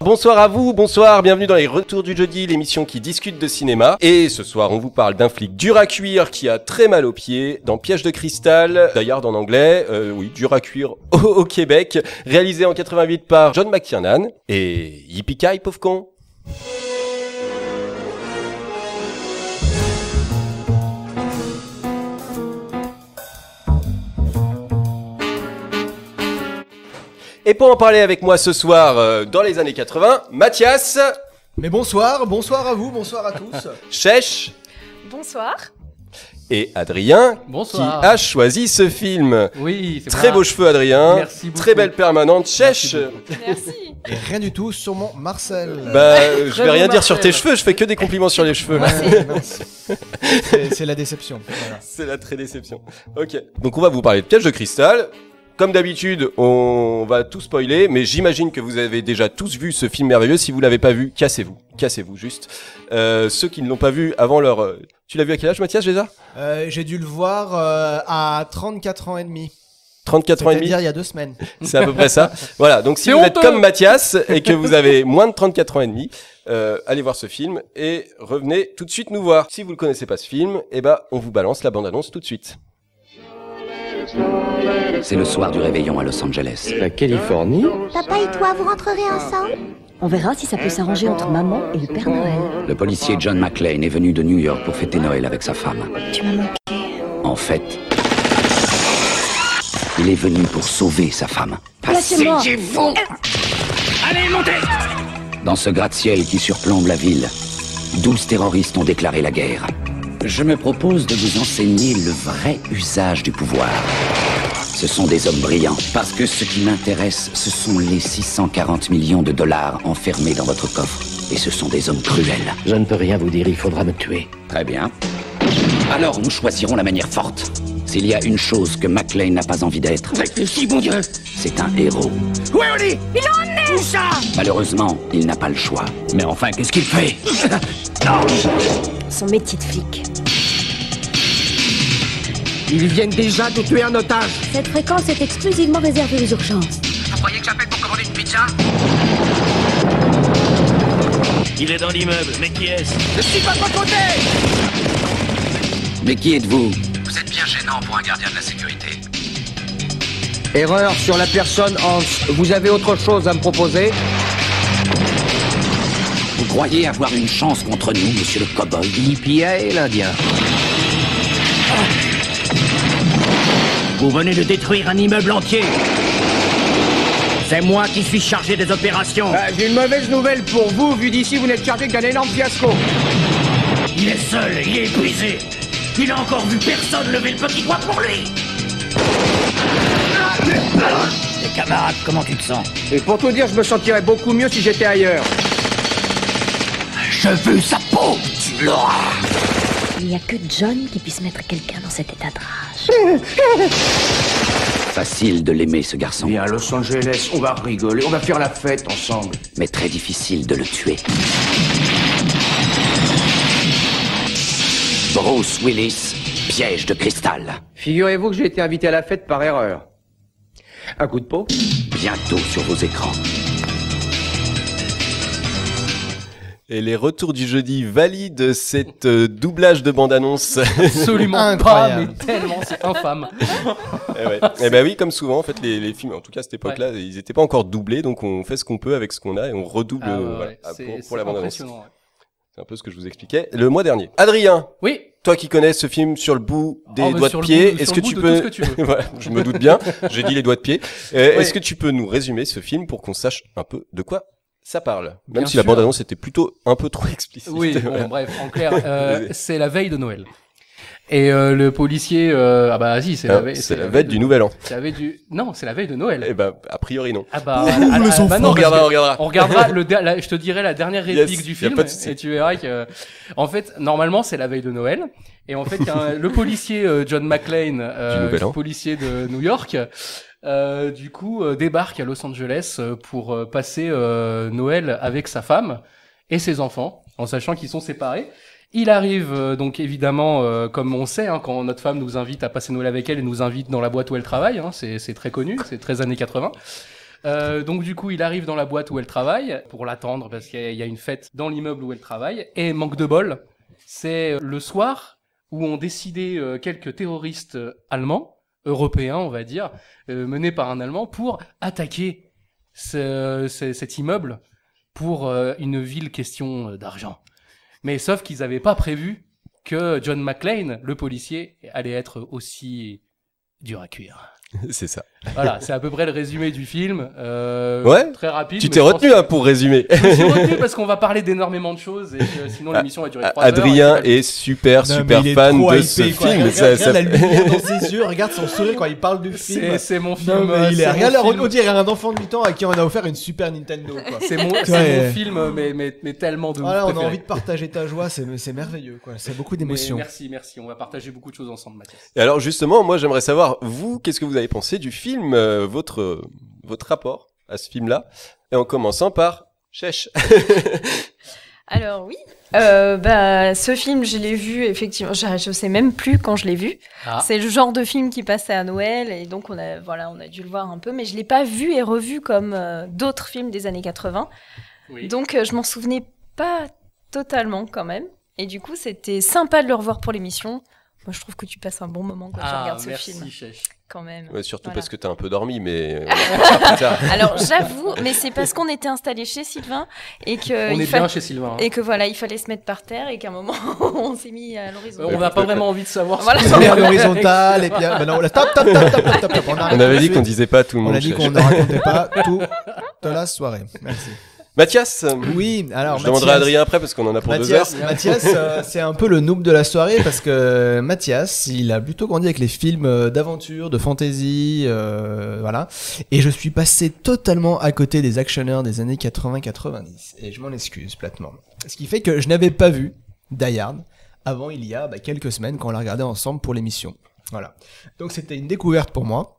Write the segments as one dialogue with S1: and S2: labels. S1: Bonsoir à vous, bonsoir, bienvenue dans les Retours du Jeudi, l'émission qui discute de cinéma. Et ce soir, on vous parle d'un flic dur à cuire qui a très mal aux pieds, dans Piège de cristal, d'ailleurs en anglais, euh, oui, dur à cuire au, au Québec, réalisé en 88 par John McTiernan. Et yippee pauvre con Et pour en parler avec moi ce soir, euh, dans les années 80, Mathias,
S2: Mais bonsoir, bonsoir à vous, bonsoir à tous.
S1: Chèche
S3: Bonsoir.
S1: et Adrien,
S4: Bonsoir.
S1: qui a choisi ce film.
S4: Oui, c'est
S1: Très
S4: moi.
S1: beaux cheveux, Adrien.
S4: Merci beaucoup.
S1: Très belle permanente. Chèche.
S4: Merci beaucoup.
S3: Merci.
S2: Et rien du tout sur mon Marcel.
S1: Bah, euh, je
S4: Très
S1: vais
S4: beau
S1: rien dire sur tes
S4: Marcel.
S1: cheveux, je fais que des compliments sur les cheveux.
S2: Ouais, mince. c'est c'est la déception. voilà.
S1: C'est la très déception. Ok. Donc on va vous parler de piège de cristal. Comme d'habitude, on va tout spoiler, mais j'imagine que vous avez déjà tous vu ce film merveilleux. Si vous l'avez pas vu, cassez-vous, cassez-vous juste. Euh, ceux qui ne l'ont pas vu avant leur, euh, tu l'as vu à quel âge, Mathias déjà
S2: Euh, J'ai dû le voir euh, à 34 ans et demi.
S1: 34 ans et demi,
S2: C'est-à-dire il y a deux semaines.
S1: c'est à peu près ça. Voilà. Donc si
S4: C'est
S1: vous êtes
S4: honteux.
S1: comme Mathias et que vous avez moins de 34 ans et demi, euh, allez voir ce film et revenez tout de suite nous voir. Si vous ne connaissez pas ce film, eh ben on vous balance la bande-annonce tout de suite.
S5: C'est le soir du réveillon à Los Angeles.
S6: La Californie
S7: Papa et toi, vous rentrerez ensemble
S8: On verra si ça peut s'arranger entre maman et le Père Noël.
S5: Le policier John McLean est venu de New York pour fêter Noël avec sa femme.
S7: Tu m'as manqué.
S5: En fait, il est venu pour sauver sa femme.
S8: Placez-moi.
S5: Passez-vous Allez, montez Dans ce gratte-ciel qui surplombe la ville, douze terroristes ont déclaré la guerre. Je me propose de vous enseigner le vrai usage du pouvoir. Ce sont des hommes brillants, parce que ce qui m'intéresse, ce sont les 640 millions de dollars enfermés dans votre coffre. Et ce sont des hommes cruels.
S6: Je ne peux rien vous dire, il faudra me tuer.
S5: Très bien. Alors nous choisirons la manière forte. S'il y a une chose que McLean n'a pas envie d'être. Réfléchis, bon Dieu C'est un héros. Où est Oli Il en est Où ça Malheureusement, il n'a pas le choix. Mais enfin, qu'est-ce qu'il fait
S8: Son métier de flic.
S6: Ils viennent déjà de tuer un otage
S8: Cette fréquence est exclusivement réservée aux urgences.
S5: Vous croyez que j'appelle pour commander une pizza
S9: Il est dans l'immeuble, mais qui est-ce
S5: Mais qui êtes-vous Vous êtes bien gênant pour un gardien de la sécurité.
S6: Erreur sur la personne Hans. Vous avez autre chose à me proposer
S5: Vous croyez avoir une chance contre nous, monsieur le cow-boy
S6: L'IPA et l'Indien.
S9: Vous venez de détruire un immeuble entier. C'est moi qui suis chargé des opérations.
S6: Euh, J'ai une mauvaise nouvelle pour vous, vu d'ici vous n'êtes chargé qu'un énorme fiasco.
S9: Il est seul, il est épuisé. Il a encore vu personne lever le petit doigt pour lui. Mes camarades, comment tu te sens
S6: Et pour tout dire, je me sentirais beaucoup mieux si j'étais ailleurs.
S5: Je veux sa peau Tu l'auras
S8: Il n'y a que John qui puisse mettre quelqu'un dans cet état de rage.
S5: Facile de l'aimer, ce garçon,
S6: à Los Angeles, on va rigoler, on va faire la fête ensemble.
S5: mais très difficile de le tuer. Bruce Willis, piège de cristal.
S6: Figurez-vous que j'ai été invité à la fête par erreur. Un coup de peau
S5: Bientôt sur vos écrans.
S1: Et les retours du jeudi valident cet euh, doublage de bande-annonce.
S4: Absolument pas,
S2: Incroyable.
S4: mais tellement, c'est infâme.
S1: eh ouais. Eh ben oui, comme souvent, en fait, les, les films, en tout cas à cette époque-là, ils n'étaient pas encore doublés, donc on fait ce qu'on peut avec ce qu'on a et on redouble
S4: Ah ouais,
S1: euh, voilà,
S4: ouais,
S1: pour-
S4: c'est-
S1: pour,
S4: c'est
S1: la bande-annonce.
S4: impressionnant, ouais.
S1: C'est un peu ce que je vous expliquais le mois dernier. Adrien,
S4: Oui,
S1: toi qui connais ce film sur le bout des
S4: Oh, mais
S1: doigts de
S4: sur le
S1: pied,
S4: bout-
S1: est-ce
S4: sur
S1: que
S4: le
S1: tu
S4: bout de
S1: peux...
S4: tout ce que tu
S1: voilà, je me doute bien, j'ai dit les doigts de pied. Euh,
S4: Ouais.
S1: Est-ce que tu peux nous résumer ce film pour qu'on sache un peu de quoi ça parle Même
S4: Bien
S1: si la
S4: sûr.
S1: bande-annonce était plutôt un peu trop explicite.
S4: Oui,
S1: Voilà.
S4: bon, bref, en clair, euh, c'est la veille de Noël. Et euh, le policier, euh, ah bah si, c'est la
S1: Hein,
S4: veille.
S1: C'est la veille du nouvel an.
S4: C'est la veille du. Non, c'est la veille de
S1: Eh
S4: Noël.
S1: ben, a priori non.
S4: Ah bah, ah, ah, bah non,
S1: on
S4: parce que-
S1: regardera, on regardera.
S4: On regardera, le, der- la- je te dirai la dernière
S1: Yes,
S4: réplique
S1: y a
S4: du film
S1: pas de souci.
S4: et tu verras que, euh, en fait, normalement c'est la veille de Noël et en fait il y a un- le policier euh, John McClane,
S1: Du
S4: euh,
S1: Nouvel An.
S4: policier de New York, euh, du coup euh, débarque à Los Angeles euh, pour euh, passer euh, Noël avec sa femme et ses enfants, en sachant qu'ils sont séparés. Il arrive euh, donc évidemment, euh, comme on sait, hein, quand notre femme nous invite à passer Noël avec elle et nous invite dans la boîte où elle travaille, hein, c'est c'est très connu, c'est très années 80. Euh, donc du coup, il arrive dans la boîte où elle travaille pour l'attendre parce qu'il y a- il y a une fête dans l'immeuble où elle travaille. Et manque de bol, c'est euh, le soir où ont décidé euh, quelques terroristes euh, allemands, européens on va dire, euh, menés par un Allemand pour attaquer ce- ce- cet immeuble pour euh, une ville question euh, d'argent. Mais sauf qu'ils n'avaient pas prévu que John McClane, le policier, allait être aussi dur à cuire.
S1: C'est ça.
S4: Voilà, c'est à peu près le résumé du film. euh,
S1: Ouais.
S4: Très rapide.
S1: Tu
S4: mais
S1: t'es
S4: je pense
S1: retenu
S4: que-
S1: hein, pour résumer.
S4: Je me suis retenu parce qu'on va parler d'énormément de choses et que sinon l'émission va durer trois heures.
S1: Adrien
S4: Et-
S1: est super
S2: Non,
S1: super
S2: mais il est
S1: fan
S2: trop
S1: de
S2: hypé,
S1: ce
S2: quoi.
S1: film.
S2: Regarde,
S1: Ça-
S2: regarde
S1: ça-
S2: la lumière dans ses yeux, regarde son sourire quand il parle du film.
S4: C'est c'est mon film.
S2: Non, mais il est
S4: euh, c'est
S2: regarde,
S4: mon
S2: on,
S4: film.
S2: on dirait un enfant de 8 ans à qui on a offert une Super Nintendo. Quoi.
S4: C'est mon, c'est
S2: Ouais.
S4: mon film, mais, mais, mais tellement de ouf
S2: Voilà, on a
S4: préféré.
S2: envie de partager ta joie, c'est c'est merveilleux, quoi. C'est beaucoup
S4: Mais
S2: d'émotions.
S4: Merci, merci. On va partager beaucoup de choses ensemble, Mathias.
S1: Et alors justement, moi j'aimerais savoir vous, qu'est-ce que vous avez pensé du film, euh, votre euh, votre rapport à ce film-là, et en commençant par Chèche.
S3: Alors oui, euh, bah, ce film, je l'ai vu, effectivement, je, je sais même plus quand je l'ai vu.
S4: Ah.
S3: C'est le genre de film qui passait à Noël, et donc on a, voilà, on a dû le voir un peu, mais je l'ai pas vu et revu comme euh, d'autres films des années 80.
S4: Oui.
S3: Donc euh, je m'en souvenais pas totalement quand même. Et du coup, c'était sympa de le revoir pour l'émission. Moi, je trouve que tu passes un bon moment quand tu
S4: Ah,
S3: regardes ce
S4: merci,
S3: film,
S4: Chèche.
S3: quand même.
S1: Ouais, surtout
S3: Voilà.
S1: parce que t'as un peu dormi, mais euh, on en parlera plus tard.
S3: Alors j'avoue, mais c'est parce qu'on était installé chez Sylvain et que
S4: on
S3: Euh, il
S4: est
S3: fa-
S4: bien chez Sylvain. hein.
S3: et que voilà, il fallait se mettre par terre et qu'à un moment on s'est mis à l'horizon.
S4: Euh, on n'a pas vraiment envie de savoir. ce
S3: Voilà.
S4: que-
S2: Merde horizontale, et puis. ah, bah non, là, stop, stop, stop, stop, stop, stop, on arrête
S1: On avait dit
S2: tout de
S1: qu'on
S2: suite.
S1: disait pas tout le
S2: On
S1: monde.
S2: a dit
S1: Chèche.
S2: qu'on ne racontait pas tout de la soirée. Merci.
S1: Mathias.
S2: Oui, alors.
S1: je demanderai à
S2: Mathias-
S1: Adrien après parce qu'on en a pour deux heures.
S2: Mathias, Mathias, euh, c'est un peu le noob de la soirée parce que euh, Mathias, il a plutôt grandi avec les films euh, d'aventure, de fantasy, euh, voilà. Et je suis passé totalement à côté des actionneurs des années 80-90 et je m'en excuse platement. Ce qui fait que je n'avais pas vu Die Hard avant il y a bah, quelques semaines quand on l'a regardé ensemble pour l'émission. Voilà. Donc c'était une découverte pour moi.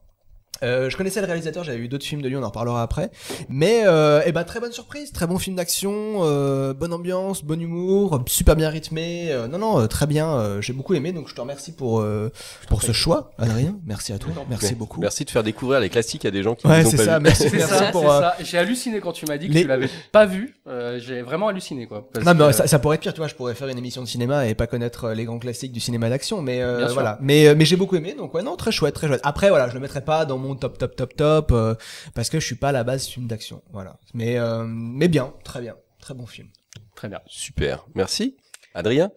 S2: Euh, je connaissais le réalisateur, j'avais vu d'autres films de lui, on en reparlera après. Mais euh, eh ben, très bonne surprise, très bon film d'action, euh, bonne ambiance, bon humour, super bien rythmé. euh, non, non, euh, très bien, euh, j'ai beaucoup aimé, donc je te remercie pour, euh, pour ce choix, Adrien. Merci à toi, merci
S1: Ouais.
S2: beaucoup.
S1: Merci de faire découvrir les classiques à des gens qui ne
S2: Ouais,
S1: les ont
S2: c'est
S1: pas
S2: ça,
S1: vus.
S2: merci,
S4: C'est
S2: merci
S4: ça,
S2: pour...
S4: c'est
S2: euh,
S4: ça. J'ai halluciné quand tu m'as dit que
S2: les-
S4: tu l'avais pas vu. Euh, J'ai vraiment halluciné quoi. Parce
S2: Non, mais
S4: que-
S2: ça, ça pourrait être pire, tu vois. Je pourrais faire une émission de cinéma et pas connaître euh, les grands classiques du cinéma d'action, mais euh,
S4: Bien sûr.
S2: voilà. Mais, euh, mais j'ai beaucoup aimé, donc ouais, non, très chouette, très chouette. Après, voilà, je le mettrai pas dans mon top, top, top, top, euh, parce que je suis pas à la base film d'action, voilà. Mais, euh, mais bien, très bien, très bon film.
S4: Très bien.
S1: Super, merci. Adrien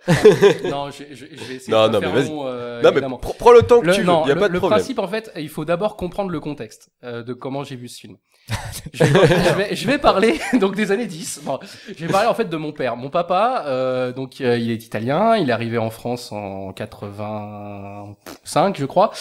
S4: Non, je, je- je vais essayer
S1: Non,
S4: de
S1: non,
S4: faire
S1: mais vas-y.
S4: long, euh,
S1: Non mais
S4: évidemment.
S1: pr- prends le temps que
S4: Le,
S1: tu veux,
S4: non,
S1: il y a
S4: le-
S1: pas de
S4: le
S1: problème.
S4: principe, en fait, il faut d'abord comprendre le contexte euh, de comment j'ai vu ce film. je, vais, je vais- je vais parler donc des années 10. Bon, je vais parler en fait de mon père. Mon papa, euh, donc euh, il est italien, il est arrivé en France en 85, je crois.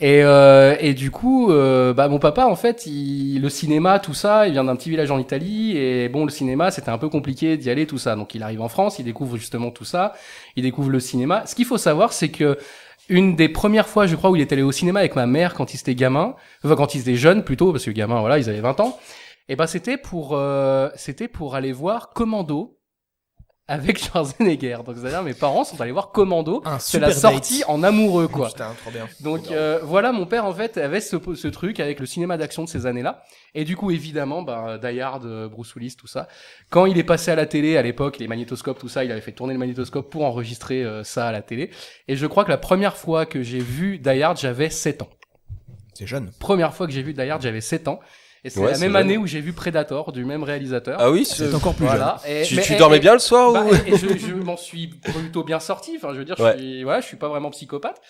S4: Et, euh, et du coup, euh, bah, mon papa, en fait, il, le cinéma, tout ça, il vient d'un petit village en Italie. Et bon, le cinéma, c'était un peu compliqué d'y aller, tout ça. Donc il arrive en France, il découvre justement tout ça, il découvre le cinéma. Ce qu'il faut savoir, c'est que une des premières fois, je crois, où il est allé au cinéma avec ma mère quand il était gamin, enfin quand il était jeune plutôt, parce que gamin, voilà, ils avaient 20 ans. Et ben c'était pour, euh, c'était pour aller voir Commando avec Schwarzenegger. Donc c'est-à-dire mes parents sont allés voir Commando.
S2: Un
S4: Ah, C'est la sortie en amoureux quoi.
S2: Putain, trop bien.
S4: Donc euh, voilà, mon père en fait avait ce, ce truc avec le cinéma d'action de ces années-là. Et du coup, évidemment, bah, Die Hard, euh, Bruce Willis, tout ça. Quand il est passé à la télé à l'époque, les magnétoscopes, tout ça, il avait fait tourner le magnétoscope pour enregistrer euh, ça à la télé. Et je crois que la première fois que j'ai vu Die Hard, j'avais 7 ans.
S2: C'est jeune.
S4: Première fois que j'ai vu Die Hard, j'avais 7 ans. Et c'est
S1: Ouais,
S4: la
S1: c'est
S4: même
S1: jeune.
S4: année où j'ai vu Predator du même réalisateur. Euh,
S1: Ah oui, c'est-
S2: C'est encore plus
S4: voilà. Et-
S1: tu,
S4: hein, mais-
S1: tu
S4: et-
S1: dormais
S4: et-
S1: bien le soir
S4: bah,
S1: ou
S4: et, et je, je m'en suis plutôt bien sorti. Enfin, je veux dire, je
S1: Ouais.
S4: suis, voilà, je suis pas vraiment psychopathe.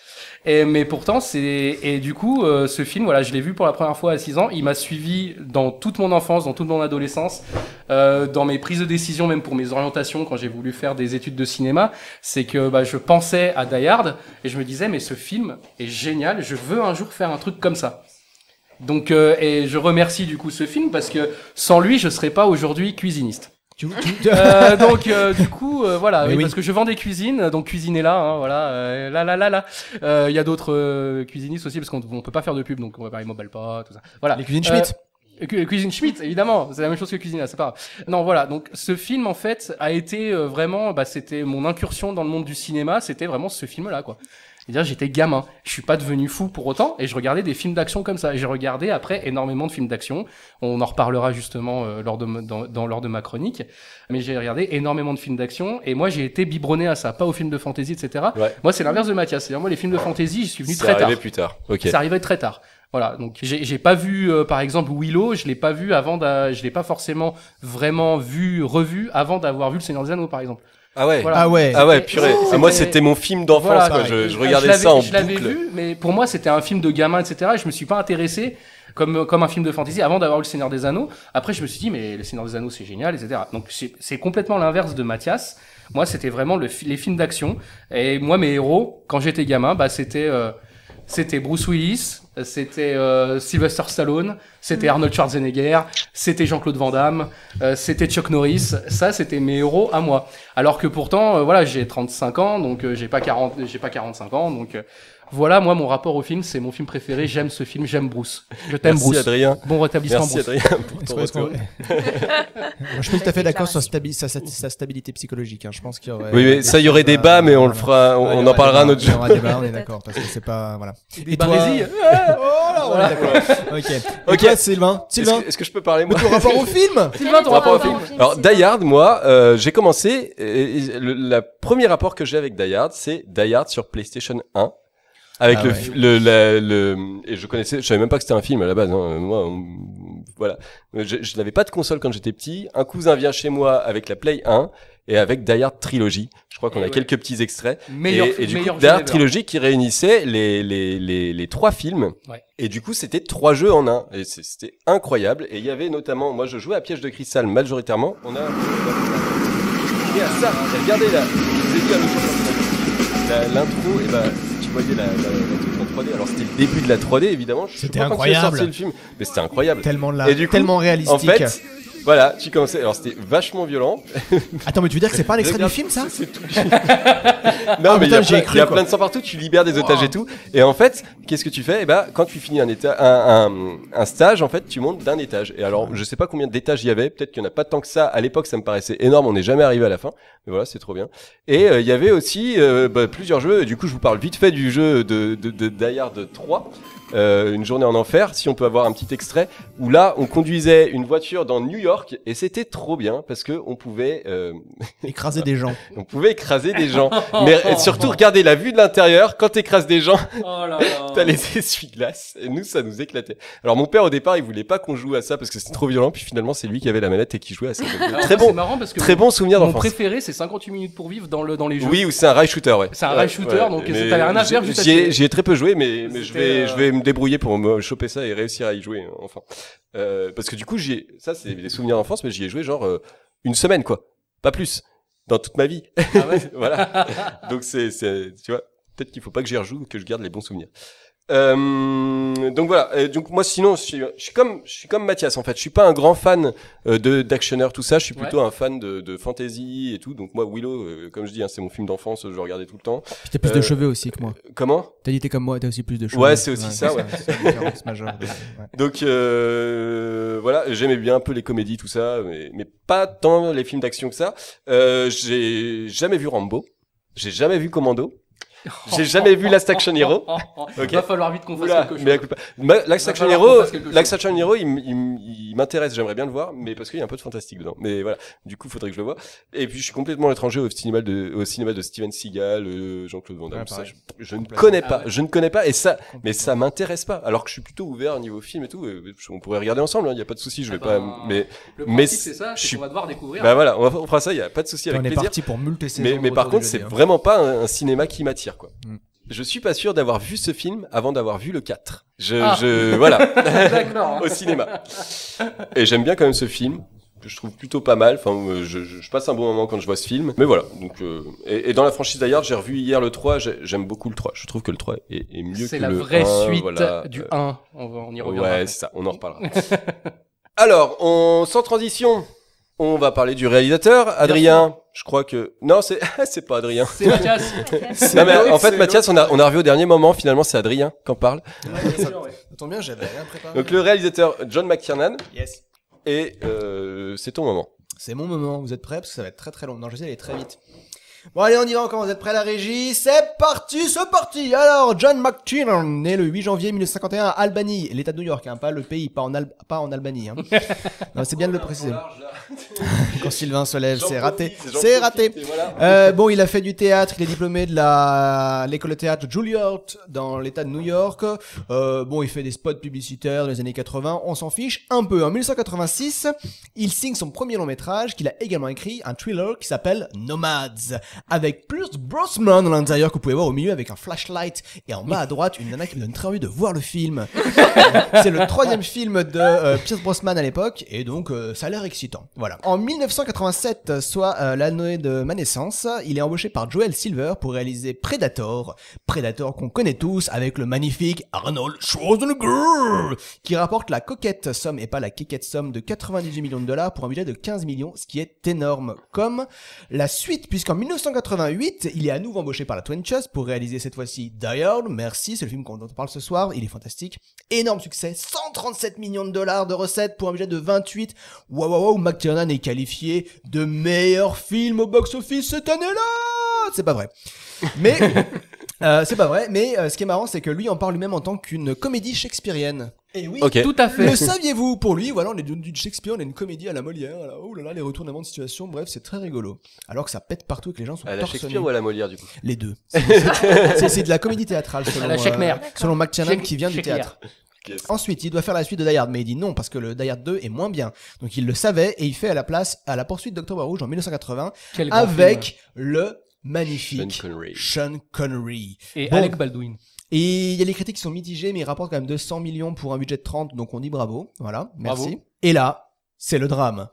S4: Et mais pourtant, c'est et du coup, euh, ce film, voilà, je l'ai vu pour la première fois à 6 ans. Il m'a suivi dans toute mon enfance, dans toute mon adolescence, euh, dans mes prises de décision, même pour mes orientations quand j'ai voulu faire des études de cinéma. C'est que bah, je pensais à Die Hard et je me disais, mais ce film est génial. Je veux un jour faire un truc comme ça. Donc, euh, et je remercie du coup ce film parce que sans lui, je serais pas aujourd'hui cuisiniste.
S2: Tu, tu- tu-
S4: Euh, donc euh, du coup euh, voilà
S2: Mais
S4: oui,
S2: oui.
S4: parce que je vends des cuisines donc cuisinez là hein, voilà euh, là là là là Euh, il y a d'autres euh, cuisinistes aussi parce qu'on on peut pas faire de pub donc on va parler mobile pas tout ça voilà
S2: les cuisines
S4: Euh,
S2: Schmitt.
S4: euh, cu- Cuisine Schmidt, évidemment, c'est la même chose que Cuisine, là, c'est pas grave. Non, voilà, donc ce film, en fait, a été euh, vraiment, bah, c'était mon incursion dans le monde du cinéma, c'était vraiment ce film-là, quoi. C'est-à-dire, j'étais gamin. Je suis pas devenu fou pour autant, et je regardais des films d'action comme ça. J'ai regardé après énormément de films d'action. On en reparlera justement euh, lors de, ma- dans, dans- lors de ma chronique. Mais j'ai regardé énormément de films d'action, et moi, j'ai été biberonné à ça, pas aux films de fantasy, etc.
S1: Ouais.
S4: Moi, c'est l'inverse de Mathias. C'est-à-dire, moi, les films de fantasy, j'y suis venu
S1: C'est
S4: très tard.
S1: arrivé plus tard. Ok.
S4: Ça arrivait très tard. Voilà, donc j'ai j'ai pas vu euh, par exemple Willow, je l'ai pas vu avant, d'a- je l'ai pas forcément vraiment vu, revu avant d'avoir vu Le Seigneur des Anneaux par exemple.
S1: Ah ouais.
S4: Voilà.
S2: Ah ouais.
S1: Ah ouais, purée.
S4: C'était-
S1: Ah, moi, c'était mon film d'enfance.
S4: Voilà,
S1: quoi. je,
S2: pareil.
S1: je regardais
S4: l'avais-
S1: ça en
S4: Je l'avais
S1: boucle.
S4: vu, mais pour moi c'était un film de gamin, etc. Et je me suis pas intéressé comme comme un film de fantasy avant d'avoir vu Le Seigneur des Anneaux. Après je me suis dit mais Le Seigneur des Anneaux c'est génial, etc. Donc c'est c'est complètement l'inverse de Mathias. Moi c'était vraiment le fi- les films d'action. Et moi mes héros quand j'étais gamin, bah c'était euh, c'était Bruce Willis, c'était euh, Sylvester Stallone, c'était Arnold Schwarzenegger, c'était Jean-Claude Van Damme, euh, c'était Chuck Norris. Ça, c'était mes héros à moi. Alors que pourtant, euh, voilà, j'ai 35 ans, donc euh, j'ai pas 40, j'ai pas 45 ans, donc euh, voilà, moi, mon rapport au film, c'est mon film préféré. J'aime ce film, j'aime Bruce. Je t'aime
S1: Merci
S4: Bruce.
S1: Adrien.
S4: Bon rétablissement
S1: Merci
S4: Bruce.
S1: Adrien pour ton
S2: Est-ce qu'on-
S1: retour.
S2: Moi, je suis tout à fait d'accord sur stabi- sa, sa- sa stabilité psychologique. hein. Je pense qu'il y aurait.
S1: Oui, mais ça, il y aurait des bas, mais on le fera, on,
S2: Ouais, il y
S1: on en
S2: aura
S1: parlera un
S2: débat,
S1: autre
S2: il y
S1: jour.
S2: aura débat, on est d'accord, parce que c'est pas. Voilà. Et toi-
S4: Barésie,
S2: Oh là, on est d'accord. Ok. Et
S1: Ok.
S2: toi, Sylvain
S1: Est-ce
S2: Sylvain
S1: que, est-ce que je peux parler, moi
S2: Le rapport au film
S4: Sylvain, ton
S3: Par
S4: rapport au
S3: rapport
S4: film.
S3: au film,
S1: Alors,
S3: c'est bien.
S1: Die Hard, moi, euh, j'ai commencé, et, et le la premier rapport que j'ai avec Die Hard, c'est Die Hard sur PlayStation 1. Avec
S2: Ah
S1: le,
S2: ouais.
S1: fi- le, la- le, et je connaissais, je savais même pas que c'était un film à la base, hein. moi, on- voilà. Je, je n'avais pas de console quand j'étais petit. Un cousin vient chez moi avec la Play 1 et avec Die Hard Trilogy. Je crois qu'on
S4: Et
S1: a
S4: ouais.
S1: quelques petits extraits.
S4: Meilleur,
S1: et, et du
S4: meilleur
S1: coup, Die
S4: jeu
S1: Hard
S4: ever.
S1: Trilogy qui réunissait les, les, les, les trois films.
S4: Ouais.
S1: Et du coup, c'était trois jeux en un. Et c'est- c'était incroyable. Et il y avait notamment, moi, je jouais à Piège de Cristal majoritairement. On a. Et à ça, regardez là. Je vous ai dit à l'autre fois, la- L'intro, et bah, tu voyais la, la, la truc en 3D. Alors, c'était le début de la 3D, évidemment. Je sais
S2: C'était
S1: pas quand il est sorti
S2: incroyable.
S1: le film, mais c'était incroyable.
S2: Tellement là,
S1: Et du coup,
S2: tellement réalistique.
S1: En fait, voilà, tu commençais. Alors, c'était vachement violent.
S2: Attends, mais tu veux dire que c'est pas un extrait du
S1: Regarde,
S2: film, ça Ah,
S1: c'est tout. non, mais il y
S2: putain,
S1: a,
S2: j'ai
S1: plein,
S2: cru,
S1: il y a
S2: quoi.
S1: plein de sang partout, tu libères des otages et tout. Et en fait, qu'est-ce que tu fais Eh ben, quand tu finis un, éta- un, un, un stage, en fait, tu montes d'un étage. Et alors, je sais pas combien d'étages il y avait, peut-être qu'il y en a pas tant que ça. À l'époque, ça me paraissait énorme, on n'est jamais arrivé à la fin. Mais voilà, c'est trop bien. Et euh, il y avait aussi euh, bah, plusieurs jeux. Et Du coup, je vous parle vite fait du jeu de, de, de Die Hard 3. euh, une journée en enfer, si on peut avoir un petit extrait, où là on conduisait une voiture dans New York et c'était trop bien parce que on pouvait euh,
S2: Écraser des gens.
S1: on pouvait écraser des gens. Mais et surtout, regardez la vue de l'intérieur. Quand t'écrases des gens,
S4: Oh là
S1: t'as
S4: là.
S1: les essuie-glaces. Et nous, ça nous éclatait. Alors, mon père, au départ, il voulait pas qu'on joue à ça parce que c'était trop violent. Puis finalement, c'est lui qui avait la manette et qui jouait à ça. Donc,
S4: Alors,
S1: très
S4: ça, Ah, C'est
S1: bon,
S4: marrant parce que
S1: très bon souvenir
S4: mon
S1: d'enfance.
S4: préféré, c'est 58 minutes pour vivre dans le dans les jeux.
S1: Oui, ou c'est un rail shooter, ouais.
S4: C'est un
S1: Ouais,
S4: rail shooter,
S1: ouais.
S4: donc,
S1: Mais
S4: t'avais rien à faire,
S1: j'y-
S4: juste à
S1: J'y ai,
S4: tirer.
S1: j'y ai très peu joué, mais, mais je vais,
S4: C'était, euh,
S1: je vais me débrouiller pour me choper ça et réussir à y jouer, euh, enfin. Euh, parce que du coup, j'y ai, ça, c'est des souvenirs d'enfance, mais j'y ai joué genre euh, une semaine, quoi. Pas plus. Dans toute ma vie.
S4: Ah ouais
S1: voilà. Donc c'est, c'est- tu vois, peut-être qu'il faut pas que j'y rejoue, que je garde les bons souvenirs. Euh, donc voilà. Euh, donc moi sinon, je suis, je suis comme, je suis comme Mathias en fait. Je suis pas un grand fan euh, de d'actionneur tout ça. Je suis plutôt un fan de, de fantasy et tout. Donc moi Willow, euh, comme je dis, hein, c'est mon film d'enfance. Je le regardais tout le temps.
S2: Puis t'as plus
S1: Euh,
S2: de cheveux aussi que moi.
S1: Comment
S2: T'as dit t'es comme moi, t'as aussi plus de cheveux.
S1: Ouais, c'est aussi ça, ouais.
S2: C'est la différence majeure. Ouais.
S1: Donc euh, voilà, j'aimais bien un peu les comédies, tout ça, mais, mais pas tant les films d'action que ça. Euh, j'ai jamais vu Rambo, j'ai jamais vu Commando, j'ai jamais vu Last Action Hero. Ok.
S4: Oh, Va falloir vite qu'on fasse
S1: Oula,
S4: quelque chose.
S1: mais la culpa- Ma- Last
S4: Va
S1: Action
S4: falloir
S1: Hero,
S4: qu'on fasse quelque chose.
S1: Last Action Hero, il, m- il m- il m'intéresse, j'aimerais bien le voir, mais parce qu'il y a un peu de fantastique dedans. Mais voilà, du coup, faudrait que je le vois. Et puis, je suis complètement étranger au cinéma de, au cinéma de Steven Seagal, euh, Jean-Claude Van Damme,
S2: Ouais,
S1: tout ça.
S2: pareil.
S1: Je, je ne
S2: Complètement.
S1: connais pas,
S4: Ah ouais.
S1: je ne connais pas, et ça, mais
S2: Complètement.
S1: ça m'intéresse pas. Alors que je suis plutôt ouvert au niveau film et tout. euh, je- On pourrait regarder ensemble, hein, il n'y a pas de souci, je vais
S4: Ah
S2: bah,
S1: pas.
S4: ben,
S1: Mais
S4: Le
S1: mais
S4: principe, c'est ça,
S1: je
S4: c'est
S1: suis-
S4: qu'on va devoir découvrir.
S1: bah voilà, on, va- on fera ça, il n'y a pas de souci avec
S2: on est
S1: plaisir.
S2: parti pour multi-saison.
S1: Mais, mais par contre, c'est vraiment pas un, un cinéma qui m'attire, quoi.
S2: hein. Mm.
S1: Je suis pas sûr d'avoir vu ce film avant d'avoir vu le 4. Je,
S4: Ah.
S1: je, voilà.
S4: D'accord.
S1: au cinéma. Et j'aime bien quand même ce film que je trouve plutôt pas mal. Enfin, euh, je, je- je passe un bon moment quand je vois ce film. Mais voilà. Donc, euh, et, et dans la franchise d'ailleurs, j'ai revu hier le 3. j'ai- J'aime beaucoup le 3. Je trouve que le 3 est, est mieux que le
S4: C'est la vraie
S1: 1,
S4: suite
S1: voilà.
S4: du
S1: Euh,
S4: 1. On, va, on y reviendra.
S1: Ouais, c'est ça. On en reparlera. Alors, on, sans transition, on va parler du réalisateur, Adrien. Je crois que non, c'est c'est pas Adrien.
S4: C'est Mathias.
S1: Non, mais en fait, Mathias, on a on a revu au dernier moment. Finalement, c'est Adrien qu'en parle.
S2: Tant bien, j'avais rien
S4: Ah.
S2: préparé.
S1: Donc le réalisateur John McTiernan
S2: Yes.
S1: et euh, c'est ton moment.
S2: C'est mon moment, vous êtes prêts Parce que ça va être très très long. Non, je sais, aller très vite. Bon, allez, on y va encore, vous êtes prêts à la régie C'est parti, c'est parti Alors, John McTiernan, né le 8 janvier 1951 à Albany, l'État de New York, hein, pas le pays, pas en, Al- pas en Albanie. hein. non, c'est bien de le préciser. Quand Sylvain se lève, c'est raté. C'est raté. Euh, bon, il a fait du théâtre, il est diplômé de la l'école de théâtre Juilliard dans l'État de New York. Euh, bon, il fait des spots publicitaires dans les années 80, on s'en fiche un peu. En 1986, il signe son premier long métrage qu'il a également écrit, un thriller qui s'appelle Nomads, avec plus Brosnan à l'intérieur que vous pouvez voir au milieu avec un flashlight et en bas à droite une nana qui me donne très envie de voir le film. C'est le troisième film de euh, Pierce Brosnan à l'époque, et donc euh, ça a l'air excitant. Voilà. En 1987, soit euh, l'année de ma naissance, il est embauché par Joel Silver pour réaliser Predator. Predator qu'on connaît tous avec le magnifique Arnold Schwarzenegger, qui rapporte la coquette somme, et pas la quéquette somme, de 98 millions de dollars pour un budget de 15 millions, ce qui est énorme. Comme la suite, puisqu'en 1988, il est à nouveau embauché par la Twenchus pour réaliser cette fois-ci Die Hard. Merci, c'est le film dont on parle ce soir, il est fantastique. Énorme succès, 137 millions de dollars de recettes pour un budget de 28. Waouh, waouh, waouh, McTiernan est qualifié de meilleur film au box-office cette année-là C'est pas vrai. Mais, euh, c'est pas vrai, mais euh, ce qui est marrant, c'est que lui en parle lui-même en tant qu'une comédie shakespearienne. Et oui,
S1: Ok.
S4: Tout à
S2: le
S4: fait.
S2: saviez-vous Pour lui, voilà, on est d'une Shakespeare, on est une comédie à la Molière. Là, oh là là, les retournements de situation, bref, c'est très rigolo. Alors que ça pète partout et que les gens sont
S1: À Ah, la
S2: torse
S1: Shakespeare
S2: nus.
S1: ou à la Molière, du coup
S2: Les deux. C'est c'est de la comédie théâtrale, selon, euh,
S4: À Ah, la Shakespeare.
S2: selon McTiernan
S4: Shake-
S2: qui vient du
S4: Shakespeare.
S2: théâtre. Ensuite, il doit faire la suite de Die Hard, mais il dit non parce que le Die Hard 2 est moins bien. Donc il le savait et il fait à la place à la poursuite d'Octobre Rouge en 1980
S4: Quel grand film.
S2: avec le magnifique
S1: Sean Connery.
S2: Sean Connery.
S4: Et
S2: Bon.
S4: Alec Baldwin.
S2: Et il y a les critiques qui sont mitigées, mais ils rapportent quand même 200 millions pour un budget de 30, donc on dit bravo. Voilà, merci.
S4: Bravo.
S2: Et là, c'est le drame.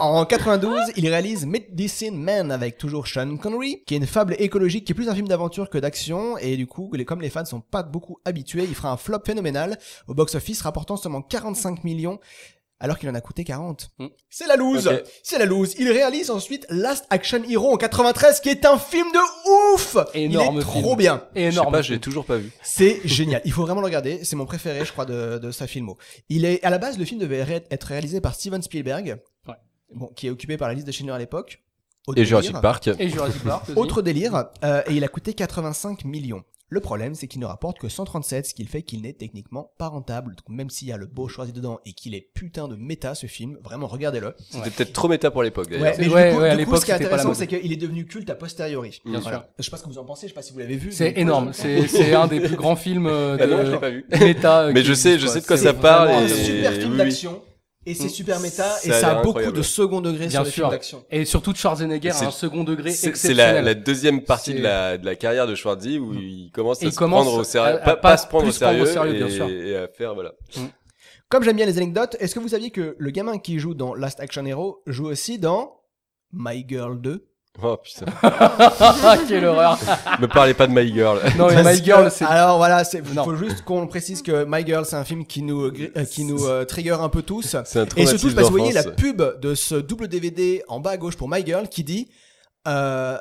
S2: en 92, il réalise Medicine Man avec toujours Sean Connery, qui est une fable écologique qui est plus un film d'aventure que d'action, et du coup, les- comme les fans sont pas beaucoup habitués, il fera un flop phénoménal au box-office, rapportant seulement 45 millions. Alors qu'il en a coûté 40.
S4: Mm.
S2: C'est la loose
S1: Ok.
S2: C'est la loose Il réalise ensuite Last Action Hero en 93, qui est un film de ouf Il est
S4: Énorme film.
S2: trop bien
S4: Et
S1: Je sais
S4: énorme.
S1: pas, je l'ai toujours pas vu.
S2: c'est génial. Il faut vraiment le regarder. C'est mon préféré, je crois, de, de sa filmo. Il est, à la base, le film devait ré- être réalisé par Steven Spielberg.
S4: Ouais.
S2: Bon, qui est occupé par la liste de Schindler à l'époque. Autre
S1: Et Jurassic
S2: délire.
S1: Park.
S4: Et Jurassic Park. aussi.
S2: Autre délire. euh, et il a coûté 85 millions. Le problème, c'est qu'il ne rapporte que 137, ce qui fait qu'il n'est techniquement pas rentable. Donc, même s'il y a le beau choisi dedans et qu'il est putain de méta, ce film, vraiment, regardez-le.
S1: C'était peut-être trop méta pour l'époque,
S2: Ouais,
S1: d'ailleurs.
S2: mais
S4: Ouais,
S2: du coup,
S4: ouais, à
S2: du coup,
S4: l'époque,
S2: ce qui est
S4: c'était pas la
S2: intéressant,
S4: mode.
S2: c'est qu'il est devenu culte a posteriori.
S4: Bien
S2: Voilà.
S4: sûr.
S2: Je sais pas ce que vous en pensez, je sais pas si vous l'avez vu.
S4: C'est
S2: mais-
S4: énorme. C'est c'est un des plus grands films euh, de
S1: Ah non, je l'ai pas vu.
S4: méta. euh,
S1: Mais
S4: qui
S1: je sais-
S4: existe,
S1: je
S4: quoi.
S1: sais de quoi
S4: C'est
S1: ça parle
S4: vraiment,
S2: un
S1: et-
S4: euh,
S2: super film
S1: oui, oui.
S2: d'action et c'est super méta
S1: Ça
S2: et
S1: a
S2: ça a
S1: l'air
S2: beaucoup
S1: incroyable.
S2: de second degré
S4: Bien
S2: sur les
S4: sûr.
S2: films d'action.
S4: Et surtout de Schwarzenegger à
S1: C'est-
S4: un second degré
S1: C'est
S4: exceptionnel.
S1: c'est la, la deuxième partie
S4: C'est-
S1: de la, de la carrière de Schwarzy
S2: Mm.
S1: où il commence
S4: Et
S1: à
S4: il
S1: se
S4: commence
S1: prendre au
S4: à-
S1: sérieux,
S4: à
S1: pas,
S4: pas
S1: pas se prendre au
S4: plus se prendre
S1: sérieux,
S4: au sérieux, bien
S1: et,
S4: sûr.
S1: et à faire voilà.
S2: Comme j'aime bien les anecdotes, est-ce que vous saviez que le gamin qui joue dans Last Action Hero joue aussi dans My Girl 2
S1: Oh putain,
S4: Ah, quelle horreur.
S1: me parlez pas de My Girl.
S4: Non, mais
S2: Parce
S4: My
S2: que-
S4: Girl, c'est
S2: Alors voilà, c'est il
S4: Non.
S2: faut juste qu'on précise que My Girl c'est un film qui nous euh, gri- euh, qui nous euh, trigger un peu tous.
S1: C'est un
S2: Et
S1: traumatisme
S2: surtout, parce que vous voyez la
S1: d'enfance.
S2: pub de ce double DVD en bas à gauche pour My Girl qui dit euh,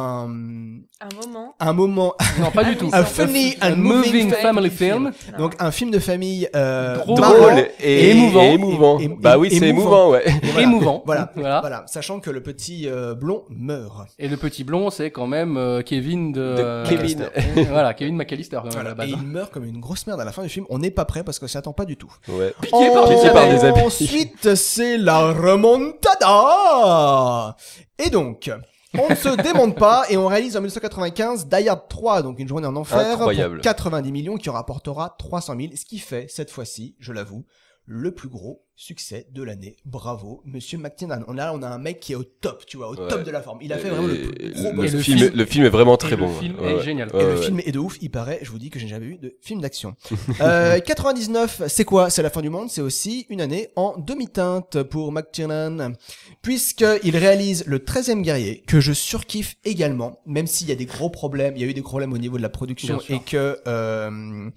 S2: un,
S3: Un moment.
S2: un moment,
S4: Non, pas du tout.
S2: A funny and moving
S4: family
S2: family
S4: film.
S2: donc un film de famille euh,
S4: Drôle
S2: marrant.
S1: Drôle et,
S2: et
S1: émouvant.
S2: émouvant. Et- et-
S1: bah oui, c'est émouvant,
S2: émouvant.
S1: ouais.
S2: Voilà.
S4: Émouvant.
S2: Voilà.
S1: Ah.
S4: Voilà.
S2: Voilà, sachant que le petit euh, blond meurt.
S4: Et le petit blond, c'est quand même euh, Kevin de.
S1: De
S4: euh,
S1: Kevin.
S4: euh, voilà, Kevin McAllister quand même à la
S2: Et
S4: base.
S2: il meurt comme une grosse merde à la fin du film. On n'est pas prêt parce que ça attend pas du tout.
S1: ouais.
S4: par des
S2: Ensuite,
S1: abeilles. abeilles.
S2: Ensuite, c'est la remontada. Et donc, on ne se démonte pas et on réalise en 1995 Die Hard 3, donc une journée en enfer
S1: Incroyable.
S2: pour 90 millions qui rapportera 300 000, ce qui fait cette fois-ci, je l'avoue, le plus gros succès de l'année. Bravo, Monsieur McTiernan. On a, on a un mec qui est au top, tu vois, au
S1: Ouais.
S2: top de la forme. Il a fait vraiment le plus gros.
S1: Et
S2: box
S1: le,
S4: le
S1: film,
S4: film-
S1: le film est vraiment
S4: Et
S1: très
S4: le
S1: bon.
S4: film
S1: ouais,
S4: est
S1: ouais.
S4: génial.
S1: Ouais,
S2: Et le
S1: ouais.
S2: film est de ouf, il paraît, je vous dis que j'ai jamais vu de film d'action. Euh, 99, c'est quoi C'est la fin du monde, c'est aussi une année en demi-teinte pour McTiernan, puisqu'il réalise le 13e guerrier, que je surkiffe également, même s'il y a des gros problèmes, il y a eu des problèmes au niveau de la production,
S4: Bien sûr.
S2: et que euh,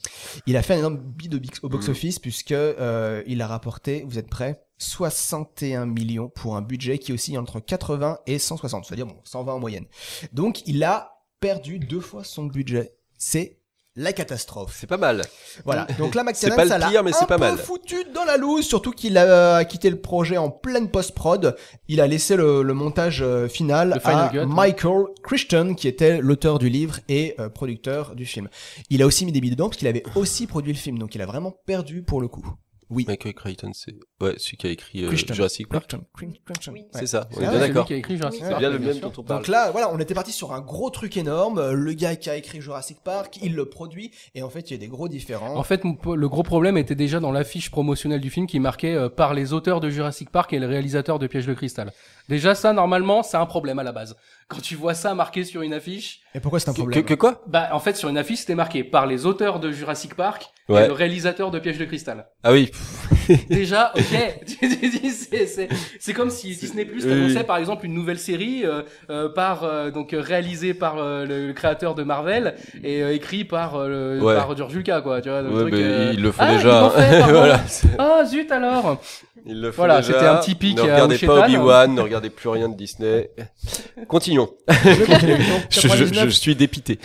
S2: il a fait un énorme bid au bix-
S1: Mm.
S2: au box-office, puisque euh, il a rapporté, vous êtes prêts 61 millions pour un budget qui oscille entre 80 et 160, c'est-à-dire bon, 120 en moyenne. Donc il a perdu deux fois son budget. C'est La catastrophe.
S1: C'est pas mal.
S2: Voilà. Donc là,
S1: C'est
S2: Max
S1: pas
S2: Allen,
S1: le
S2: ça l'a
S1: pire, mais c'est
S2: un
S1: pas
S2: peu
S1: mal.
S2: foutu dans la loose, surtout qu'il a euh, quitté le projet en pleine post-prod. Il a laissé le, le montage euh, final
S4: Le final
S2: à
S4: cut, ouais.
S2: Michael Christian, qui était l'auteur du livre et euh, producteur du film. Il a aussi mis des billes dedans, parce qu'il avait aussi produit le film, donc il a vraiment perdu pour le coup. Oui.
S1: Michael Crichton, c'est ouais, celui qui a écrit euh,
S2: Crichton.
S1: Jurassic Park.
S2: Christian, Christian, Christian. Ouais.
S1: C'est ça. On
S2: Ah
S1: est
S2: ouais,
S1: bien d'accord.
S4: qui a écrit Jurassic
S2: Oui.
S1: C'est
S4: Park,
S1: bien le
S4: bien
S1: même
S4: sûr.
S1: dont on parle.
S2: Donc là, voilà, on était parti sur un gros truc énorme. euh, Le gars qui a écrit Jurassic Park, il le produit, et en fait, il y a des gros différents.
S4: En fait, mon po- le gros problème était déjà dans l'affiche promotionnelle du film qui marquait euh, par les auteurs de Jurassic Park et le réalisateur de Piège de cristal. Déjà, ça, normalement, c'est un problème à la base. Quand tu vois ça marqué sur une affiche,
S2: Et pourquoi c'est un
S1: que,
S2: problème
S1: que quoi
S4: bah, en fait, sur une affiche, c'était marqué par les auteurs de Jurassic Park
S1: Ouais.
S4: et le réalisateur de Piège de cristal.
S1: Ah oui.
S4: Déjà, ok, tu te dis, c'est- c'est c'est comme si Disney Plus annonçait par exemple une nouvelle série euh, euh, par euh, donc euh, réalisée par euh, le, le créateur de Marvel et euh, écrit par euh, le-
S1: Ouais.
S4: par George Lucas quoi, tu vois. le
S1: Ouais, ben,
S4: truc,
S1: mais
S4: euh,
S1: ils le font
S4: ah,
S1: déjà.
S4: l'ont fait, pardon.
S1: Voilà.
S4: Ah zut alors
S1: Ils le font
S4: Voilà,
S1: déjà.
S4: c'était un petit pic euh,
S1: Ne
S4: à
S1: regardez
S4: Ocean
S1: pas
S4: Man.
S1: Obi-Wan, ne regardez plus rien de Disney. Continuons.
S2: Je continue. Donc,
S1: Je, je-
S2: 99,
S1: je suis dépité.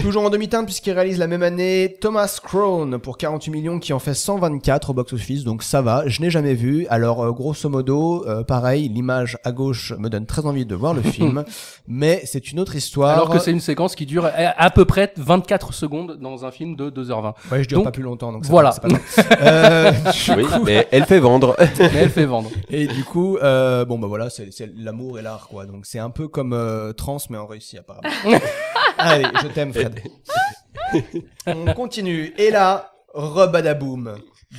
S2: Toujours en demi-teinte puisqu'il réalise la même année Thomas Crown pour 48 millions qui en fait 124 au box-office, donc ça va, je n'ai jamais vu. Alors euh, grosso modo, euh, pareil, l'image à gauche me donne très envie de voir le film, mais c'est une autre histoire.
S4: Alors que c'est une séquence qui dure à- à peu près 24 secondes dans un film de 2h20.
S2: Ouais, je dure
S4: Donc,
S2: pas plus longtemps, donc c'est
S4: voilà.
S2: pas- c'est pas grave. Euh,
S1: Oui, mais elle fait vendre.
S4: Mais elle fait vendre.
S2: et du coup, euh, bon bah voilà, c'est c'est l'amour et l'art quoi, donc c'est un peu comme euh, Trans mais en Russie apparemment. Allez, je t'aime Fred. On continue. Et là, rebadaboum.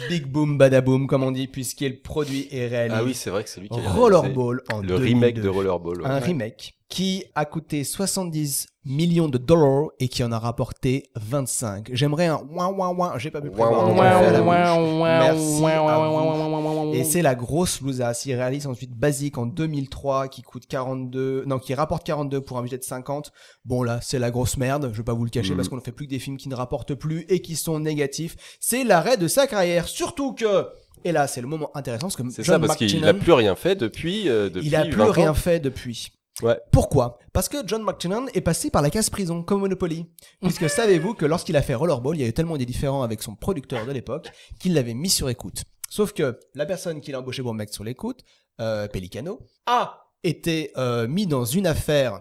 S2: Big boom badaboom, comme on dit, puisqu'il produit et réalise
S1: Ah oui, c'est vrai que c'est lui qui a réalisé
S2: Rollerball en
S1: Le remake de
S2: 2002.
S1: Rollerball. ouais.
S2: Un remake qui a coûté 70 millions de dollars et qui en a rapporté 25. J'aimerais un ouin ouin ouin. J'ai pas pu
S1: Ouin,
S2: prévoir.
S1: ouin,
S2: donc on va faire la
S1: ouin,
S2: bouche. Merci à vous. Et
S4: Et
S2: c'est la grosse lousasse. Il réalise ensuite Basique en 2003 qui coûte 42, non, qui rapporte 42 pour un budget de 50. Bon là, c'est la grosse merde. Je vais pas vous le cacher
S1: Mhm.
S2: parce qu'on ne fait plus que des films qui ne rapportent plus et qui sont négatifs. C'est l'arrêt de sa carrière. Surtout que, et là, c'est le moment intéressant parce que
S1: C'est
S2: John
S1: ça, parce qu'il
S2: McTiernan-
S1: n'a plus rien fait depuis. euh, depuis
S2: il a plus
S1: 20 ans.
S2: rien fait depuis.
S1: Ouais.
S2: Pourquoi Parce que John McTiernan est passé par la case prison, comme Monopoly. Puisque savez-vous que lorsqu'il a fait Rollerball, il y a eu tellement des différends avec son producteur de l'époque qu'il l'avait mis sur écoute. Sauf que la personne qu'il a embauché pour mettre sur l'écoute, euh, Pelicano, a été euh, mis dans une affaire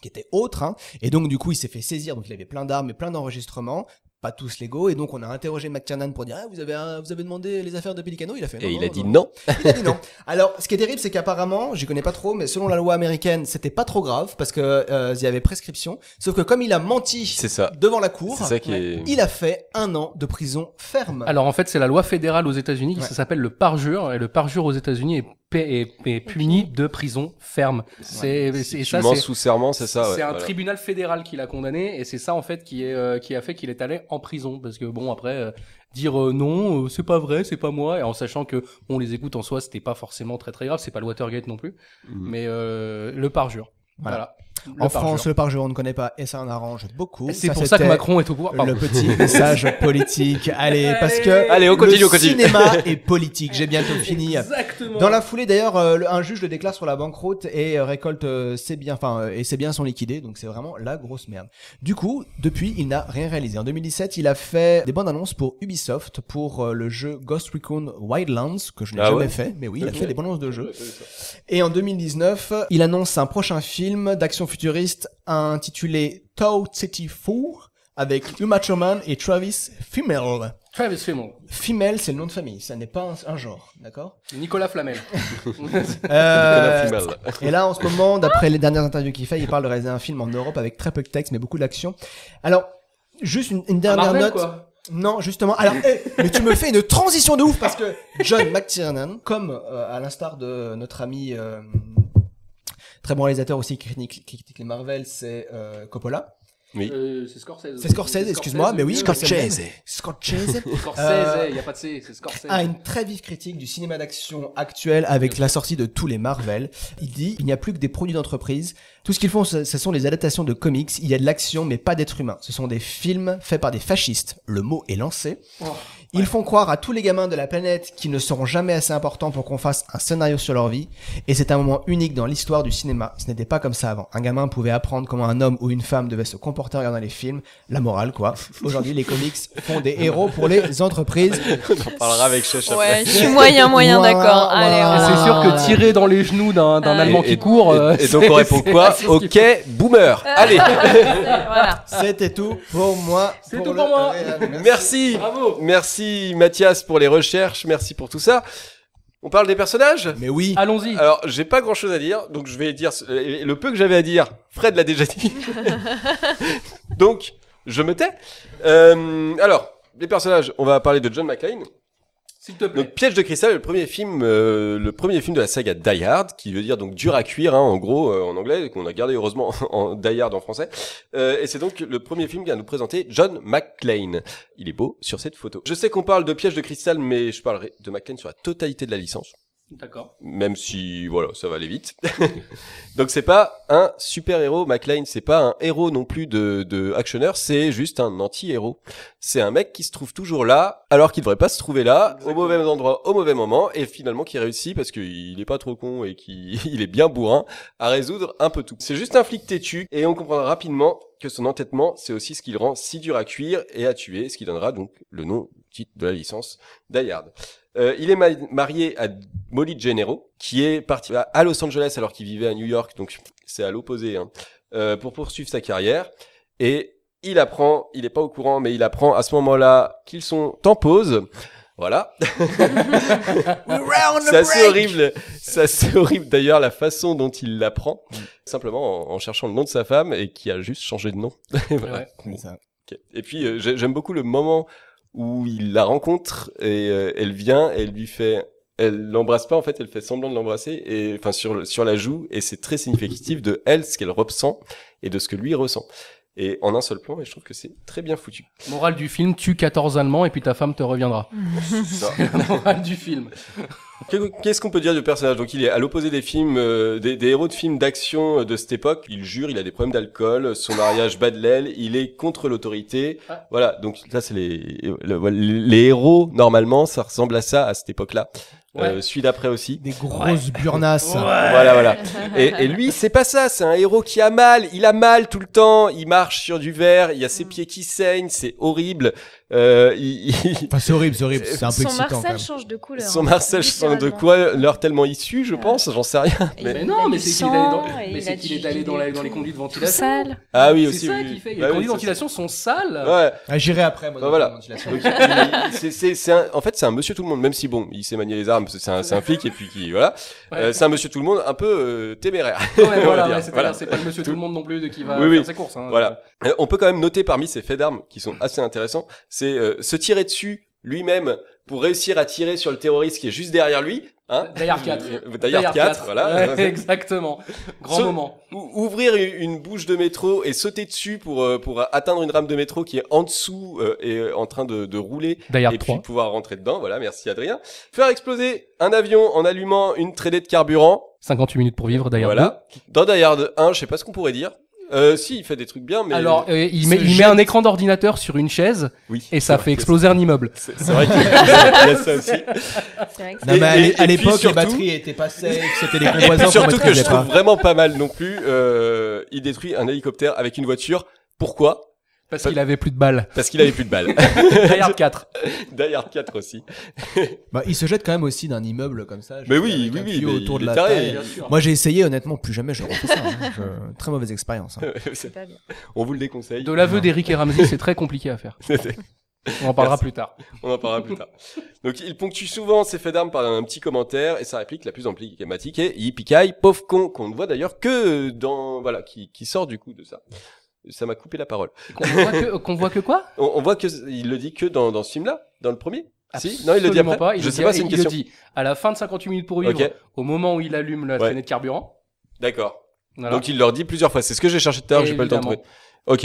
S2: qui était autre, hein, et donc du coup il s'est fait saisir, donc il avait plein d'armes et plein d'enregistrements, pas tous légaux, et donc on a interrogé McTiernan pour dire ah, vous, avez, euh, vous avez demandé les affaires de Pelicano Il a fait
S1: Et
S2: Non,
S1: il a
S2: non,
S1: dit
S2: non.
S1: non.
S2: Il a dit non. Alors, ce qui est terrible, c'est qu'apparemment, j'y connais pas trop, mais selon la loi américaine, c'était pas trop grave parce que euh, il y avait prescription. Sauf que comme il a menti
S1: C'est ça.
S2: devant la cour,
S1: C'est ça qui est.
S2: il a fait un an de prison ferme.
S4: Alors en fait, c'est la loi fédérale aux États-Unis qui
S2: Ouais.
S4: s'appelle le parjure et le parjure aux États-Unis est, pa- est- est puni de prison ferme. C'est c'est- et
S1: Tu
S4: ça
S1: mens
S4: c'est
S1: sous serment, c'est ça. ouais,
S4: c'est un
S1: voilà.
S4: tribunal fédéral qui l'a condamné et c'est ça en fait qui est euh, qui a fait qu'il est allé en prison parce que bon après euh, dire euh, non euh, c'est pas vrai c'est pas moi et en sachant que on les écoute en soi c'était pas forcément très très grave c'est pas le Watergate non plus
S1: Mhm.
S4: mais euh, le parjure voilà, Le
S2: en
S4: parjure.
S2: France, le parjeu, on ne connaît pas, et ça en arrange beaucoup.
S4: c'est pour ça que
S2: c'était
S4: Macron est au pouvoir pardon.
S2: Le petit message politique. Allez, parce que
S1: Allez, on continue,
S2: le
S1: on continue.
S2: cinéma est politique. J'ai bientôt fini.
S4: Exactement.
S2: Dans la foulée, d'ailleurs, euh, le- un juge le déclare sur la banqueroute et euh, récolte euh, ses biens, enfin, euh, et ses biens sont liquidés, donc c'est vraiment la grosse merde. Du coup, depuis, il n'a rien réalisé. En 2017, il a fait des bandes annonces pour Ubisoft pour euh, le jeu Ghost Recon Wildlands, que je n'ai
S1: Ah
S2: jamais
S1: ouais
S2: fait, mais oui, il a
S1: Ok.
S2: fait des bandes annonces de jeux. Et en 2019, il annonce un prochain film d'action futuriste intitulé Tau City 4 avec Uma Thurman et Travis Fimmel.
S4: Travis Fimmel,
S2: Fimmel, c'est le nom de famille, ça n'est pas un- un genre, d'accord
S4: Nicolas Flamel.
S1: Nicolas
S2: Euh,
S1: Flamel.
S2: et là, en ce moment, d'après les dernières interviews qu'il fait, il parle de réaliser un film en Europe avec très peu de texte, mais beaucoup d'action. Alors, juste une, une dernière
S4: Marvel,
S2: note.
S4: quoi.
S2: Non, justement. Alors, eh, mais tu me fais une transition de ouf parce que John McTiernan, comme euh, à l'instar de notre ami euh, très bon réalisateur aussi qui critique, qui critique les Marvel, c'est euh, Coppola.
S4: Euh, c'est Scorsese.
S2: C'est Scorsese, excuse-moi, mais oui,
S4: Scorsese.
S2: Scorsese Ah,
S4: Scorsese, il y a pas de C, c'est Scorsese.
S2: a une très vive critique du cinéma d'action actuel avec la sortie de tous les Marvel. Il dit il n'y a plus que des produits d'entreprise. Tout ce qu'ils font, ce ce sont les adaptations de comics. Il y a de l'action, mais pas d'êtres humains. Ce sont des films faits par des fascistes. Le mot est lancé.
S4: Oh.
S2: Ils font croire à tous les gamins de la planète qu'ils ne seront jamais assez importants pour qu'on fasse un scénario sur leur vie, et c'est un moment unique dans l'histoire du cinéma. Ce n'était pas comme ça avant. Un gamin pouvait apprendre comment un homme ou une femme devait se comporter en regardant les films, la morale quoi. Aujourd'hui, les comics font des héros pour les entreprises.
S1: On parlera avec Chech après.
S3: Ouais, je suis moyen, moyen,
S2: Voilà,
S3: d'accord.
S2: voilà.
S3: Allez,
S2: Ah,
S3: voilà.
S4: c'est sûr que tirer dans les genoux d'un d'un
S3: Ah.
S4: Allemand qui court. euh,
S1: et, et donc on
S4: c'est-
S1: répond
S4: c'est-
S1: quoi
S4: c'est ce qu'il
S1: Ok, boomer. Allez,
S3: Voilà.
S2: C'était tout pour moi.
S4: C'est tout pour moi.
S1: merci,
S4: Bravo.
S1: merci Mathias pour les recherches, merci pour tout ça. On parle des personnages.
S2: Mais oui.
S4: faut. Allons-y.
S1: Alors j'ai pas grand chose à dire, donc je vais dire ce- et le peu que j'avais à dire. Fred l'a déjà dit. donc je me tais. Euh, alors les personnages, on va parler de John McClane.
S4: S'il te plaît.
S1: Donc Piège de cristal, le premier film, euh, le premier film de la saga Die Hard, qui veut dire donc dur à cuire hein, en gros euh, en anglais, qu'on a gardé heureusement en Die Hard en français. Euh, et c'est donc le premier film qui va nous présenter John McClane. Il est beau sur cette photo. Je sais qu'on parle de Piège de cristal, mais je parlerai de McClane sur la totalité de la licence,
S4: D'accord.
S1: même si voilà ça va aller vite. donc c'est pas un super héros McClane, c'est pas un héros non plus de, de actionneur, c'est juste un anti-héros. C'est un mec qui se trouve toujours là, alors qu'il devrait pas se trouver là, au mauvais endroit, au mauvais moment, et finalement qui réussit parce qu'il est pas trop con et qu'il il est bien bourrin à résoudre un peu tout. C'est juste un flic têtu, et on comprendra rapidement que son entêtement, c'est aussi ce qui le rend si dur à cuire et à tuer, ce qui donnera donc le nom, le titre de la licence, Die Hard. Euh, il est ma- marié à Molly Gennaro, qui est parti à- à Los Angeles alors qu'il vivait à New York, donc c'est à l'opposé, hein, euh, pour poursuivre sa carrière. Et il apprend, il n'est pas au courant, mais il apprend à ce moment-là qu'ils sont en pause. Voilà. C'est assez horrible. C'est assez horrible d'ailleurs la façon dont il l'apprend, simplement en, en cherchant le nom de sa femme et qui a juste changé de nom. Voilà.
S4: Ouais.
S1: Bon. Ok. Et puis euh, j'ai- j'aime beaucoup le moment où il la rencontre et euh, elle vient, elle lui fait, elle l'embrasse pas en fait, elle fait semblant de l'embrasser et enfin sur le- sur la joue et c'est très significatif de elle ce qu'elle ressent et de ce que lui ressent et en un seul plan et je trouve que c'est très bien foutu.
S4: Morale du film tue 14 Allemands et puis ta femme te reviendra. Morale du film.
S1: Que- Qu'est-ce qu'on peut dire du personnage Donc il est à l'opposé des films, euh, des, des héros de films d'action euh, de cette époque. Il jure, il a des problèmes d'alcool, son mariage bat de l'aile, il est contre l'autorité.
S4: Ah.
S1: Voilà, donc là c'est les, le- voilà, les héros, normalement, ça ressemble à ça à cette époque-là. Euh,
S4: Ouais.
S1: celui d'après aussi.
S2: Des grosses burnasses.
S1: Voilà, voilà. Et, et lui, c'est pas ça, c'est un héros qui a mal, il a mal tout le temps, il marche sur du verre, il y a
S4: Mm.
S1: ses pieds qui saignent, c'est horrible. Euh, il- il,
S2: Enfin, c'est horrible, c'est horrible. C'est un peu
S3: Son
S2: excitant. quand
S3: Marcel
S2: même.
S3: change de couleur.
S1: Son Marcel, je sens de quoi leur tellement issu, je pense, j'en sais rien.
S3: Et
S4: Mais
S3: il
S4: non,
S3: a
S4: mais
S3: du
S4: c'est qu'il est
S3: sang,
S4: allé dans,
S3: et
S4: mais
S3: il
S4: c'est
S3: a
S4: qu'il est
S3: du-
S4: allé dans, la-
S3: il
S4: dans les conduits de
S3: tout
S4: ventilation.
S3: sale.
S1: Ah oui, aussi.
S4: C'est ça
S1: oui,
S4: qui
S1: oui.
S4: fait.
S1: Bah
S4: Les conduits
S1: oui,
S4: de ventilation sont sales.
S1: ça. Ouais.
S2: Ah, J'irai après,
S1: Bah
S2: moi. dans
S1: voilà.
S2: la ventilation.
S1: Donc, il- il- c'est- c'est- c'est un- en fait, c'est un monsieur tout le monde, même si bon, il sait manier les armes, c'est un, c'est un flic et puis qui, voilà.
S4: Ouais.
S1: Euh, c'est un monsieur tout le monde un peu euh, téméraire.
S4: Ouais,
S1: on va
S4: voilà,
S1: dire.
S4: ouais, c'est-à-dire,
S1: Voilà.
S4: c'est pas le monsieur tout le monde non plus de qui va
S1: Oui, oui.
S4: faire ses courses. hein.
S1: Voilà. Euh, On peut quand même noter parmi ces faits d'armes qui sont assez intéressants, c'est euh, se tirer dessus lui-même pour réussir à tirer sur le terroriste qui est juste derrière lui. Hein
S4: D'ailleurs 4.
S1: Euh, D'ailleurs 4, voilà.
S4: Ouais, exactement. Grand
S1: Ce-
S4: moment.
S1: Ou- Ouvrir une- une bouche de métro et sauter dessus pour euh, pour atteindre une rame de métro qui est en dessous euh, et euh, en train de, de rouler
S4: D'ailleurs
S1: et puis pouvoir rentrer dedans. Voilà, merci Adrien. Faire exploser un avion en allumant une traînée de carburant.
S4: 58 minutes pour vivre, d'ailleurs.
S1: Voilà. Dans Die Hard 1, je sais pas ce qu'on pourrait dire. Euh, si, il fait des trucs bien, mais
S4: Alors, euh, il,
S1: Ce
S4: met, il
S1: jet-
S4: met un écran d'ordinateur sur une chaise
S1: oui,
S4: et ça
S1: c'est
S4: fait
S1: vrai que-
S4: exploser un immeuble.
S1: C'est c'est vrai qu'il y a ça aussi.
S3: C'est vrai que
S2: Non,
S1: Et-
S2: mais à
S1: et-
S2: l'é-
S1: et
S2: à
S1: puis
S2: l'époque,
S1: surtout-
S2: les batteries étaient pas safe, c'était les
S1: Et puis
S2: composants.
S1: surtout
S2: qu'on
S1: que je
S2: maîtrisait
S1: trouve
S2: pas.
S1: vraiment pas mal non plus, euh, il détruit un hélicoptère avec une voiture. Pourquoi
S4: Parce qu'il avait plus de balles.
S1: Parce qu'il avait plus de balles.
S4: D'ailleurs 4.
S1: Die Hard 4 aussi.
S2: Bah, il se jette quand même aussi d'un immeuble comme ça. je
S1: Mais
S2: sais,
S1: oui,
S2: avec
S1: oui,
S2: un
S1: oui,
S2: tuyau
S1: mais
S2: autour
S1: il
S2: de la
S1: est taré.
S2: taille.
S1: Bien
S2: Moi, j'ai essayé, honnêtement, plus jamais je refais ça. hein. Je- Très mauvaise expérience. hein.
S3: c'est pas bien.
S1: On vous le déconseille.
S4: De l'aveu d'Eric et Ramsey, c'est très compliqué à faire. On en parlera
S1: Merci.
S4: plus tard.
S1: On en parlera plus tard. Donc, il ponctue souvent ses faits d'armes par un petit commentaire et sa réplique la plus emblématique est il picaille, pauvre con, qu'on ne voit d'ailleurs que dans, voilà, qui, qui sort du coup de ça. Ça m'a coupé la parole.
S4: Qu'on voit, que- euh, qu'on voit que quoi
S1: On, on voit que il le dit que dans, dans ce film-là, dans le premier. si Non, il le dit
S4: Absolument
S1: après.
S4: pas. Il
S1: Je
S4: le
S1: sais
S4: dit-
S1: pas, c'est une
S4: il le
S1: question.
S4: dit à la fin de 58 minutes pour vivre,
S1: Ok,
S4: au moment où il allume la
S1: Ouais.
S4: traînée de carburant.
S1: d'accord.
S4: Voilà.
S1: Donc, il leur dit plusieurs fois. C'est ce que j'ai cherché tout à l'heure, j'ai pas le temps de trouver.
S4: Évidemment.
S1: Ok.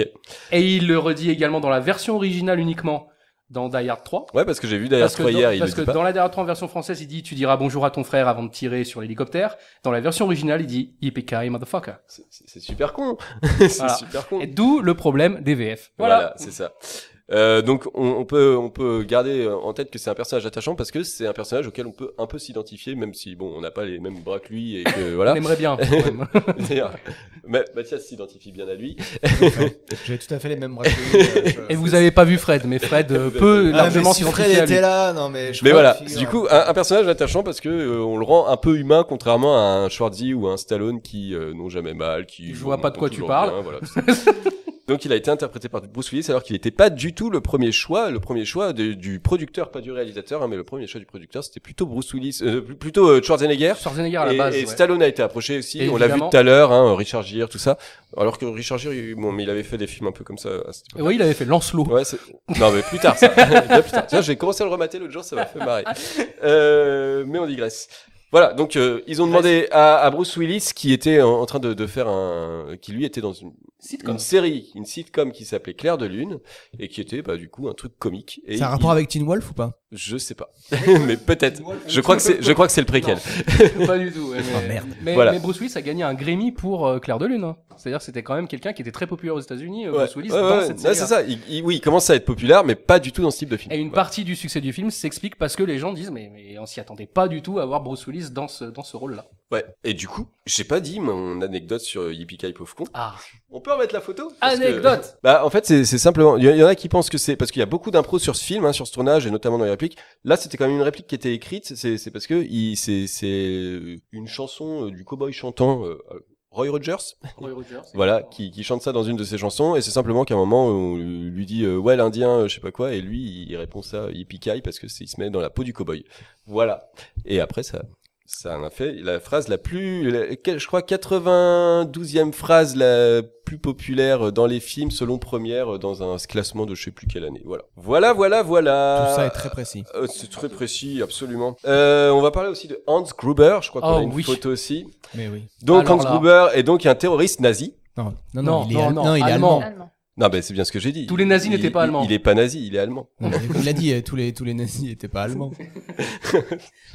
S4: Et il le redit également dans la version originale uniquement dans Die Hard 3.
S1: Ouais, parce que j'ai vu d'ailleurs
S4: Parce que,
S1: toi
S4: dans,
S1: hier, il le
S4: parce que
S1: dit pas.
S4: dans la Die Hard 3 en version française, il dit tu diras bonjour à ton frère avant de tirer sur l'hélicoptère. Dans la version originale, il dit yippee motherfucker.
S1: C'est- C'est c'est super con. c'est
S4: Voilà.
S1: super con.
S4: Et d'où le problème des VF.
S1: Voilà,
S4: Voilà.
S1: c'est ça. Euh, donc on, on peut on peut garder euh, en tête que c'est un personnage attachant parce que c'est un personnage auquel on peut un peu s'identifier, même si bon on n'a pas les mêmes bras que lui et que voilà.
S4: On aimerait bien. quand même.
S1: D'ailleurs, Ma- Mathias s'identifie bien à lui.
S2: J'ai tout à fait les mêmes bras que lui, euh, je-
S4: Et vous avez pas vu Fred, mais Fred euh, peut
S1: Ah,
S2: Ah, mais
S4: largement
S2: si
S4: s'identifier
S2: Fred
S4: à lui.
S2: était là, non mais je
S1: Mais
S2: crois
S1: voilà,
S2: que figure-
S1: du coup, un, un personnage attachant parce que euh, on le rend un peu humain, contrairement à un Schwarzy ou un Stallone qui euh, n'ont jamais mal, qui
S4: Je vois pas de quoi tu
S1: toujours
S4: parles.
S1: bien, voilà, tout ça. Donc il a été interprété par Bruce Willis alors qu'il n'était pas du tout le premier choix, le premier choix de- du producteur, pas du réalisateur, hein, mais le premier choix du producteur c'était plutôt Bruce Willis, euh, pl- plutôt euh, Schwarzenegger.
S4: Schwarzenegger à la
S1: et,
S4: base.
S1: et
S4: ouais.
S1: Stallone a été approché aussi,
S4: Et
S1: on l'a vu
S4: évidemment-
S1: tout à l'heure, hein, Richard Gere, tout ça. Alors que Richard Gere, il- bon, mais il avait fait des films un peu comme ça à cette époque.
S4: Oui, il avait fait Lancelot.
S1: Ouais, c'est- non mais plus tard ça. Bien plus tard. Tiens, j'ai commencé à le remater l'autre jour, ça m'a fait marrer. Euh, mais on digresse. Voilà, donc euh, ils ont demandé à, à Bruce Willis qui était en, en train de, de faire un, qui lui était dans une, une série, une sitcom qui s'appelait Claire de lune et qui était bah du coup un truc comique. Et
S2: C'est un
S1: il-
S2: rapport avec Teen Wolf ou pas
S1: Je sais pas, mais peut-être. Je crois que c'est, je crois que c'est le préquel.
S4: pas du tout. ouais, mais, mais-
S1: Voilà.
S4: mais Bruce Willis a gagné un Grammy pour euh, Claire de Lune. hein. C'est-à-dire que c'était quand même quelqu'un qui était très populaire aux États-Unis, euh,
S1: Ouais,
S4: Bruce Willis,
S1: ouais,
S4: dans
S1: ouais,
S4: cette
S1: ouais,
S4: série.
S1: c'est ça. Il, il- oui, il commence à être populaire, mais pas du tout dans ce type de film.
S4: Et une
S1: Voilà.
S4: partie du succès du film s'explique parce que les gens disent mais, mais on s'y attendait pas du tout à voir Bruce Willis dans ce, dans ce rôle-là.
S1: Ouais. Et du coup, j'ai pas dit mon anecdote sur Yippee Ki
S4: Ah,
S1: On peut remettre la photo Parce que-
S4: anecdote
S1: Bah en fait c'est c'est simplement il y, en- il y en a qui pensent que c'est parce qu'il y a beaucoup d'impro sur ce film hein, sur ce tournage et notamment dans les répliques. Là c'était quand même une réplique qui était écrite c'est c'est parce que il c'est c'est une chanson euh, du cowboy chantant euh, Roy Rogers
S4: Roy Rogers.
S1: voilà qui, qui chante ça dans une de ses chansons et c'est simplement qu'à un moment on lui dit euh, ouais l'indien euh, je sais pas quoi et lui il répond ça il picaille parce que c'est- il se met dans la peau du cowboy. Voilà. Et après ça ça en a fait la phrase la plus, la- que- je crois, 92e phrase la plus populaire dans les films, selon première, dans un classement de je sais plus quelle année. Voilà, voilà, voilà, voilà.
S2: Tout ça est très précis.
S1: Euh, c'est très précis, absolument. Euh, on va parler aussi de Hans Gruber, je crois qu'on
S4: Oh,
S1: a une
S4: oui.
S1: photo aussi.
S2: Mais oui.
S1: Donc
S4: Alors
S1: Hans
S4: là.
S1: Gruber est donc un terroriste nazi.
S2: Non, non, non,
S4: Non,
S2: il est,
S4: non,
S2: al-
S4: non,
S2: il est
S4: allemand.
S2: allemand.
S3: Allemand.
S1: Non, ben c'est bien ce que j'ai dit.
S4: Tous les nazis
S1: Il-
S4: n'étaient pas
S1: il-
S4: allemands.
S1: Il est pas nazi, il est allemand.
S2: Non, mais il a dit, euh, tous les, tous les nazis n'étaient pas allemands.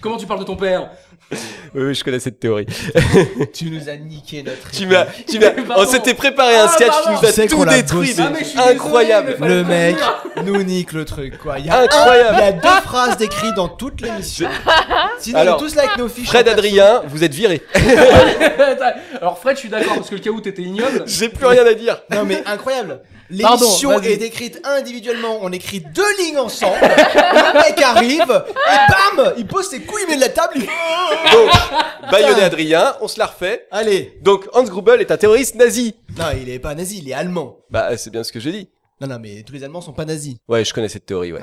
S4: Comment tu parles de ton père
S1: Oui, oui, je connais cette théorie.
S2: tu nous as niqué notre.
S1: Tu m'as, tu m'as, on
S4: Pardon.
S1: s'était préparé un
S4: Ah,
S1: sketch,
S4: pardon.
S1: tu
S2: Tu
S1: nous as
S2: sais
S1: tout
S2: qu'on l'a
S1: détruit,
S2: bossé.
S1: mais
S2: Ah, mais je suis
S4: désolé,
S1: incroyable.
S4: mais fallait-
S2: Le mec nous nique le truc, quoi. Il y a, il y
S1: Incroyable.
S2: a deux phrases décrites dans toute l'émission. Sinon,
S1: Alors,
S2: on est tous là avec nos fiches.
S1: Fred Adrien, vous êtes viré.
S4: Alors Fred, je suis d'accord parce que le cas où t'étais ignoble.
S1: J'ai plus rien à dire.
S2: Non, mais incroyable.
S4: Pardon,
S2: L'émission
S4: vas-y.
S2: est décrite individuellement. On écrit deux lignes ensemble. le mec arrive et bam, il pose ses couilles, mais de la table. il-
S1: Donc, Bayonne Adrien, on se la refait.
S2: Allez.
S1: Donc, Hans Grubel est un terroriste nazi.
S2: Non, il est pas nazi, il est allemand.
S1: Bah, c'est bien ce que j'ai dit.
S2: Non, non, mais tous les Allemands sont pas nazis.
S1: Ouais, je connais cette théorie, ouais.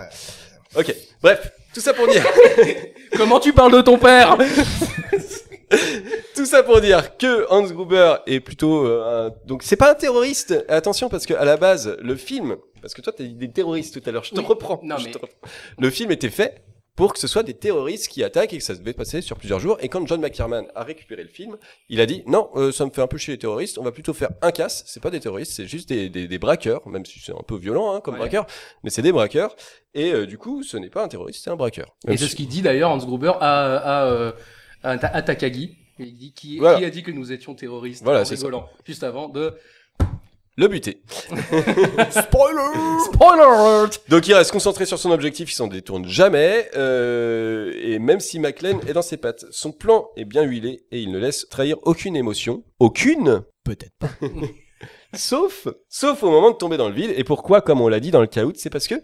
S1: Ok, bref, tout ça pour dire,
S4: Comment tu parles de ton père
S1: Euh, tout ça pour dire que Hans Gruber est plutôt euh, un- donc c'est pas un terroriste. Attention parce que à la base le film, parce que toi t'as dit des terroristes tout à l'heure, je te
S4: Oui.
S1: reprends.
S4: Non,
S1: je
S4: mais-
S1: te reprends. Le film était fait pour que ce soit des terroristes qui attaquent et que ça devait passer sur plusieurs jours. Et quand John McTiernan a récupéré le film, il a dit non, euh, ça me fait un peu chez les terroristes. On va plutôt faire un casse. C'est pas des terroristes, c'est juste des, des, des braqueurs, même si c'est un peu violent hein, comme
S4: Ouais.
S1: braqueur, mais c'est des braqueurs. Et euh, du coup, ce n'est pas un terroriste, c'est un braqueur.
S4: Et
S1: Même
S4: c'est
S1: si-
S4: ce qu'il dit d'ailleurs Hans Gruber à, à, euh, à, Ta- à Takagi. Il dit qui,
S1: Voilà.
S4: qui a dit que nous étions terroristes
S1: Voilà,
S4: en
S1: c'est ça.
S4: rigolant juste avant de
S1: le buter.
S2: Spoiler
S4: spoiler alert.
S1: Donc il reste concentré sur son objectif, il s'en détourne jamais, euh, et même si McLean est dans ses pattes, son plan est bien huilé et il ne laisse trahir aucune émotion, aucune,
S2: Peut-être pas.
S1: sauf, sauf au moment de tomber dans le vide. Et pourquoi, comme on l'a dit dans le caout, c'est parce que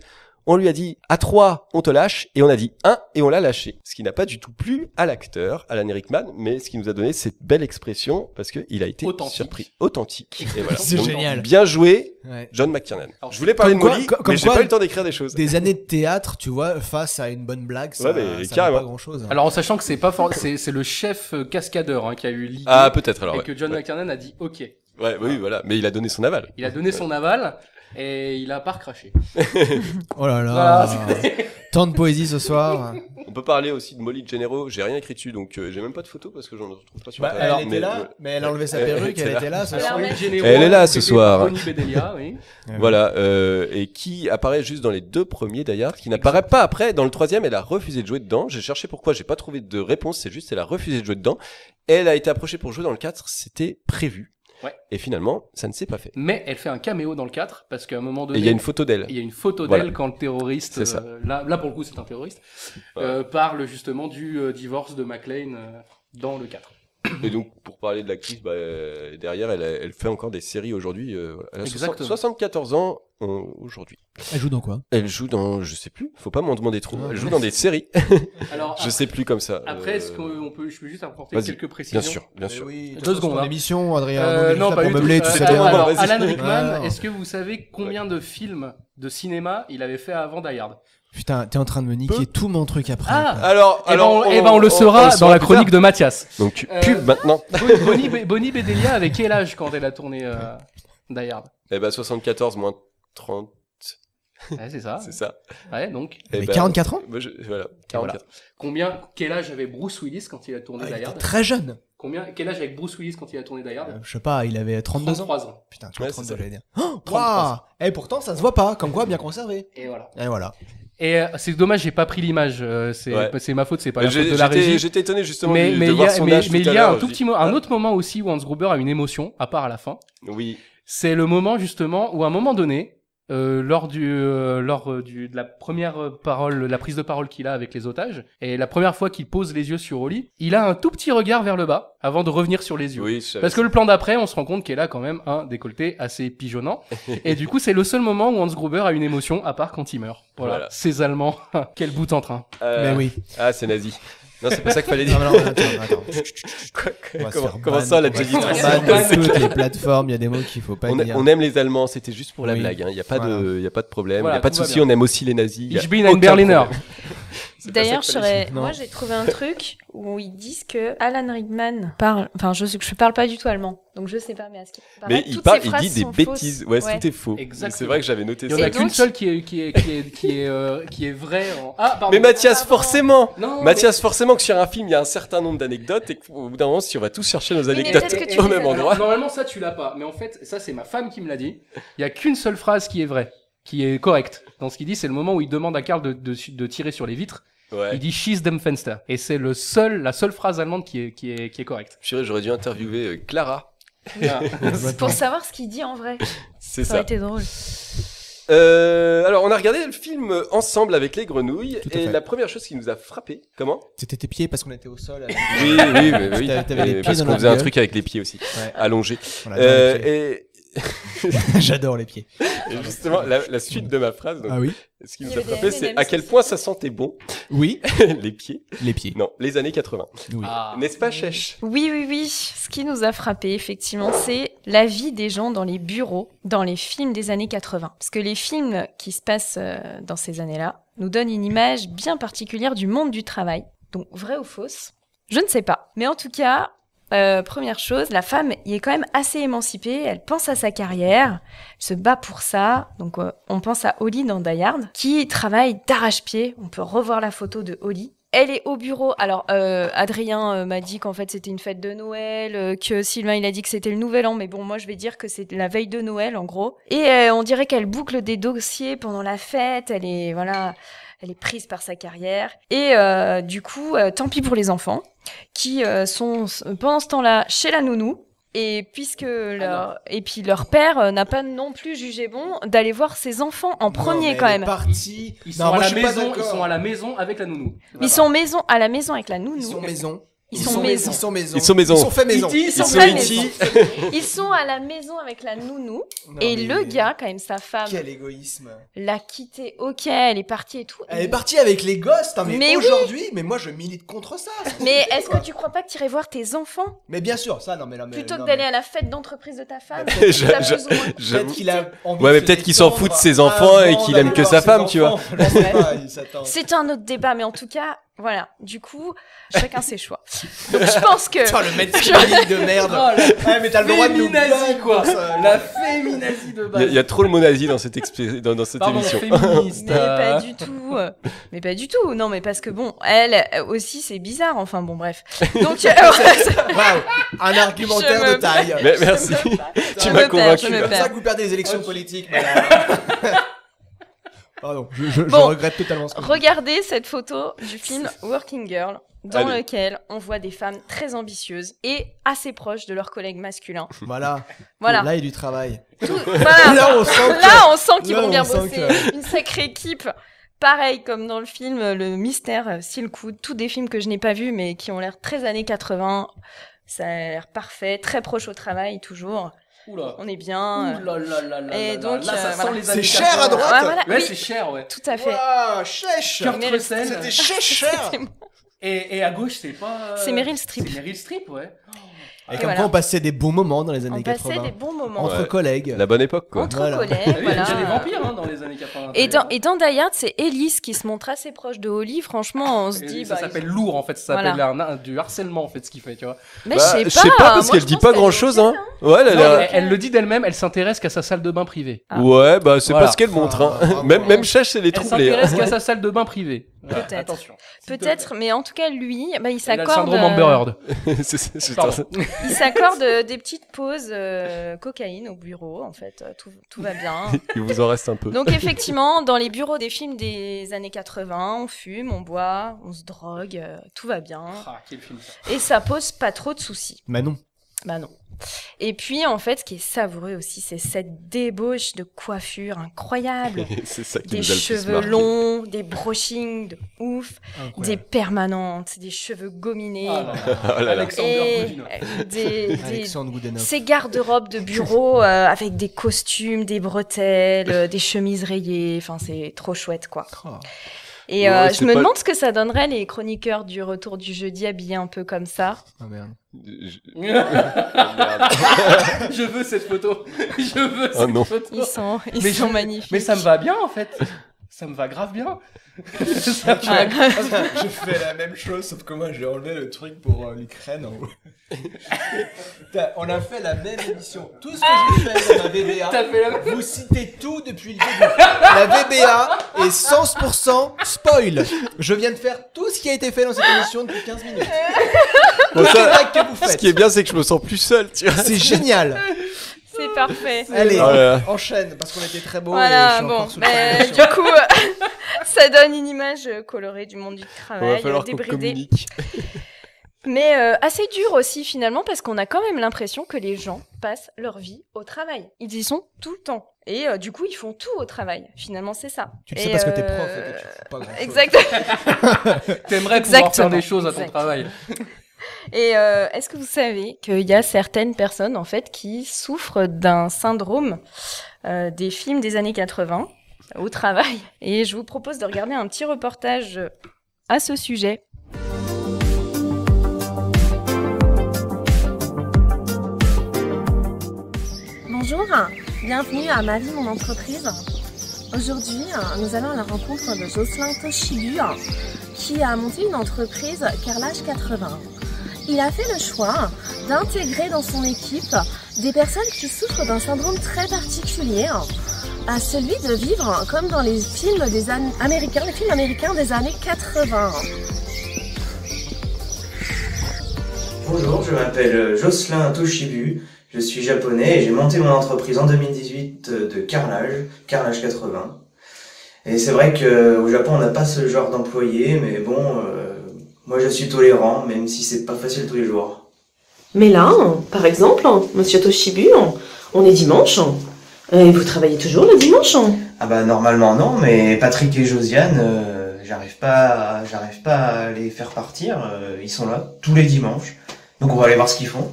S1: on lui a dit à 3 on te lâche et on a dit 1 et on l'a lâché. Ce qui n'a pas du tout plu à l'acteur, à Eric Mann, mais ce qui nous a donné cette belle expression parce que il a été
S4: Authentique.
S1: surpris, authentique. Et voilà.
S2: C'est
S1: Donc,
S2: génial.
S1: Bien joué,
S2: Ouais.
S1: John McTiernan.
S4: Alors,
S1: Je voulais parler
S2: comme
S1: de
S2: quoi-
S1: Molly,
S2: co- comme
S1: mais j'ai
S2: quoi-
S1: pas eu le temps d'écrire des choses.
S2: Des années de théâtre, tu vois, face à une bonne blague, ça,
S1: Ouais, mais
S2: ça vaut
S1: carrément.
S2: pas grand-chose. hein.
S4: Alors en sachant que c'est pas for- c'est c'est le chef euh, cascadeur hein, qui a eu l'idée
S1: Ah peut-être alors.
S4: et
S1: ouais.
S4: que John
S1: Ouais.
S4: McTiernan a dit OK.
S1: Ouais, bah oui, voilà. Mais il a donné son aval.
S4: Il a donné son aval et il a pas recraché.
S2: Oh là là.
S1: Ah.
S4: Voilà,
S2: Tant de poésie ce soir.
S1: On peut parler aussi de Molly Gennaro. J'ai rien écrit dessus, donc euh, j'ai même pas de photo parce que j'en retrouve pas sur
S2: Bah,
S1: Internet.
S2: elle était
S1: mais,
S2: là, mais elle a enlevé sa
S1: elle
S2: perruque,
S1: était
S2: elle
S1: là.
S2: était là ce
S3: Alors,
S2: soir.
S3: mais-
S4: Généraux,
S1: Elle est là
S4: euh,
S1: ce
S4: c'était
S1: soir.
S4: Tony Bedelia, oui.
S1: euh, Voilà. euh, et qui apparaît juste dans les deux premiers d'ailleurs, qui n'apparaît pas après. Dans le troisième, elle a refusé de jouer dedans. J'ai cherché pourquoi, j'ai pas trouvé de réponse. C'est juste, elle a refusé de jouer dedans. Elle a été approchée pour jouer dans le 4, c'était prévu.
S4: Ouais.
S1: Et finalement, ça ne s'est pas fait.
S4: Mais elle fait un caméo dans le 4 parce qu'à un moment
S1: Et
S4: donné,
S1: il y a une photo d'elle.
S4: il y a une photo
S1: Voilà.
S4: d'elle quand le terroriste,
S1: C'est ça.
S4: euh, là, là pour le coup c'est un terroriste, euh, parle justement du euh, divorce de McLean euh, dans le 4.
S1: Et donc, pour parler de l'actrice, bah, euh, derrière, elle, a- elle fait encore des séries aujourd'hui. euh, voilà. elle a soixante-
S4: Exactement.
S1: 74 ans euh, aujourd'hui.
S2: Elle joue dans quoi
S1: Elle joue dans, je sais plus, faut pas m'en demander trop.
S2: Ah.
S1: Elle joue dans des séries,
S4: Alors
S1: je sais plus comme ça.
S4: après, est-ce
S1: Euh,
S4: qu'on peut, je peux juste apporter
S1: vas-y.
S4: quelques précisions
S1: Bien sûr, bien sûr.
S4: Deux secondes, hein.
S2: L'émission, Adrien.
S4: Euh,
S2: non,
S4: non,
S2: pas
S4: pas
S2: pour
S4: du tout.
S2: meubler, tu
S4: Euh,
S2: sais
S4: alors,
S2: bien.
S1: Bon,
S4: alors,
S1: vas-y.
S4: Alan
S2: Ah, non.
S4: Rickman, est-ce que vous savez combien de films de cinéma il avait fait avant Die Hard
S2: Putain, t'es en train de me niquer
S1: Peu.
S2: tout mon truc après.
S4: Ah,
S1: Alors,
S4: Eh ben,
S1: alors,
S4: on, eh ben, on le saura dans la chronique de Mathias.
S1: Donc, tu
S4: Euh,
S1: pubs maintenant.
S4: Bonnie, Bonnie, Be- Bonnie Bedelia avait quel âge quand elle a tourné euh, Die Hard
S1: Eh ben, 74 moins 30,
S4: ouais, C'est ça.
S1: c'est ça.
S4: Ouais, donc
S1: Eh
S2: Mais
S1: ben,
S2: 44 ans
S1: moi, je- voilà,
S4: voilà.
S1: 44.
S4: combien quel âge avait Bruce Willis quand il a tourné
S2: Ah, il
S4: Die
S2: était
S4: Hard
S2: très jeune.
S4: Combien quel âge avec Bruce Willis quand il a tourné Die
S2: Euh,
S4: Hard
S2: Je sais pas, il avait 32 ans.
S4: 33 ans.
S2: Putain, tu
S1: Ouais,
S2: vois,
S1: c'est
S2: 32,
S1: ça.
S2: j'allais dire. Oh,
S4: 33.
S2: waouh Et pourtant, ça se voit pas. Comme quoi, bien conservé.
S4: Et voilà.
S2: Et voilà.
S4: Et euh, c'est dommage, j'ai pas pris l'image. euh, c'est
S1: Ouais.
S4: c'est ma faute, c'est pas
S1: Mais
S4: la faute
S1: j'ai-
S4: de la
S1: J'étais
S4: régie.
S1: j'étais étonné justement
S4: mais
S1: de,
S4: mais
S1: de
S4: il y
S1: voir
S4: a,
S1: son
S4: mais,
S1: âge
S4: mais
S1: tout
S4: il
S1: à
S4: y a un
S1: l'heure, je
S4: tout
S1: dis,
S4: petit mo- un
S1: ah,
S4: autre moment aussi où Hans Gruber a une émotion à part à la fin.
S1: Oui,
S4: C'est le moment justement où à un moment donné, euh, lors du euh, lors euh, du de la première euh, parole, la prise de parole qu'il a avec les otages et la première fois qu'il pose les yeux sur Oli, il a un tout petit regard vers le bas avant de revenir sur les yeux.
S1: oui, je savais
S4: Parce
S1: ça.
S4: que le plan d'après, on se rend compte qu'elle a quand même un décolleté assez pigeonnant. et du coup, c'est le seul moment où Hans Gruber a une émotion, à part quand il meurt. Voilà.
S1: Voilà.
S4: Ces Allemands, quel bout en train.
S1: Euh,
S2: Mais oui.
S1: Ah, c'est nazi. Non, c'est pas ça qu'il fallait
S2: Non,
S1: dire.
S2: mais non, attends, attends.
S1: Quoi-
S2: On va se
S1: comment
S2: faire
S1: comment
S2: ban,
S1: ça, la
S2: on va se
S1: Jedi
S2: faire
S1: Tracey
S2: ban de toutes les plateformes, il y a des mots qu'il faut pas
S1: on, a-
S2: dire.
S1: on aime les Allemands, c'était juste pour la
S2: Oui.
S1: blague. Il n'y a, pas
S2: Voilà.
S1: de, y a pas de problème, il
S4: Voilà,
S1: n'y a pas de
S4: tout va
S1: souci.
S4: bien.
S1: On aime aussi les nazis. y a
S4: Ich bin ein
S1: aucun
S4: Berliner.
S1: problème. C'est pas ça
S3: D'ailleurs,
S1: qu'il
S3: je
S1: fallait dire.
S3: serais-
S2: Non.
S3: moi j'ai trouvé un truc où ils disent que Alan Rickman parle. Enfin, je sais que je parle pas du tout allemand, donc je sais pas, mais à ce qui paraît,
S1: Mais il,
S3: toutes
S1: parle,
S3: ces
S1: il
S3: phrases
S1: dit des
S3: sont fausses.
S1: bêtises. Ouais,
S3: Ouais.
S1: tout est faux.
S4: Exactement.
S1: C'est vrai que j'avais noté
S4: Il y en
S1: ça.
S4: a
S3: Et
S4: qu'une
S3: donc-
S4: seule qui est, qui est, qui est, qui est, euh, qui est vraie en... Ah, pardon.
S1: Mais Mathias,
S3: Ah, pardon.
S1: forcément
S4: non,
S1: Mathias, forcément que sur un film, il y a un certain nombre d'anecdotes et qu'au bout d'un moment, si on va tous chercher nos
S3: mais
S1: anecdotes
S3: peut-être que tu
S1: au
S3: les
S1: même
S3: as-
S1: endroit.
S4: Normalement, ça, tu l'as pas. Mais en fait, ça, c'est ma femme qui me l'a dit. Il y a qu'une seule phrase qui est vraie, qui est correcte. Dans ce qu'il dit, c'est le moment où il demande à Karl de, de, de tirer sur les vitres.
S1: Ouais.
S4: Il dit Schieß dem Fenster. Et c'est le seul, la seule phrase allemande qui est, qui est, qui est correcte.
S1: Purée, J'aurais dû interviewer euh, Clara.
S4: Ah.
S3: C'est Pour savoir ce qu'il dit en vrai,
S1: C'est
S3: ça aurait
S1: ça.
S3: été drôle.
S1: Euh, alors, on a regardé le film euh, ensemble avec les grenouilles
S2: Tout à
S1: et
S2: fait.
S1: la première chose qui nous a frappé, comment
S2: C'était tes pieds parce qu'on était au sol. avec-
S1: Oui, oui, mais oui.
S2: T'avais- t'avais les
S1: Et
S2: pieds
S1: parce
S2: dans
S1: qu'on
S2: la
S1: faisait un
S2: gueule.
S1: truc avec les pieds aussi,
S2: Ouais. Ah,
S1: allongés.
S2: On adore
S1: Euh,
S2: les pieds.
S1: et
S2: J'adore les pieds.
S1: et justement, la, la suite de ma phrase, donc,
S2: Ah oui
S1: ce qui
S3: Il y
S1: nous a
S3: avait des
S1: frappé, c'est
S3: M&M's
S1: à quel
S3: aussi.
S1: point ça sentait bon,
S2: Oui,
S1: les pieds.
S2: les pieds.
S1: Non, les années 80.
S2: Oui.
S4: Ah.
S1: N'est-ce pas, Chèche
S3: Oui, oui, oui. Ce qui nous a frappé, effectivement, c'est la vie des gens dans les bureaux, dans les films des années 80. Parce que les films qui se passent euh, dans ces années-là nous donnent une image bien particulière du monde du travail. Donc, vraie ou fausse Je ne sais pas. Mais en tout cas, euh, première chose, la femme y est quand même assez émancipée. Elle pense à sa carrière, elle se bat pour ça. Donc, euh, on pense à Holly dans Die Hard, qui travaille d'arrache-pied. On peut revoir la photo de Holly. Elle est au bureau. Alors, euh, Adrien euh, m'a dit qu'en fait c'était une fête de Noël, euh, que Sylvain il a dit que c'était le nouvel an, mais bon, moi je vais dire que c'est la veille de Noël en gros. Et euh, on dirait qu'elle boucle des dossiers pendant la fête. Elle est voilà, elle est prise par sa carrière. Et euh, du coup, euh, tant pis pour les enfants qui euh, sont s- pendant ce temps-là chez la nounou. Et puisque
S2: Ah
S3: leur... et puis leur père euh, n'a pas non plus jugé bon d'aller voir ses enfants en premier quand même.
S2: Parti.
S4: Ils sont, à la maison, ils sont à la maison avec la nounou.
S3: Ils sont maison à la maison avec la nounou.
S2: Ils sont maison.
S3: Ils sont maison.
S2: Ils sont maison.
S1: Ils sont maison.
S2: Ils sont fait maison.
S4: E.T., ils sont
S1: Ils sont
S3: pas
S1: E.T.
S3: maison. Ils sont à la maison avec la nounou
S2: Non,
S3: et
S2: mais-
S3: le gars, quand même, sa femme
S2: Quel égoïsme.
S3: l'a quitté. Ok, elle est partie et tout.
S2: Elle est partie avec les gosses, hein, mais,
S3: Mais oui.
S2: aujourd'hui, mais moi je milite contre ça.
S3: Mais est-ce que tu crois pas que tu irais voir tes enfants
S2: Mais bien sûr, ça, non mais là, mais-
S3: plutôt
S2: non,
S3: que d'aller
S2: mais-
S3: à la fête d'entreprise de ta femme
S1: Je-
S3: Ça
S1: je-
S3: plus ou moins.
S1: J'avoue.
S2: Peut-être qu'il a envie
S1: Ouais,
S2: de
S1: mais
S2: se
S1: peut-être qu'il s'en
S2: détendre
S1: fout de ses enfants et
S2: avant
S1: qu'il aime
S2: d'aller
S1: que
S2: voir
S1: sa
S2: ses
S1: femme, tu
S2: enfants. Je sais pas, Ah, il s'attend.
S3: C'est un autre débat, mais en tout cas, voilà. Du coup, chacun ses choix. Donc je pense que. Oh
S2: Putain, le maître féministe de merde. ouais, mais t'as le droit de nous euh,
S4: féminazie,
S2: blaguer,
S4: quoi.
S2: ça.
S4: La féminazie de
S1: Il y a-
S4: base.
S1: il y, a trop le mot nazi dans cette, expé- dans, dans cette
S4: Pardon,
S1: émission.
S4: féministe.
S3: Mais pas du tout. euh, Mais pas du tout. Non, mais parce que bon, elle euh, aussi, c'est bizarre. Enfin, bon, bref. Donc, euh,
S2: Waouh, un argumentaire
S3: Je me
S2: de taille.
S1: Mais- merci.
S3: Je
S1: tu
S3: me
S1: m'as
S3: perds, Oh, je
S1: convaincu.
S2: C'est
S3: me
S1: là.
S2: comme ça
S3: perds.
S2: que vous perdez les élections politiques. madame. Pardon, je, je- je
S3: Bon.
S2: regrette totalement ce que j'ai dit.
S3: Regardez cette photo du film Working Girl, dans
S1: Allez.
S3: lequel on voit des femmes très ambitieuses et assez proches de leurs collègues masculins.
S2: Voilà.
S3: Voilà.
S2: Là, il y a du travail.
S3: Tout- voilà.
S2: Là, on sent que-
S3: Là, on sent qu'ils
S2: là,
S3: vont
S2: on
S3: bien
S2: sent
S3: bosser.
S2: que-
S3: Une sacrée équipe. Pareil comme dans le film euh, Le Mystère, euh, Silkwood, tous des films que je n'ai pas vus mais qui ont l'air très années 80. Ça a l'air parfait, très proche au travail toujours.
S4: Oula.
S3: On est bien. euh,
S4: Oula, là, là, là,
S3: Et
S4: là,
S3: donc,
S4: là, ça
S3: euh,
S4: sent
S3: voilà.
S4: les
S2: C'est
S4: années
S2: cher
S4: 80.
S2: à droite.
S3: Ouais, voilà.
S4: Ouais,
S3: Oui,
S4: c'est cher, ouais.
S3: tout à fait.
S2: Waouh, chèche
S4: Kurt
S3: Meryl
S4: Russell.
S2: C'était chèche, cher
S3: C'était-
S4: Et, et à gauche, c'est pas. euh,
S3: C'est Meryl Streep.
S4: C'est Meryl Streep, ouais.
S2: Et
S3: Et
S2: comme
S3: voilà.
S2: quoi, on passait des bons moments dans les années
S3: On passait
S2: 80.
S3: des bons moments
S2: Entre
S1: Ouais.
S2: collègues.
S1: La bonne époque, quoi.
S3: entre
S2: Voilà.
S4: Ah
S3: collègues.
S4: oui,
S3: voilà.
S4: Il y a des vampires hein, dans les années 80.
S3: Et dans, et dans Die Hard, c'est Elise qui se montre assez proche de Holly. Franchement, on se
S4: Et
S3: dit.
S4: ça
S3: bah,
S4: s'appelle lourd en fait, ça s'appelle
S3: Voilà.
S4: un- un- du harcèlement en fait ce qu'il fait, tu vois.
S3: ils- Mais
S1: Bah,
S3: je sais pas.
S1: parce
S3: moi,
S1: qu'elle
S3: je
S1: dit
S3: pense
S1: pas
S3: qu'elle est
S1: grand chose, hein.
S3: hôtesse,
S1: Ouais, elle a
S4: Non,
S1: l'air-
S4: elle, elle le dit d'elle-même, elle s'intéresse qu'à sa salle de bain privée.
S3: Ah.
S1: Ouais, bah c'est
S4: Voilà.
S1: pas ce qu'elle montre. hein.
S2: Ah, bravo.
S1: même même Chèche, elle est
S4: Elle
S1: troublée. hein.
S4: s'intéresse qu'à sa salle de bain privée. Voilà,
S3: Peut-être.
S4: Attention.
S3: Peut-être, mais en tout cas, lui, bah, il
S4: Elle a le
S3: s'accorde.
S4: syndrome Amber
S3: euh,
S4: Heard.
S1: hein. C'est- c'est- c'est-
S4: Pardon.
S3: Il s'accorde euh, des petites pauses euh, cocaïne au bureau. En fait, euh, tout, tout va bien.
S1: Il vous en reste un peu.
S3: Donc effectivement, dans les bureaux des films des années 80, on fume, on boit, on se drogue, euh, tout va bien.
S4: Ah, quel film ça.
S3: Et ça pose pas trop de soucis.
S2: Mais non.
S3: Bah non. Et puis, en fait, ce qui est savoureux aussi, c'est cette débauche de coiffure incroyable.
S1: c'est ça qui
S3: Des
S1: nous a le plus
S3: cheveux
S1: marqué.
S3: longs, des brushings de ouf, des permanentes, des cheveux gominés,
S4: Ah, là, là.
S1: Ah là là.
S4: Alexander
S3: et
S4: Poudinot.
S3: euh, des, des-
S2: Alexandre Goudenov.
S3: ces garde-robes de bureau euh, avec des costumes, des bretelles, euh, des chemises rayées, enfin c'est trop chouette quoi.
S2: Oh.
S3: Et
S1: Ouais,
S3: euh, je
S1: c'est
S3: me
S1: pas-
S3: demande ce que ça donnerait les chroniqueurs du retour du jeudi habillés un peu comme ça.
S2: Ah, merde.
S1: Je-
S4: Je veux cette photo. Je veux
S1: Oh
S4: cette
S1: non.
S4: photo.
S3: Ils sont, ils
S4: Mais
S3: sont
S4: je-
S3: magnifiques.
S4: Mais ça me va bien en fait. Ça me va grave bien. Ça me va
S3: Ouais.
S4: grave bien.
S2: Je fais la même chose, sauf que moi j'ai enlevé le truc pour euh, l'Ukraine en haut. Putain, on a fait la même émission. Tout ce que j'ai fait dans ma VBA,
S4: T'as fait la même-
S2: vous citez tout depuis le début. La VBA est 100% spoil. Je viens de faire tout ce qui a été fait dans cette émission depuis 15 minutes.
S1: Bon,
S2: Toutes les
S1: ça,
S2: blagues que vous
S1: ce qui est
S2: faites.
S1: bien, c'est que je me sens plus seul, tu vois.
S2: C'est génial.
S3: C'est parfait.
S2: Allez,
S1: Oh là là.
S2: enchaîne, parce qu'on était très beau et je
S3: Voilà,
S2: suis
S3: bon, bah,
S2: encore sous le choc
S3: mais
S2: de
S3: du
S2: l'émission.
S3: coup, euh, ça donne une image euh, colorée du monde du
S1: On va
S3: travail, euh,
S1: falloir qu'on
S3: débridée,
S1: communique.
S3: mais euh, assez dur aussi finalement parce qu'on a quand même l'impression que les gens passent leur vie au travail. Ils y sont tout le temps et euh, du coup ils font tout au travail. Finalement c'est ça.
S2: Tu le sais
S3: Et,
S2: parce que t'es
S3: euh,
S2: prof et que tu fous pas grand
S3: Exact.
S4: T'aimerais pouvoir faire des
S3: Exactement.
S4: choses à ton
S3: Exact.
S4: travail.
S3: Et euh, est-ce que vous savez qu'il y a certaines personnes en fait qui souffrent d'un syndrome euh, des films des années 80 au travail Et je vous propose de regarder un petit reportage à ce sujet.
S10: Bonjour, bienvenue à Ma vie, mon entreprise. Aujourd'hui, euh, nous allons à la rencontre de Jocelyn Toshibu euh, qui a monté une entreprise Carrelage 80. Il a fait le choix d'intégrer dans son équipe des personnes qui souffrent d'un syndrome très particulier, euh, à celui de vivre euh, comme dans les films des an- américains, les films américains des années 80.
S11: Bonjour, je m'appelle euh, Jocelyn Toshibu, je suis japonais et j'ai monté mon entreprise en 2018 euh, de carrelage, carrelage 80. Et c'est vrai que euh, au Japon on n'a pas ce genre d'employé, mais bon, euh, moi je suis tolérant, même si c'est pas facile tous les jours.
S10: Mais là, par exemple, Monsieur Toshibu, on est dimanche. Euh, Et vous travaillez toujours le dimanche
S11: Ah bah normalement non, mais Patrick et Josiane, euh, j'arrive pas, à- j'arrive pas à les faire partir, euh, ils sont là tous les dimanches, donc on va aller voir ce qu'ils font.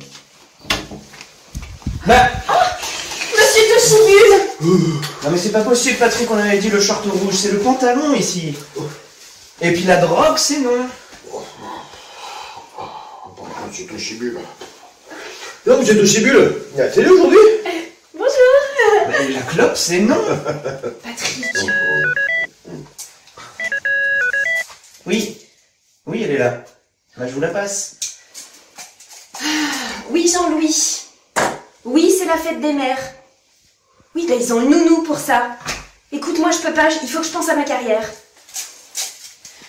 S11: Bah,
S10: Monsieur Toshibu
S11: Non mais c'est pas possible Patrick, on avait dit le short rouge, c'est le pantalon ici. Et puis la drogue, c'est non.
S9: Monsieur Toshibule. Non, monsieur Toshibule, il y a la télé aujourd'hui
S11: Et la clope, c'est non.
S10: Patrick
S11: Oui. Oui, elle est là. Bah, je vous la passe.
S10: Oui, Jean-Louis. Oui, c'est la fête des mères. Oui, ben ils ont le nounou pour ça. Écoute-moi, je peux pas, il faut que je pense à ma carrière.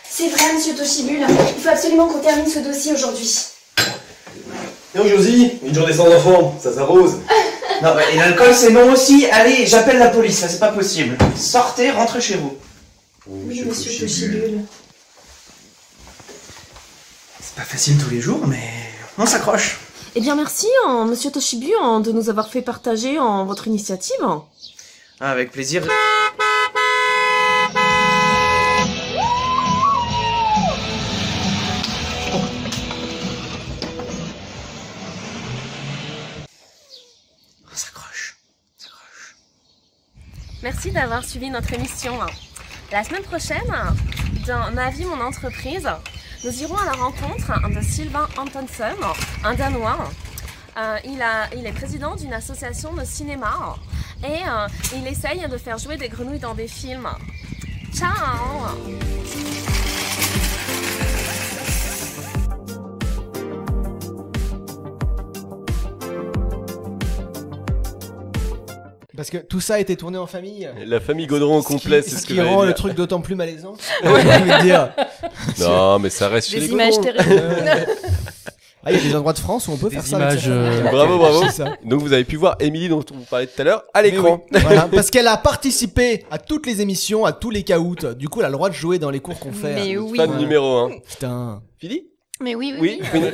S10: C'est vrai, monsieur Toshibule, il faut absolument qu'on termine ce dossier aujourd'hui.
S9: Non, Josie, une journée sans enfant, ça s'arrose.
S11: Non, bah, et l'alcool, c'est non aussi. Allez, j'appelle la police, là, c'est pas possible. Sortez, rentrez chez vous.
S7: Oui, monsieur Toshibule.
S11: C'est pas facile tous les jours, mais on s'accroche.
S10: Eh bien, merci, hein, monsieur Toshibu, hein, de nous avoir fait partager hein, votre initiative.
S11: Ah, avec plaisir.
S10: Merci d'avoir suivi notre émission. La semaine prochaine, dans Ma vie, mon entreprise, nous irons à la rencontre de Sylvain Antonsen, un Danois. Euh, il, a- il est président d'une association de cinéma et euh, il essaye de faire jouer des grenouilles dans des films. Ciao
S2: Parce que tout ça a été tourné en famille.
S1: La famille Gaudron au complet,
S2: qui-
S1: c'est ce que
S2: qui
S1: j'allais
S2: rend
S1: dire.
S2: le truc d'autant plus malaisant. J'ai envie de dire.
S1: Non, mais ça reste chez
S3: Des
S1: les
S3: images
S1: Gaudron.
S3: terribles.
S2: Ah, il y a des endroits de France où on peut faire ça. avec
S4: images,
S2: sa famille.
S4: euh,
S1: Bravo, bravo.
S2: C'est ça.
S1: Donc vous avez pu voir Émilie dont on vous parlait tout à l'heure à l'écran.
S2: Mais oui, voilà, parce qu'elle a participé à toutes les émissions, à tous les caouts. Du coup, elle a le droit de jouer dans les cours qu'on fait. Ah,
S3: Mais oui.
S1: Fan numéro 1.
S2: Putain.
S1: Fini
S3: Mais oui,
S1: Oui.
S3: oui. oui.
S1: fini.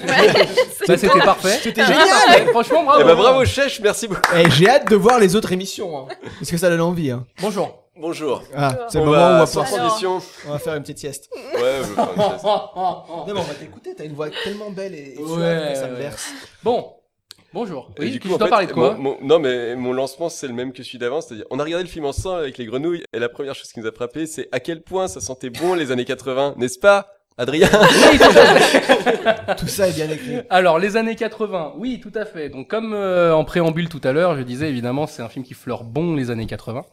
S4: Bah, c'était parfait.
S2: C'était génial.
S4: Franchement,
S1: Eh
S4: bravo.
S1: ben bravo Chèche, merci beaucoup.
S2: Et Eh, j'ai hâte de voir les autres émissions. hein. Parce que ça donne envie. hein.
S4: Bonjour.
S1: Bonjour.
S2: Ah, c'est
S1: On
S2: le moment
S1: va-
S2: où on va,
S1: sans
S2: pouvoir-
S1: transition.
S2: on va faire une petite sieste.
S1: Ouais, je vais faire une sieste.
S2: Non, mais on va t'écouter. T'as une voix tellement belle et, et
S4: Ouais,
S2: suave que ça me
S4: ouais.
S2: verse.
S4: Bon. Bonjour.
S1: Et
S4: Oui,
S1: du coup,
S4: je
S1: en
S4: dois
S1: fait,
S4: parler de quoi
S1: mon- mon- Non, mais mon lancement, c'est le même que celui d'avant. C'est-à-dire, on a regardé le film ensemble avec les grenouilles, et la première chose qui nous a frappé, c'est à quel point ça sentait bon les années 80, n'est-ce pas, Adrien
S2: Tout ça est bien écrit.
S4: Alors, les années 80, oui, tout à fait. Donc, comme euh, en préambule tout à l'heure, je disais, évidemment, c'est un film qui fleure bon les années 80.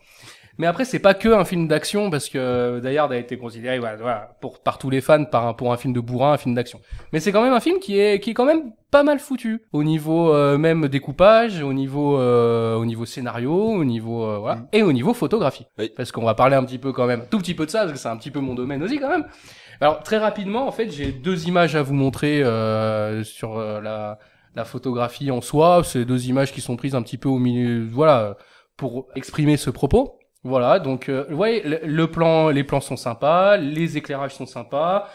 S4: Mais après, c'est pas que un film d'action, parce que euh, Die Hard a été considéré voilà, voilà, pour, par tous les fans par un, pour un film de bourrin, un film d'action. Mais c'est quand même un film qui est, qui est quand même pas mal foutu, au niveau euh, même découpage, au niveau, euh, au niveau scénario, au niveau euh, voilà, et au niveau photographie.
S1: Oui.
S4: Parce qu'on va parler un petit peu quand même, tout petit peu de ça, parce que c'est un petit peu mon domaine aussi quand même. Alors très rapidement, en fait, j'ai deux images à vous montrer euh, sur euh, la, la photographie en soi. C'est deux images qui sont prises un petit peu au milieu, voilà, pour exprimer ce propos. Voilà, donc euh, vous voyez, le, le plan, les plans sont sympas, les éclairages sont sympas,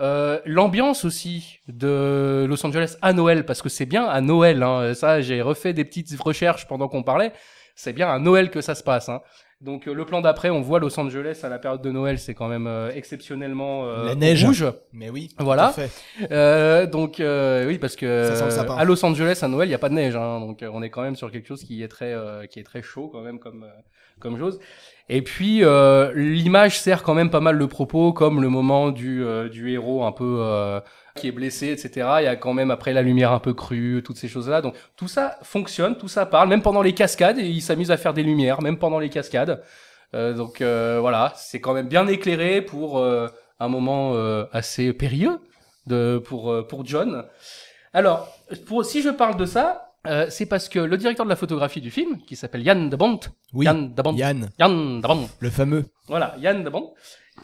S4: euh, l'ambiance aussi de Los Angeles à Noël, parce que c'est bien à Noël. Hein, ça, j'ai refait des petites recherches pendant qu'on parlait. C'est bien à Noël que ça se passe. Hein. Donc euh, le plan d'après, on voit Los Angeles à la période de Noël, c'est quand même euh, exceptionnellement euh,
S2: La neige.
S4: rouge.
S2: Mais oui.
S4: Voilà.
S2: tout à fait.
S4: Euh, donc euh, oui, parce que
S2: Ça sent le sapin.
S4: à Los Angeles à Noël, il y a pas de neige, hein, donc euh, on est quand même sur quelque chose qui est très euh, qui est très chaud quand même comme euh, comme chose. Et puis euh, l'image sert quand même pas mal le propos, comme le moment du euh, du héros un peu euh, qui est blessé, etc. Il y a quand même après la lumière un peu crue, toutes ces choses là. Donc tout ça fonctionne, tout ça parle, même pendant les cascades, il s'amuse à faire des lumières, même pendant les cascades. Euh, donc euh, voilà, c'est quand même bien éclairé pour euh, un moment euh, assez périlleux de, pour, euh, pour John. Alors, pour, si je parle de ça, euh, c'est parce que le directeur de la photographie du film, qui s'appelle Yann de Bont,
S2: Oui.
S4: Yann de Bont,
S2: Yann,
S4: Yann de Bont,
S2: le fameux.
S4: voilà, Yann de Bont,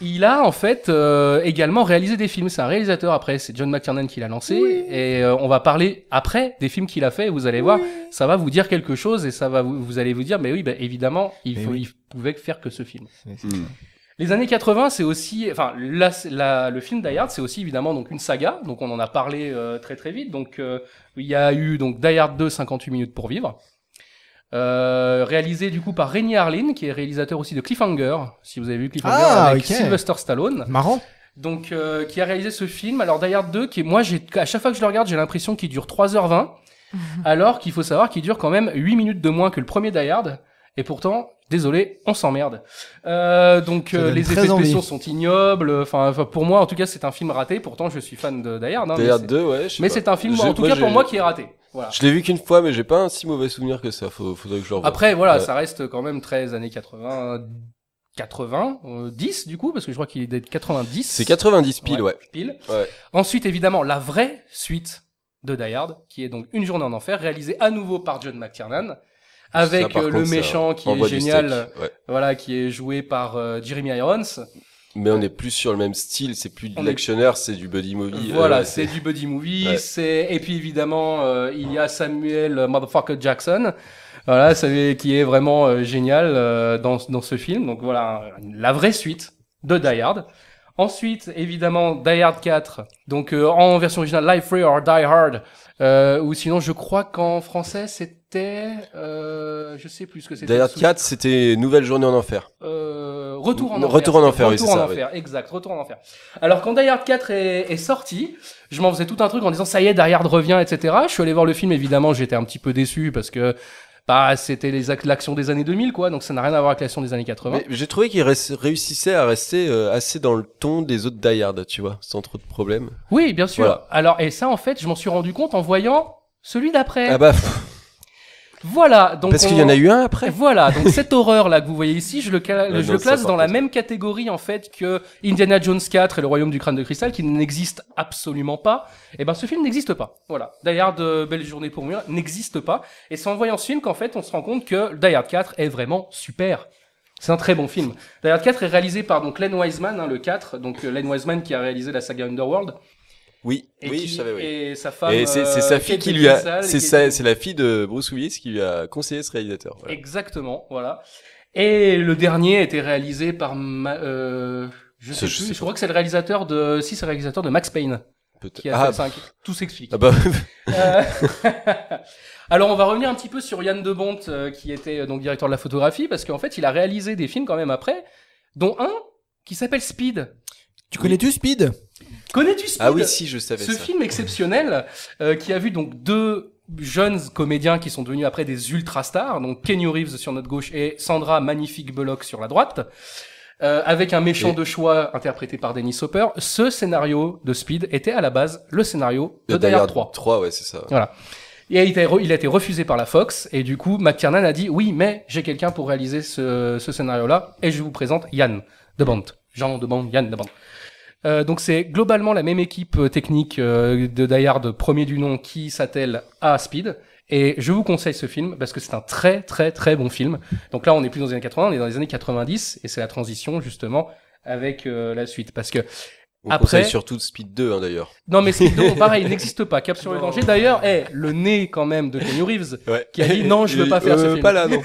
S4: il a en fait euh, également réalisé des films. C'est un réalisateur après, c'est John McTiernan qui l'a lancé, et euh, on va parler après des films qu'il a fait. Vous allez voir, ça va vous dire quelque chose, et ça va vous, vous allez vous dire, mais oui, bah, évidemment, il,
S2: Mais
S4: faut,
S2: oui.
S4: il pouvait faire que ce film. Les années 80, c'est aussi, enfin, la, la- le film Die Hard, c'est aussi évidemment donc une saga, donc on en a parlé euh, très très vite. Donc euh, il y a eu donc Die Hard 2, 58 minutes pour vivre, Euh, réalisé du coup par Rémi Harlin, qui est réalisateur aussi de Cliffhanger, si vous avez vu Cliffhanger
S2: Ah,
S4: avec
S2: ok.
S4: Sylvester Stallone,
S2: Marrant.
S4: donc euh, qui a réalisé ce film. Alors Die Hard 2, qui est, moi, j'ai à chaque fois que je le regarde, j'ai l'impression qu'il dure 3h20, alors qu'il faut savoir qu'il dure quand même 8 minutes de moins que le premier Die Hard, et pourtant. Désolé, on s'emmerde. Euh, donc
S2: Ça
S4: euh,
S2: donne
S4: les
S2: très
S4: effets
S2: envie.
S4: spéciaux sont ignobles. Enfin, enfin, pour moi, en tout cas, c'est un film raté. Pourtant, je suis fan de Die Hard. hein, mais
S1: D'ailleurs,
S4: c'est-
S1: deux, ouais. je sais
S4: mais
S1: pas.
S4: c'est un film,
S1: Je-
S4: en tout cas
S1: j'ai-
S4: pour moi, qui est raté. Voilà.
S1: Je l'ai vu qu'une fois, mais j'ai pas un si mauvais souvenir que ça. Faut, faudrait que je le revoie.
S4: Après, voilà,
S1: Ouais.
S4: ça reste quand même très années 80, euh, 80, euh, 10 du coup, parce que je crois qu'il est de 90.
S1: C'est 90 pile, ouais.
S4: pile.
S1: Ouais.
S4: Ensuite, évidemment, la vraie suite de Die Hard, qui est donc Une journée en enfer, réalisée à nouveau par John McTiernan, avec
S1: Ça, par
S4: euh, le
S1: contre, ça
S4: méchant qui est
S1: envoie du
S4: génial,
S1: steak, ouais.
S4: voilà, qui est joué par euh, Jeremy Irons.
S1: Mais on est plus sur le même style, c'est plus de
S4: On est-
S1: l'actionneur, c'est du buddy movie. euh,
S4: Voilà,
S1: ouais,
S4: c'est du buddy movie.
S1: Ouais.
S4: C'est et puis évidemment euh, il y a Samuel euh, Motherfucker Jackson. Voilà, ça, qui est vraiment euh, génial euh, dans dans ce film. Donc voilà, un- la vraie suite de Die Hard. Ensuite, évidemment, Die Hard 4, donc euh, en version originale, Life Free or Die Hard, euh, ou sinon, je crois qu'en français, c'était, euh, je sais plus ce que c'était.
S1: Die Hard 4, c'était Nouvelle Journée en Enfer.
S4: Euh, Retour en
S1: Non,
S4: enfer.
S1: Retour en
S4: C'était
S1: enfer, oui,
S4: Retour
S1: c'est
S4: en
S1: ça,
S4: enfer, exact. Retour en enfer. Alors quand Die Hard 4 est, est sorti, je m'en faisais tout un truc en disant ça y est, Die Hard revient, etc. Je suis allé voir le film, évidemment, j'étais un petit peu déçu parce que bah c'était les ac- l'action des années 2000 quoi, donc ça n'a rien à voir avec l'action des années 80.
S1: Mais j'ai trouvé qu'il res- réussissait à rester euh, assez dans le ton des autres Die Hard, tu vois, sans trop de problèmes.
S4: Oui, bien sûr.
S1: Voilà.
S4: Alors et ça en fait, je m'en suis rendu compte en voyant celui d'après.
S1: Ah bah, pff,
S4: Voilà, donc
S1: Parce qu'il
S4: on-
S1: y en a eu un après.
S4: Voilà, donc cette horreur là que vous voyez ici, je le, cala-
S1: Ah
S4: je
S1: non,
S4: le
S1: ça,
S4: classe
S1: par
S4: dans la même catégorie en fait que Indiana Jones 4 et le Royaume du crâne de cristal qui n'existe absolument pas. Et ben ce film n'existe pas. Voilà. Die Hard euh, Belle journée pour mourir n'existe pas et c'est en voyant ce film qu'en fait on se rend compte que Die Hard 4 est vraiment super. C'est un très bon film. Die Hard 4 est réalisé par donc Len Wiseman hein, le 4, donc euh, Len Wiseman qui a réalisé la saga Underworld.
S1: Oui, oui,
S4: qui-
S1: je savais, oui.
S4: Et sa femme.
S1: Et c'est c'est
S4: euh,
S1: sa fille
S4: Kate
S1: qui lui a,
S4: Beckinsale,
S1: c'est
S4: qui-
S1: sa- c'est la fille de Bruce Willis qui lui a conseillé ce réalisateur. voilà.
S4: Exactement, voilà. Et le dernier a été réalisé par, ma- euh, je sais
S1: Je
S4: plus,
S1: sais
S4: je crois que c'est le réalisateur de, si c'est le réalisateur de Max Payne.
S1: Peut-être.
S4: Qui a
S1: Ah,
S4: fait cinq.
S1: pff.
S4: Tout s'explique.
S1: Ah bah.
S4: Euh, Alors on va revenir un petit peu sur Yann de Bont, euh, qui était euh, donc directeur de la photographie, parce qu'en fait il a réalisé des films quand même après, dont un qui s'appelle Speed.
S2: Tu connais-tu Speed
S4: Connais-tu Speed
S1: Ah oui, si, je savais
S4: Ce
S1: ça.
S4: film exceptionnel euh, qui a vu donc deux jeunes comédiens qui sont devenus après des ultra stars, donc Kenny Reeves sur notre gauche et Sandra Magnifique Bullock sur la droite. euh, avec un méchant
S1: Et-
S4: de choix interprété par Dennis Hopper, ce scénario de Speed était à la base le scénario de
S1: Le
S4: Die Hard 3.
S1: 3, ouais, c'est ça.
S4: Voilà. Et il a, été, re- il a été refusé par la Fox, et du coup, McTiernan a dit oui, mais j'ai quelqu'un pour réaliser ce, ce scénario-là, et je vous présente Yann de Bont. Jean de Bont, Yann de Bont. Euh, donc c'est globalement la même équipe euh, technique euh, de Die Hard, premier du nom, qui s'attelle à Speed. Et je vous conseille ce film parce que c'est un très très très bon film. Donc là, on n'est plus dans les années 80, on est dans les années 90, et c'est la transition justement avec euh, la suite. Parce que
S1: On
S4: après,
S1: conseille surtout Speed 2, hein, d'ailleurs.
S4: non, mais Speed 2, pareil, il n'existe pas. Cap sur le danger. D'ailleurs, eh, le nez quand même de Kenny Reeves
S1: Ouais.
S4: qui a dit non, je veux pas faire ce
S1: Euh,
S4: film.
S1: pas là, non.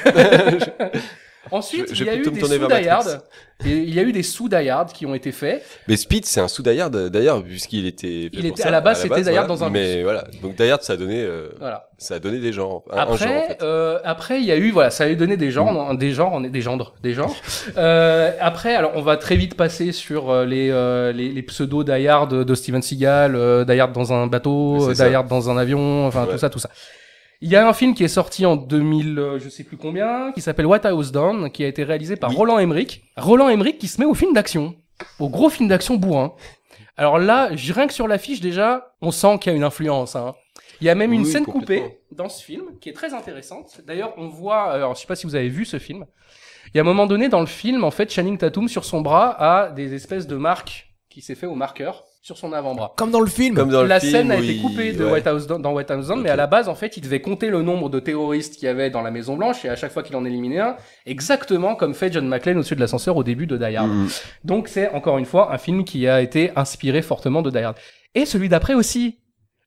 S4: Ensuite,
S1: Je- je
S4: il y a
S1: vais
S4: eu
S1: plutôt me
S4: des
S1: tourner
S4: sous
S1: vers
S4: Die
S1: Matrix.
S4: Hard. Et Il y a eu des sous Die Hard qui ont été faits.
S1: Mais Speed, c'est un sous Die Hard, euh, d'ailleurs, puisqu'il était. fait
S4: Il
S1: pour
S4: était-
S1: ça,
S4: à la base, c'était Die
S1: voilà.
S4: Hard dans un
S1: Mais voilà. Donc Die Hard, ça a donné. euh,
S4: Voilà.
S1: Ça a donné des genres. Bah, un- un
S4: Après,
S1: genre, en fait. Mm.
S4: euh, après, il y a eu, voilà, ça a eu donné des genres, non, des genres, on est des genres, des genres. Euh, après, alors, on va très vite passer sur euh, les, euh, les, les pseudos Die Hard de Steven Seagal, euh, Die Hard dans un bateau,
S1: C'est
S4: euh, Die
S1: ça.
S4: Hard dans un avion, enfin, tout ça, tout ça. Il y a un film qui est sorti en 2000, euh, je sais plus combien, qui s'appelle What House Down, qui a été réalisé par Roland Emmerich. Roland Emmerich qui se met au film d'action, au gros film d'action bourrin. Alors là, j- rien que sur l'affiche déjà, on sent qu'il y a une influence. hein. Il y a même une
S1: Oui,
S4: scène
S1: complètement.
S4: coupée dans ce film qui est très intéressante. D'ailleurs, on voit, euh, alors je sais pas si vous avez vu ce film. Il y a un moment donné dans le film, en fait, Channing Tatum sur son bras a des espèces de marques qui s'est fait au marqueur sur son avant-bras
S2: Comme dans le film.
S1: Comme dans
S4: la
S1: le film,
S4: scène a
S1: où
S4: été
S1: il-
S4: coupée de
S1: ouais.
S4: White House Down- dans White House Down, mais
S1: Ok.
S4: à la base, en fait, il devait compter le nombre de terroristes qu'il y avait dans la Maison Blanche et à chaque fois qu'il en éliminait un, exactement comme fait John McClane au-dessus de l'ascenseur au début de Die Hard.
S1: Mhm.
S4: Donc c'est encore une fois un film qui a été inspiré fortement de Die Hard. Et celui d'après aussi.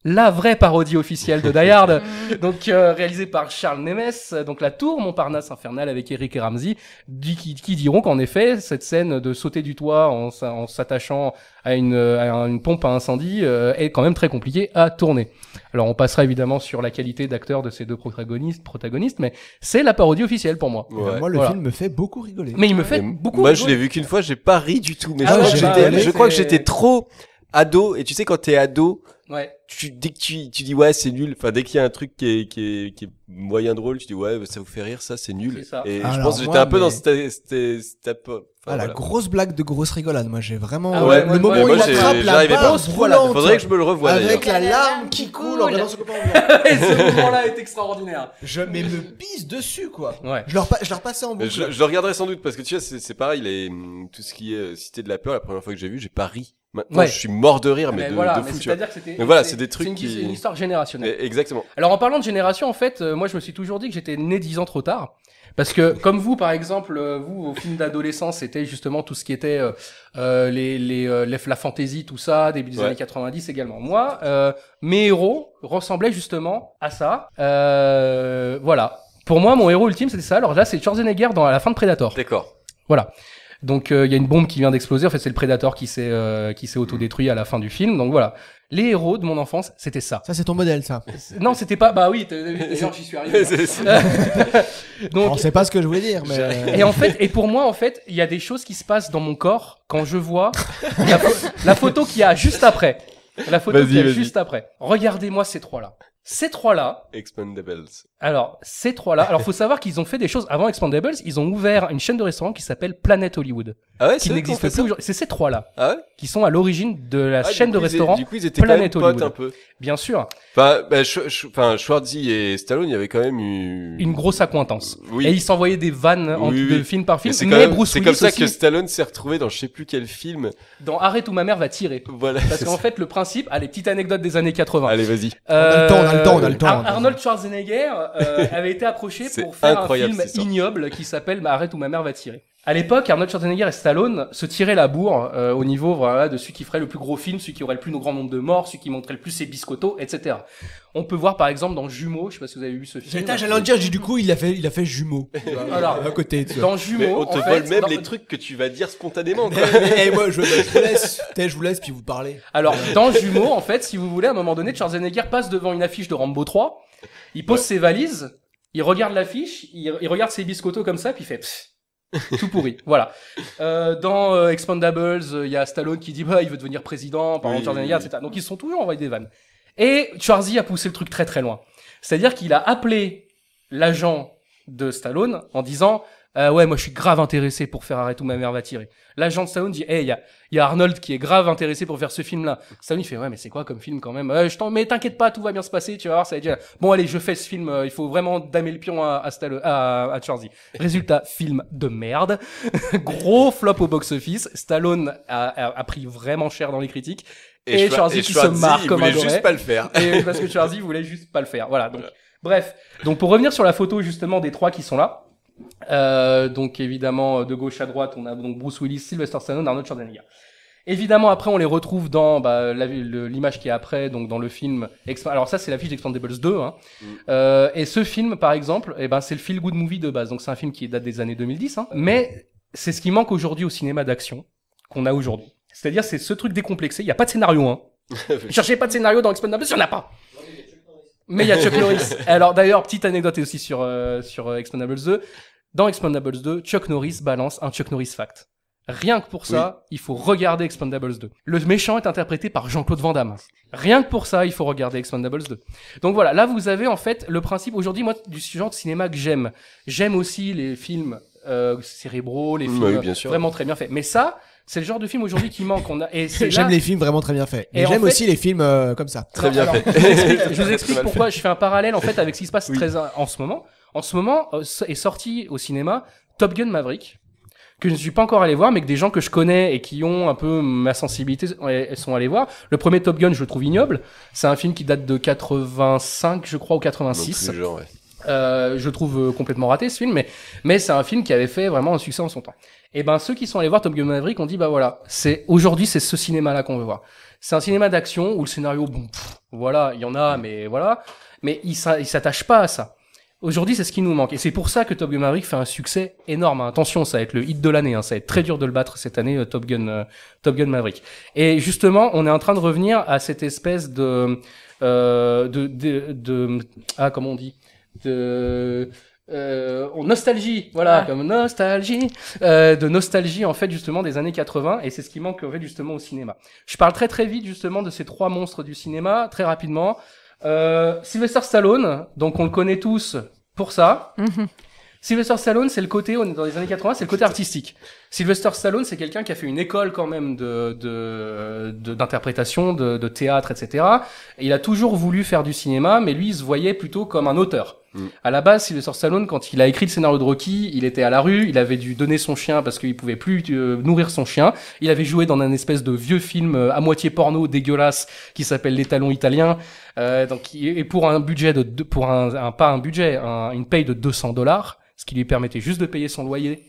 S4: La vraie parodie officielle de Die Hard, donc euh, réalisée par Charles Nemes, euh, donc La Tour Montparnasse infernale avec Eric et Ramsey, dit- qui, qui diront qu'en effet cette scène de sauter du toit en, s'a- en s'attachant à une, euh, à une pompe à incendie euh, est quand même très compliquée à tourner. Alors on passera évidemment sur la qualité d'acteur de ces deux protagonistes, protagonistes, mais c'est la parodie officielle pour moi.
S1: Ouais.
S2: Eh ben, Moi, le
S4: Voilà.
S2: film me fait beaucoup rigoler.
S4: Mais il me fait
S1: Et
S4: beaucoup.
S1: Moi, je l'ai
S4: rigoler.
S1: vu qu'une fois, j'ai pas ri du tout. Mais je,
S2: Ah ouais,
S1: crois que
S2: bah,
S1: j'étais-
S2: ouais,
S1: je crois que
S4: c'est-
S1: j'étais trop ado. Et tu sais, quand t'es ado,
S4: Ouais.
S1: tu, dès que tu, tu dis ouais, c'est nul. Enfin, dès qu'il y a un truc qui est, qui, est, qui est moyen drôle, tu dis ouais, ça vous fait rire, ça, c'est nul.
S4: C'est ça.
S1: Et je
S2: Alors,
S1: pense que j'étais
S2: moi,
S1: un peu dans
S2: mais-
S1: cette, cette, cette- enfin,
S2: Ah, la
S1: voilà.
S2: grosse blague de grosse rigolade. Moi, j'ai vraiment. euh,
S4: Ah ouais,
S2: le
S4: moi,
S2: moment
S4: ouais,
S2: où
S4: moi,
S2: il
S4: j'ai-
S2: attrape la
S1: j'arrivais pas.
S2: barre
S1: Voilà,
S2: roulante.
S1: faudrait que je me le revoie d'ailleurs.
S2: Avec la larme qui coule en regardant ce copain.
S4: Et ce moment-là est extraordinaire.
S2: Je mais me pisse dessus, quoi.
S4: Ouais.
S2: Je leur, pa- je leur passais en
S1: Mais
S2: boucle.
S1: Je, je le regarderai sans doute parce que tu vois, c'est c'est pareil, les, hum, tout ce qui est euh, Cité de la peur, la première fois que j'ai vu, j'ai pas ri. Maintenant,
S4: Ouais. Ah,
S1: je suis mort de rire, mais,
S4: Mais
S1: de,
S4: voilà,
S1: de
S4: mais
S1: fou, tu vois.
S4: c'est-à-dire que c'était.
S1: Mais voilà, c'est
S4: c'est-
S1: des trucs
S4: c'est une,
S1: qui-
S4: c'est une histoire générationnelle.
S1: Eh, Exactement.
S4: Alors en parlant de génération, en fait, euh, moi je me suis toujours dit que j'étais né dix ans trop tard. Parce que comme vous, par exemple, euh, vous, au film d'adolescence, c'était justement tout ce qui était euh, euh, les, les, euh, les- la fantaisie, tout ça, début des
S1: Ouais.
S4: années 90 également. Moi, euh, mes héros ressemblaient justement à ça. Euh, voilà. Pour moi, mon héros ultime, c'était ça. Alors là, c'est Schwarzenegger dans à la fin de Predator.
S1: D'accord.
S4: Voilà. Donc euh, il y a une bombe qui vient d'exploser. En fait, c'est le Predator qui s'est euh, qui s'est autodétruit à la fin du film. Donc voilà. Les héros de mon enfance, c'était ça.
S2: Ça, c'est ton modèle, ça.
S4: Non, c'était pas. Bah oui, t'as- t'as- genre, j'y suis arrivé.
S2: C'est- c'est- Alors, c'est pas ce que je voulais dire, mais- euh,
S4: Et en fait, et pour moi, en fait, il y a des choses qui se passent dans mon corps quand je vois la, pho- la photo qu'il y a juste après. La photo
S1: Vas-y,
S4: qu'il y a
S1: vas-y.
S4: juste après. Regardez-moi ces trois-là. Ces trois-là,
S1: Expendables.
S4: alors, ces trois-là, alors faut savoir qu'ils ont fait des choses avant Expandables, ils ont ouvert une chaîne de restaurants qui s'appelle Planet Hollywood.
S1: Ah ouais, c'est eux
S4: qui
S1: qui
S4: n'existe
S1: ont fait
S4: plus.
S1: ça
S4: aujourd'hui. C'est ces trois-là
S1: Ah ouais
S4: qui sont à l'origine de la
S1: Ah, du
S4: chaîne
S1: coup,
S4: de
S1: ils étaient-
S4: restaurants
S1: du coup, ils étaient quand
S4: Planet
S1: même potes
S4: Hollywood.
S1: un peu.
S4: Bien sûr.
S1: Enfin, bah, Sch- Sch- enfin, Schwarzy et Stallone, il y avait quand même eu...
S4: Une grosse accointance.
S1: Oui.
S4: Et ils s'envoyaient des vannes en-
S1: Oui,
S4: de
S1: oui.
S4: film par film.
S1: Et c'est
S4: Mais,
S1: quand même-
S4: Bruce
S1: C'est
S4: Willis
S1: comme ça
S4: aussi.
S1: que Stallone s'est retrouvé dans je sais plus quel film.
S4: dans Arrête où ma mère va tirer.
S1: Voilà.
S4: Parce qu'en fait, le principe, allez, petite anecdote des années 80.
S1: Allez, vas-y.
S2: On a le temps, on a le temps, on a le temps.
S4: Ar- Arnold Schwarzenegger euh, avait été approché
S1: C'est
S4: pour faire un
S1: incroyable,
S4: film
S1: cette histoire.
S4: ignoble qui s'appelle Bah, Arrête où ma mère va tirer. À l'époque, Arnold Schwarzenegger et Stallone se tiraient la bourre euh, au niveau voilà, de celui qui ferait le plus gros film, celui qui aurait le plus grand nombre de morts, celui qui montrait le plus ses biscottos, etc. On peut voir par exemple dans Jumeaux, je sais pas si vous avez vu ce film.
S2: Putain, j'allais en dire, j'ai- du coup, il a fait, il a fait jumeau.
S4: Alors,
S2: à côté. tu vois.
S4: dans Jumeaux,
S1: Mais on te
S4: en
S1: vole
S4: fait,
S1: même
S4: dans-
S1: les trucs que tu vas dire spontanément. quoi.
S2: Eh, mais, eh, moi, je, je vous laisse, Putain, je vous laisse, puis vous parlez.
S4: Alors, dans Jumeaux, en fait, si vous voulez, à un moment donné, Schwarzenegger passe devant une affiche de Rambo 3, il pose ses valises, il regarde l'affiche, il, il regarde ses biscottos comme ça, puis il fait pfff, tout pourri. voilà. Euh, dans euh, Expandables, euh, il y a Stallone qui dit bah il veut devenir président, par
S1: Oui,
S4: exemple Schwarzenegger,
S1: oui, oui.
S4: etc. Donc ils se sont toujours envoyés des vannes. Et Schwarzy a poussé le truc très très loin. C'est-à-dire qu'il a appelé l'agent de Stallone en disant euh, ouais moi je suis grave intéressé pour faire arrête où ma mère va tirer l'agent de Stallone dit hey il y a, il y a Arnold qui est grave intéressé pour faire ce film là Stallone il fait ouais mais c'est quoi comme film quand même Euh, je t'en mais t'inquiète pas tout va bien se passer tu vas voir ça va être génial. bon allez je fais ce film euh, il faut vraiment damer le pion à, à Stallone à, à Schwarzy résultat film de merde gros flop au box office Stallone a, a- a pris vraiment cher dans les critiques
S1: Et
S4: et,
S1: Schwar-
S4: Schwarzy
S1: et
S4: qui
S1: Schwarzy,
S4: se marre
S1: il
S4: comme un
S1: voulait juste
S4: doré.
S1: pas le faire.
S4: Et parce que Schwarzy voulait juste pas le faire. Voilà. Donc, bref. Donc, pour revenir sur la photo justement des trois qui sont là. Euh, donc, évidemment, de gauche à droite, on a donc Bruce Willis, Sylvester Stallone, Arnold Schwarzenegger. Évidemment, après, on les retrouve dans bah, la- le- l'image qui est après, donc dans le film. Exp- Alors ça, c'est la fiche d'Expendables 2. Hein. Euh, et ce film, par exemple, eh ben, c'est le feel good movie de base. Donc c'est un film qui date des années 2010. Hein. Mais c'est ce qui manque aujourd'hui au cinéma d'action qu'on a aujourd'hui. C'est-à-dire, c'est ce truc décomplexé. Il n'y a pas de scénario. Hein. Cherchez pas de scénario dans Expendables, il n'y en a pas. Mais il y a Chuck Norris. Alors d'ailleurs, petite anecdote aussi sur euh, sur euh, Expendables 2. Dans Expendables 2, Chuck Norris balance un Chuck Norris fact. Rien que pour ça, il faut regarder Expendables 2. Le méchant est interprété par Jean-Claude Van Damme. Rien que pour ça, il faut regarder Expendables 2. Donc voilà, là vous avez en fait le principe aujourd'hui moi du genre de cinéma que j'aime. J'aime aussi les films euh, cérébraux, les
S1: Oui,
S4: films
S1: bien sûr.
S4: vraiment très bien faits. Mais ça, c'est le genre de film aujourd'hui qui manque. On a et c'est
S2: J'aime
S4: là-
S2: les films vraiment très bien faits.
S4: Et
S2: Et
S4: en
S2: j'aime
S4: fait-
S2: aussi les films euh, comme ça.
S1: Très bien
S4: alors,
S1: fait.
S4: Je vous explique, je vous
S1: Très
S4: explique
S1: mal
S4: pourquoi
S1: fait.
S4: je fais un parallèle en fait avec ce qui se passe très en ce moment. En ce moment euh, est sorti au cinéma Top Gun Maverick que je ne suis pas encore allé voir, mais que des gens que je connais et qui ont un peu ma sensibilité euh, sont allés voir. Le premier Top Gun, je le trouve ignoble. C'est un film qui date de 85, je crois, ou 86.
S1: Donc, le genre, ouais.
S4: Euh, je le trouve euh, complètement raté ce film, mais, mais c'est un film qui avait fait vraiment un succès en son temps. Et ben ceux qui sont allés voir Top Gun Maverick ont dit bah voilà, c'est aujourd'hui c'est ce cinéma-là qu'on veut voir. C'est un cinéma d'action où le scénario bon, pff, voilà, il y en a, mais voilà, mais il s'a- il s'attache pas à ça. Aujourd'hui, c'est ce qui nous manque, et c'est pour ça que Top Gun Maverick fait un succès énorme. hein. Attention, ça va être le hit de l'année, hein. ça va être très dur de le battre cette année, euh, Top Gun, euh, Top Gun Maverick. Et justement, on est en train de revenir à cette espèce de, euh, de, de, de- ah comment on dit, de euh, on- nostalgie, voilà, comme nostalgie, euh, de nostalgie en fait justement des années 80 et c'est ce qui manque en fait justement au cinéma. Je parle très très vite justement de ces trois monstres du cinéma très rapidement. Euh, Sylvester Stallone, donc on le connaît tous pour ça. Sylvester Stallone, c'est le côté on est dans les années 80, c'est le côté artistique. Sylvester Stallone, c'est quelqu'un qui a fait une école quand même de de- de- d'interprétation, de, de, théâtre, etc. Et il a toujours voulu faire du cinéma, mais lui, il se voyait plutôt comme un auteur. À la base, Sylvester Stallone, quand il a écrit le scénario de Rocky, il était à la rue, il avait dû donner son chien parce qu'il pouvait plus euh, nourrir son chien. Il avait joué dans un espèce de vieux film euh, à moitié porno dégueulasse qui s'appelle Les Talons Italiens. Euh, donc, il- et pour un budget de, deux- pour un, un- pas un budget, un- une paye de 200 dollars, ce qui lui permettait juste de payer son loyer.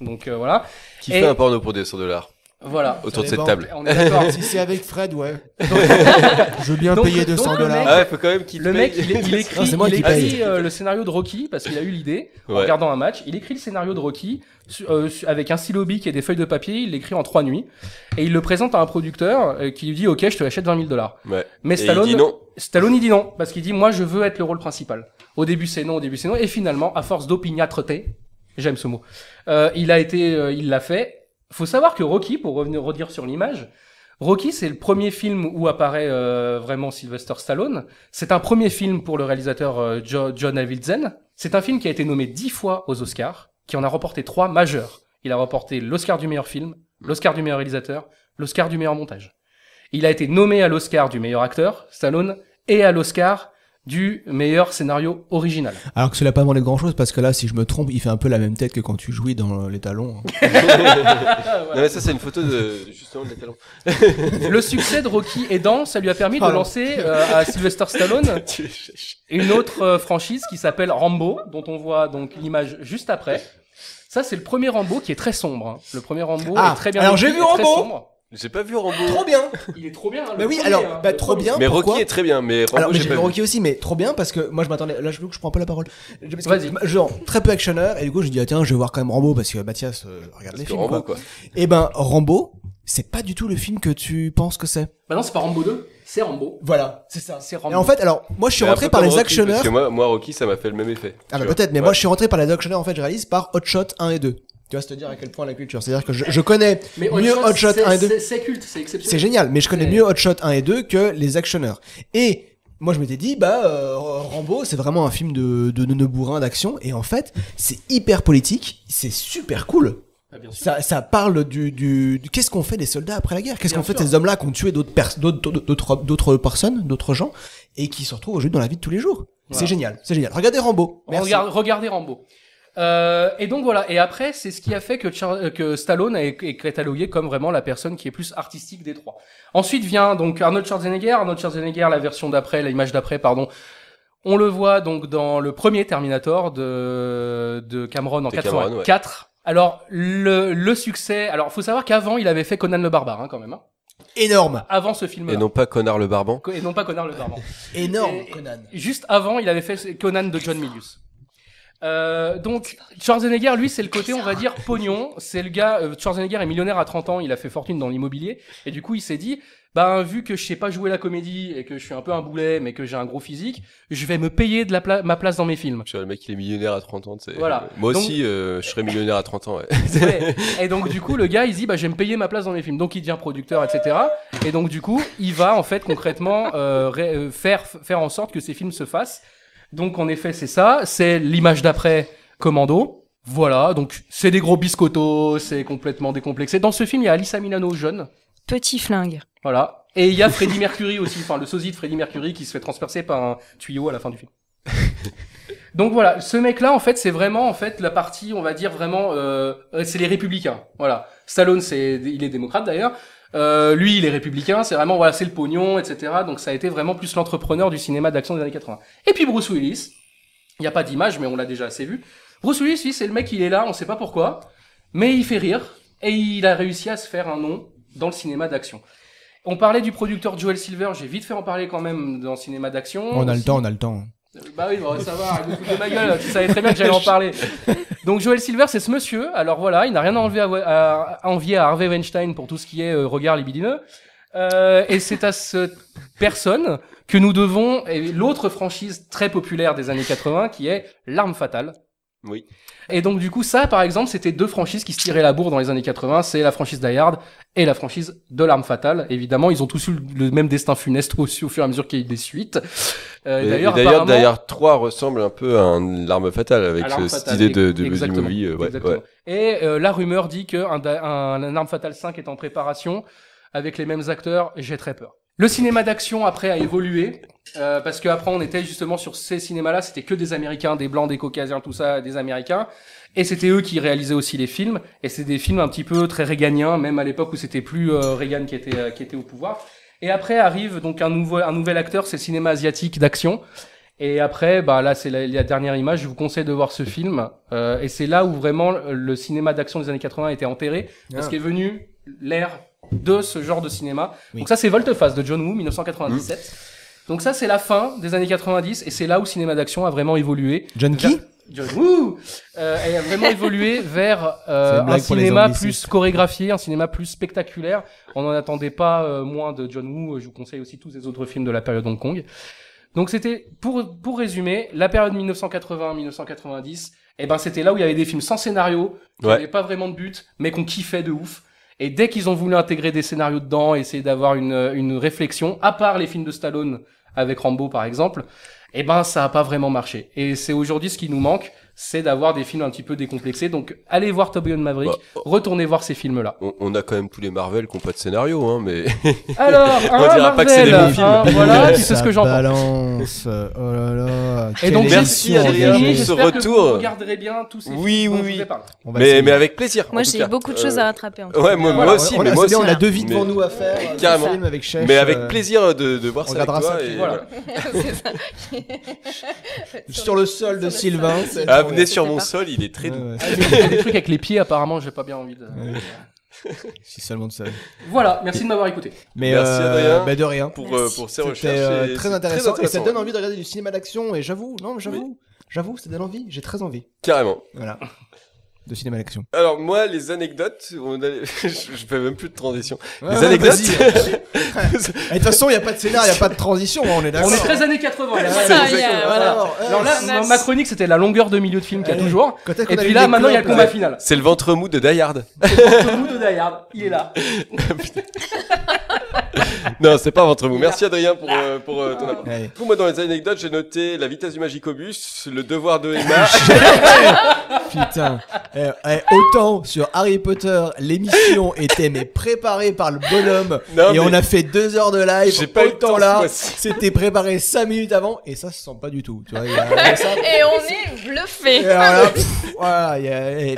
S4: Donc euh, voilà.
S1: Qui
S4: Et-
S1: fait un porno pour 200 dollars
S4: Voilà.
S1: Autour de
S12: Ça dépend.
S1: cette table.
S4: On est d'accord.
S12: si c'est avec Fred, ouais.
S2: je veux bien
S4: Donc,
S2: payer
S4: donc
S2: 200
S4: le
S2: dollars.
S4: mec-
S1: Ah ouais, faut quand même qu'il
S4: Le
S1: paye.
S4: mec, il, il
S1: Non,
S4: écrit,
S2: c'est moi
S4: il
S2: qui
S4: écrit,
S2: paye.
S4: euh, le scénario de Rocky parce qu'il a eu l'idée en
S1: Ouais.
S4: regardant un match. Il écrit le scénario de Rocky su- euh, su- avec un stylo bic et des feuilles de papier. Il l'écrit en trois nuits et il le présente à un producteur euh, qui lui dit OK, je te l'achète 20 000 dollars.
S1: Ouais.
S4: Mais
S1: Et il
S4: Stallone,
S1: dit non.
S4: Stallone, il dit non parce qu'il dit moi, je veux être le rôle principal. Au début, c'est non, au début, c'est non, et finalement, à force d'opiniâtreté, j'aime ce mot, euh, il a été, euh, il l'a fait. Faut savoir que Rocky, pour revenir redire sur l'image, Rocky, c'est le premier film où apparaît euh, vraiment Sylvester Stallone. C'est un premier film pour le réalisateur euh, Jo- John Avildsen. C'est un film qui a été nommé dix fois aux Oscars, qui en a remporté trois majeurs. Il a remporté l'Oscar du meilleur film, l'Oscar du meilleur réalisateur, l'Oscar du meilleur montage. Il a été nommé à l'Oscar du meilleur acteur, Stallone, et à l'Oscar du meilleur scénario original.
S2: Alors que cela n'a pas demandé grand chose parce que là, si je me trompe, il fait un peu la même tête que quand tu jouis dans les talons. Ah,
S1: mais ça, c'est une photo de, justement, de la talon.
S4: Le succès de Rocky aidant, ça lui a permis de
S1: Pardon.
S4: lancer euh, à Sylvester Stallone une autre euh, franchise qui s'appelle Rambo, dont on voit donc l'image juste après. Ça, c'est le premier Rambo qui est très sombre. hein. Le premier Rambo
S2: Ah,
S4: est très bien.
S2: alors
S4: écrit,
S2: j'ai vu
S4: est très
S2: Rambo.
S4: sombre.
S1: J'ai pas vu Rambo.
S2: Trop bien
S4: Il est trop bien. hein, le
S2: Bah oui,
S4: premier,
S2: alors,
S4: hein,
S2: bah
S4: le
S2: trop
S4: premier.
S2: bien.
S1: Mais
S2: pourquoi
S1: Rocky est très bien, mais Rambo,
S2: Alors, mais
S1: j'ai
S2: j'ai vu
S1: pas vu.
S2: Rocky aussi, mais trop bien parce que moi je m'attendais. Là, je, je prends pas la parole. Je- parce que,
S4: Vas-y.
S2: bah, Genre, très peu actionneur, et du coup, je dis, ah, tiens, je vais voir quand même Rambo parce que Mathias, euh,
S1: Parce
S2: regarde les
S1: que
S2: films.
S1: Rambo,
S2: quoi.
S1: quoi.
S2: Et ben, Rambo, c'est pas du tout le film que tu penses que c'est.
S4: Bah non, c'est pas Rambo 2, c'est Rambo.
S2: Voilà, c'est ça.
S4: C'est
S2: Et
S4: Rambo.
S2: en fait, alors, moi je suis
S1: Mais un
S2: rentré
S1: peu
S2: par
S1: comme
S2: les
S1: Rocky, Parce
S2: actionneurs.
S1: que moi, moi, Rocky, ça m'a fait le même effet.
S2: Ah,
S1: Tu
S2: bah
S1: vois.
S2: peut-être, mais moi je suis rentré par les actionneurs, en fait, je réalise par Hot Shot 1 et 2. Tu vois, c'est te dire à quel point la culture. C'est-à-dire que je, je connais
S4: Mais Hot
S2: mieux
S4: Shot,
S2: Hot Shot
S4: c'est-
S2: 1 et 2.
S4: c'est- C'est culte, c'est exceptionnel.
S2: C'est génial, mais je connais
S4: C'est-
S2: mieux Hot Shot 1 et 2 que les actionneurs. Et moi, je m'étais dit, bah, euh, Rambo, c'est vraiment un film de, de neuneu bourrin d'action. Et en fait, c'est hyper politique, c'est super cool.
S4: Ah, bien sûr.
S2: Ça, ça parle du, du, du- qu'est-ce qu'on fait des soldats après la guerre Qu'est-ce
S4: Bien
S2: qu'on fait de
S4: sûr.
S2: ces hommes-là qui ont tué d'autres pers- d'autres- d'autres- d'autres d'autres personnes, d'autres gens, et qui se retrouvent aujourd'hui dans la vie de tous les jours
S4: Voilà.
S2: C'est génial, c'est génial. Regardez Rambo. Merci.
S4: Regarde- regardez Rambo. Euh, et donc voilà. Et après, c'est ce qui a fait que, Char- euh, que Stallone est, est catalogué comme vraiment la personne qui est plus artistique des trois. Ensuite vient donc Arnold Schwarzenegger. Arnold Schwarzenegger, la version d'après, l'image d'après, pardon. On le voit donc dans le premier Terminator de, de Cameron en
S1: De Cameron,
S4: 84. Alors le, le succès. Alors faut savoir qu'avant, il avait fait Conan le Barbare hein, quand même. hein.
S2: Énorme,
S4: Avant ce film.
S2: bah.
S1: Et non pas Connard le Barban.
S4: Et non pas Conan le Barbare.
S2: énorme,
S4: Et-
S2: Conan.
S4: Juste avant, il avait fait Conan de John Milius. Euh, donc Schwarzenegger, lui, c'est le côté, on va dire, pognon. C'est le gars. euh, Schwarzenegger est millionnaire à 30 ans. Il a fait fortune dans l'immobilier et du coup, il s'est dit, ben vu que je sais pas jouer la comédie et que je suis un peu un boulet, mais que j'ai un gros physique, je vais me payer de la pla- ma place dans mes films.
S1: Tu vois, le mec, il est millionnaire à 30 ans, tu sais.
S4: Voilà.
S1: Moi
S4: Donc-
S1: aussi, euh, je serais millionnaire à 30 ans, ouais.
S4: Ouais. Et donc du coup, le gars, il dit, bah, je vais me payer ma place dans les films. Donc il devient producteur, etc. Et donc du coup, il va en fait concrètement euh, ré- euh, faire faire en sorte que ces films se fassent. Donc en effet, c'est ça. C'est l'image d'après Commando. Voilà, donc c'est des gros biscottos, c'est complètement décomplexé. Dans ce film, il y a Alissa Milano jeune,
S3: Petit flingue.
S4: voilà, et il y a Freddie Mercury aussi, enfin le sosie de Freddie Mercury qui se fait transpercer par un tuyau à la fin du film. Donc voilà, ce mec-là, en fait, c'est vraiment en fait la partie, on va dire vraiment, euh, euh, c'est les républicains. Voilà, Stallone, c'est, il est démocrate d'ailleurs. Euh, lui, il est républicain. C'est vraiment voilà, c'est le pognon, etc. Donc ça a été vraiment plus l'entrepreneur du cinéma d'action des années 80. Et puis Bruce Willis, il n'y a pas d'image, mais on l'a déjà assez vu. Bruce Willis, lui, c'est le mec, il est là, on sait pas pourquoi, mais il fait rire et il a réussi à se faire un nom dans le cinéma d'action. On parlait du producteur Joel Silver, j'ai vite fait en parler quand même dans le cinéma d'action.
S2: On a le
S4: Aussi-
S2: temps, on a le temps.
S4: bah oui, bon, ça va, arrête de foutre de ma gueule, tu savais très bien que j'allais en parler. Donc Joel Silver, c'est ce monsieur. Alors voilà, il n'a rien à, enlever à, à- à envier à Harvey Weinstein pour tout ce qui est euh, regard libidineux. Euh, et c'est à cette personne que nous devons et l'autre franchise très populaire des années 80 qui est L'Arme Fatale.
S1: Oui.
S4: Et donc du coup, ça, par exemple, c'était deux franchises qui se tiraient la bourre dans les années 80. C'est la franchise Die Hard et la franchise de l'arme fatale. Évidemment, ils ont tous eu le même destin funeste aussi au fur et à mesure qu'il y a eu des suites. Euh,
S1: Et- et
S4: d'ailleurs,
S1: d'ailleurs,
S4: apparemment-
S1: d'ailleurs, 3 ressemble un peu à un- l'arme fatale avec
S4: à
S1: euh,
S4: l'arme
S1: cette
S4: fatale,
S1: idée de,
S4: ex-
S1: de Bloody
S4: exactement,
S1: Movie. euh, ouais,
S4: exactement.
S1: ouais.
S4: Et euh, la rumeur dit que un, da- un, un Arme Fatale 5 est en préparation avec les mêmes acteurs. J'ai très peur. Le cinéma d'action après a évolué euh, parce que après on était justement sur ces cinémas-là, c'était que des Américains, des blancs, des Caucasiens, tout ça, des Américains. Et c'était eux qui réalisaient aussi les films. Et c'est des films un petit peu très réganiens, même à l'époque où c'était plus euh, Reagan qui était euh, qui était au pouvoir. Et après arrive donc un nouveau un nouvel acteur, c'est le cinéma asiatique d'action. Et après, bah là, c'est la, la dernière image. Je vous conseille de voir ce film. Euh, et c'est là où vraiment le cinéma d'action des années 80 était enterré, parce
S2: Ah.
S4: qu'est venu l'ère de ce genre de cinéma. Donc ça, c'est Volteface de John Woo, 1997.
S2: Mmh.
S4: Donc ça, c'est la fin des années 90 et c'est là où le cinéma d'action a vraiment évolué.
S2: John qui
S4: John Woo euh, Elle a vraiment évolué vers
S2: C'est
S4: euh,
S2: une
S4: un
S2: blague pour les
S4: cinéma
S2: anglicistes.
S4: plus chorégraphié, un cinéma plus spectaculaire. On n'en attendait pas euh, moins de John Woo. Je vous conseille aussi tous les autres films de la période Hong Kong. Donc c'était pour pour résumer la période 1980-1990. Eh ben c'était là où il y avait des films sans scénario, qui
S1: Ouais.
S4: n'avaient pas vraiment de but, mais qu'on kiffait de ouf. Et dès qu'ils ont voulu intégrer des scénarios dedans, essayer d'avoir une une réflexion, à part les films de Stallone avec Rambo par exemple, eh ben ça a pas vraiment marché. Et c'est aujourd'hui ce qui nous manque, c'est d'avoir des films un petit peu décomplexés. Donc allez voir Top Gun Maverick,
S1: Bah, oh.
S4: retournez voir ces films là.
S1: On, on a quand même tous les Marvel qui n'ont pas de scénario, hein, mais.
S4: Alors,
S1: on
S4: hein,
S1: dira pas que c'est des
S4: Marvel,
S1: bons films.
S4: hein, voilà, tu sais ce que j'en pense.
S2: balance. euh, Oh là là.
S4: Et
S2: quelle
S4: donc
S1: merci
S2: émission
S1: Adrien pour
S2: engagée.
S1: ce
S4: J'espère que vous
S1: retour.
S4: regarderez bien tous ces
S1: oui,
S4: films
S1: oui,
S4: dont je vous
S1: oui.
S4: ai parlé.
S2: On va
S1: Mais,
S2: essayer.
S1: mais avec plaisir.
S3: Moi,
S1: en tout
S3: j'ai
S1: cas. Euh,
S3: beaucoup de choses à rattraper, en tout
S1: Ouais, moi,
S4: Voilà,
S1: moi
S4: on-
S1: aussi,
S2: on
S1: mais
S2: a-
S1: moi
S2: c'est bien,
S1: aussi.
S2: on a deux vies devant
S1: Mais-
S2: nous à faire.
S1: Carrément.
S2: Deux films avec Chef.
S1: Mais avec
S2: euh,
S1: plaisir de, de voir
S2: on
S1: ça avec
S2: regardera
S1: toi.
S2: ça,
S1: et- euh,
S4: Voilà.
S3: C'est ça.
S2: Sur le sol de Sylvain. Ah, c'est-
S1: Ah, venez sur
S3: C'était
S1: mon
S3: parti.
S1: sol, il est très
S2: Ouais,
S1: doux.
S2: ouais.
S4: des trucs avec les pieds, apparemment, j'ai pas bien envie de.
S2: Si seulement de ça.
S4: Voilà, merci de m'avoir écouté.
S2: Mais
S1: Merci,
S2: euh,
S1: Adrien.
S2: bah, de rien.
S1: Pour, euh, pour ces
S2: C'était
S1: recherches.
S2: euh,
S1: et-
S2: très,
S1: c'est
S2: intéressant. et ça donne envie de regarder du cinéma d'action. Et j'avoue, non, j'avoue, j'avoue, ça donne envie. J'ai très envie.
S1: Carrément.
S2: Voilà. De cinéma d'action.
S1: Alors, moi, les anecdotes, on a- je, je fais même plus de transition.
S2: Ouais,
S1: les
S2: ouais,
S1: anecdotes.
S2: vas-y. Et De toute façon, il n'y a pas de scénar, il n'y a pas de transition. hein, on est d'accord.
S4: On est 13 années 80. Là,
S3: C'est
S4: Voilà.
S3: ça, il y a-
S4: Voilà.
S2: Alors, euh,
S4: Alors là,
S3: Max.
S4: ma- ma chronique, c'était la longueur de milieu de film qu'il y a
S2: Allez.
S4: toujours.
S2: Quand est-ce qu'on
S4: Et
S2: a
S4: puis
S2: eu
S4: là,
S2: des
S4: maintenant, il y a le
S2: clopes,
S4: combat
S2: là
S4: final.
S1: C'est le ventre mou de Die Hard.
S4: Le bout de Die Hard, il est là.
S1: Non, c'est pas ventre mou. Merci, Adrien, pour, euh, pour euh, ton apport.
S2: Allez.
S1: Pour moi, dans les anecdotes, j'ai noté la vitesse du magicobus, le devoir de Emma.
S2: Putain. Eh, eh, autant sur Harry Potter, l'émission était mais préparée par le bonhomme.
S1: Non, mais-
S2: et on a fait deux heures de live.
S1: J'ai pas eu le
S2: autant
S1: temps ce
S2: là.
S1: mois-ci.
S2: C'était préparé cinq minutes avant. Et ça se sent pas du tout. Tu vois, il y a ça.
S3: Et on est bluffé.
S2: Et alors là, pff, voilà, il y a- allez.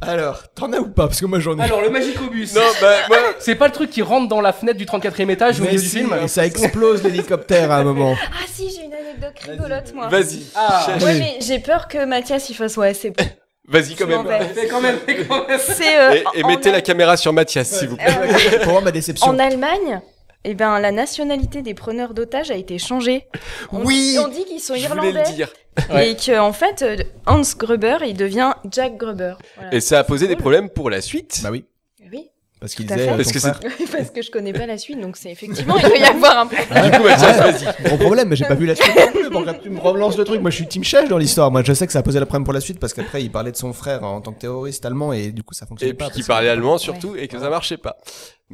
S2: Alors, t'en as ou pas Parce que moi j'en ai.
S4: Alors, le Magicobus.
S1: non, bah, moi,
S4: C'est pas le truc qui rentre dans la fenêtre du 34e étage au
S2: Mais
S4: milieu du
S2: si,
S4: film.
S2: et ça explose l'hélicoptère à un moment.
S3: Ah si, j'ai une anecdote rigolote, moi.
S1: vas-y.
S4: Ah.
S1: cherche.
S3: Ouais, mais j'ai peur que Mathias il fasse ouais, c'est bon.
S1: Vas-y, quand
S3: Je m'en
S1: même.
S3: vais.
S4: C'est quand même, c'est quand même.
S3: C'est euh,
S1: Et, et
S3: en-
S1: mettez
S3: en
S1: la caméra sur Mathias, s'il vous plaît.
S2: Pour moi, ma déception.
S3: En Allemagne, eh ben, la nationalité des preneurs d'otages a été changée. On,
S1: Oui
S3: on dit qu'ils sont
S1: Je voulais le
S3: irlandais
S1: dire.
S4: Ouais.
S3: et que en fait euh, Hans Gruber il devient Jack Gruber. Voilà.
S1: Et ça a posé des problèmes pour la suite.
S2: Bah oui,
S3: Oui,
S2: parce qu'il
S3: Tout à
S2: disait.
S3: fait.
S2: euh,
S1: Parce
S2: ton
S1: que
S2: frère-
S3: oui, parce que je connais pas la suite donc c'est effectivement il doit y avoir un problème.
S1: Du coup, Mathias,
S2: Ah,
S1: vas-y.
S2: Gros problème, mais j'ai pas vu la suite non plus. Bon, quand tu me relances le truc, moi je suis Team Chef dans l'histoire. Moi je sais que ça a posé le problème pour la suite parce qu'après il parlait de son frère en tant que terroriste allemand et du coup ça fonctionnait
S1: Et
S2: pas.
S1: puis qui
S2: parce que-
S1: parlait allemand surtout et que ça marchait pas.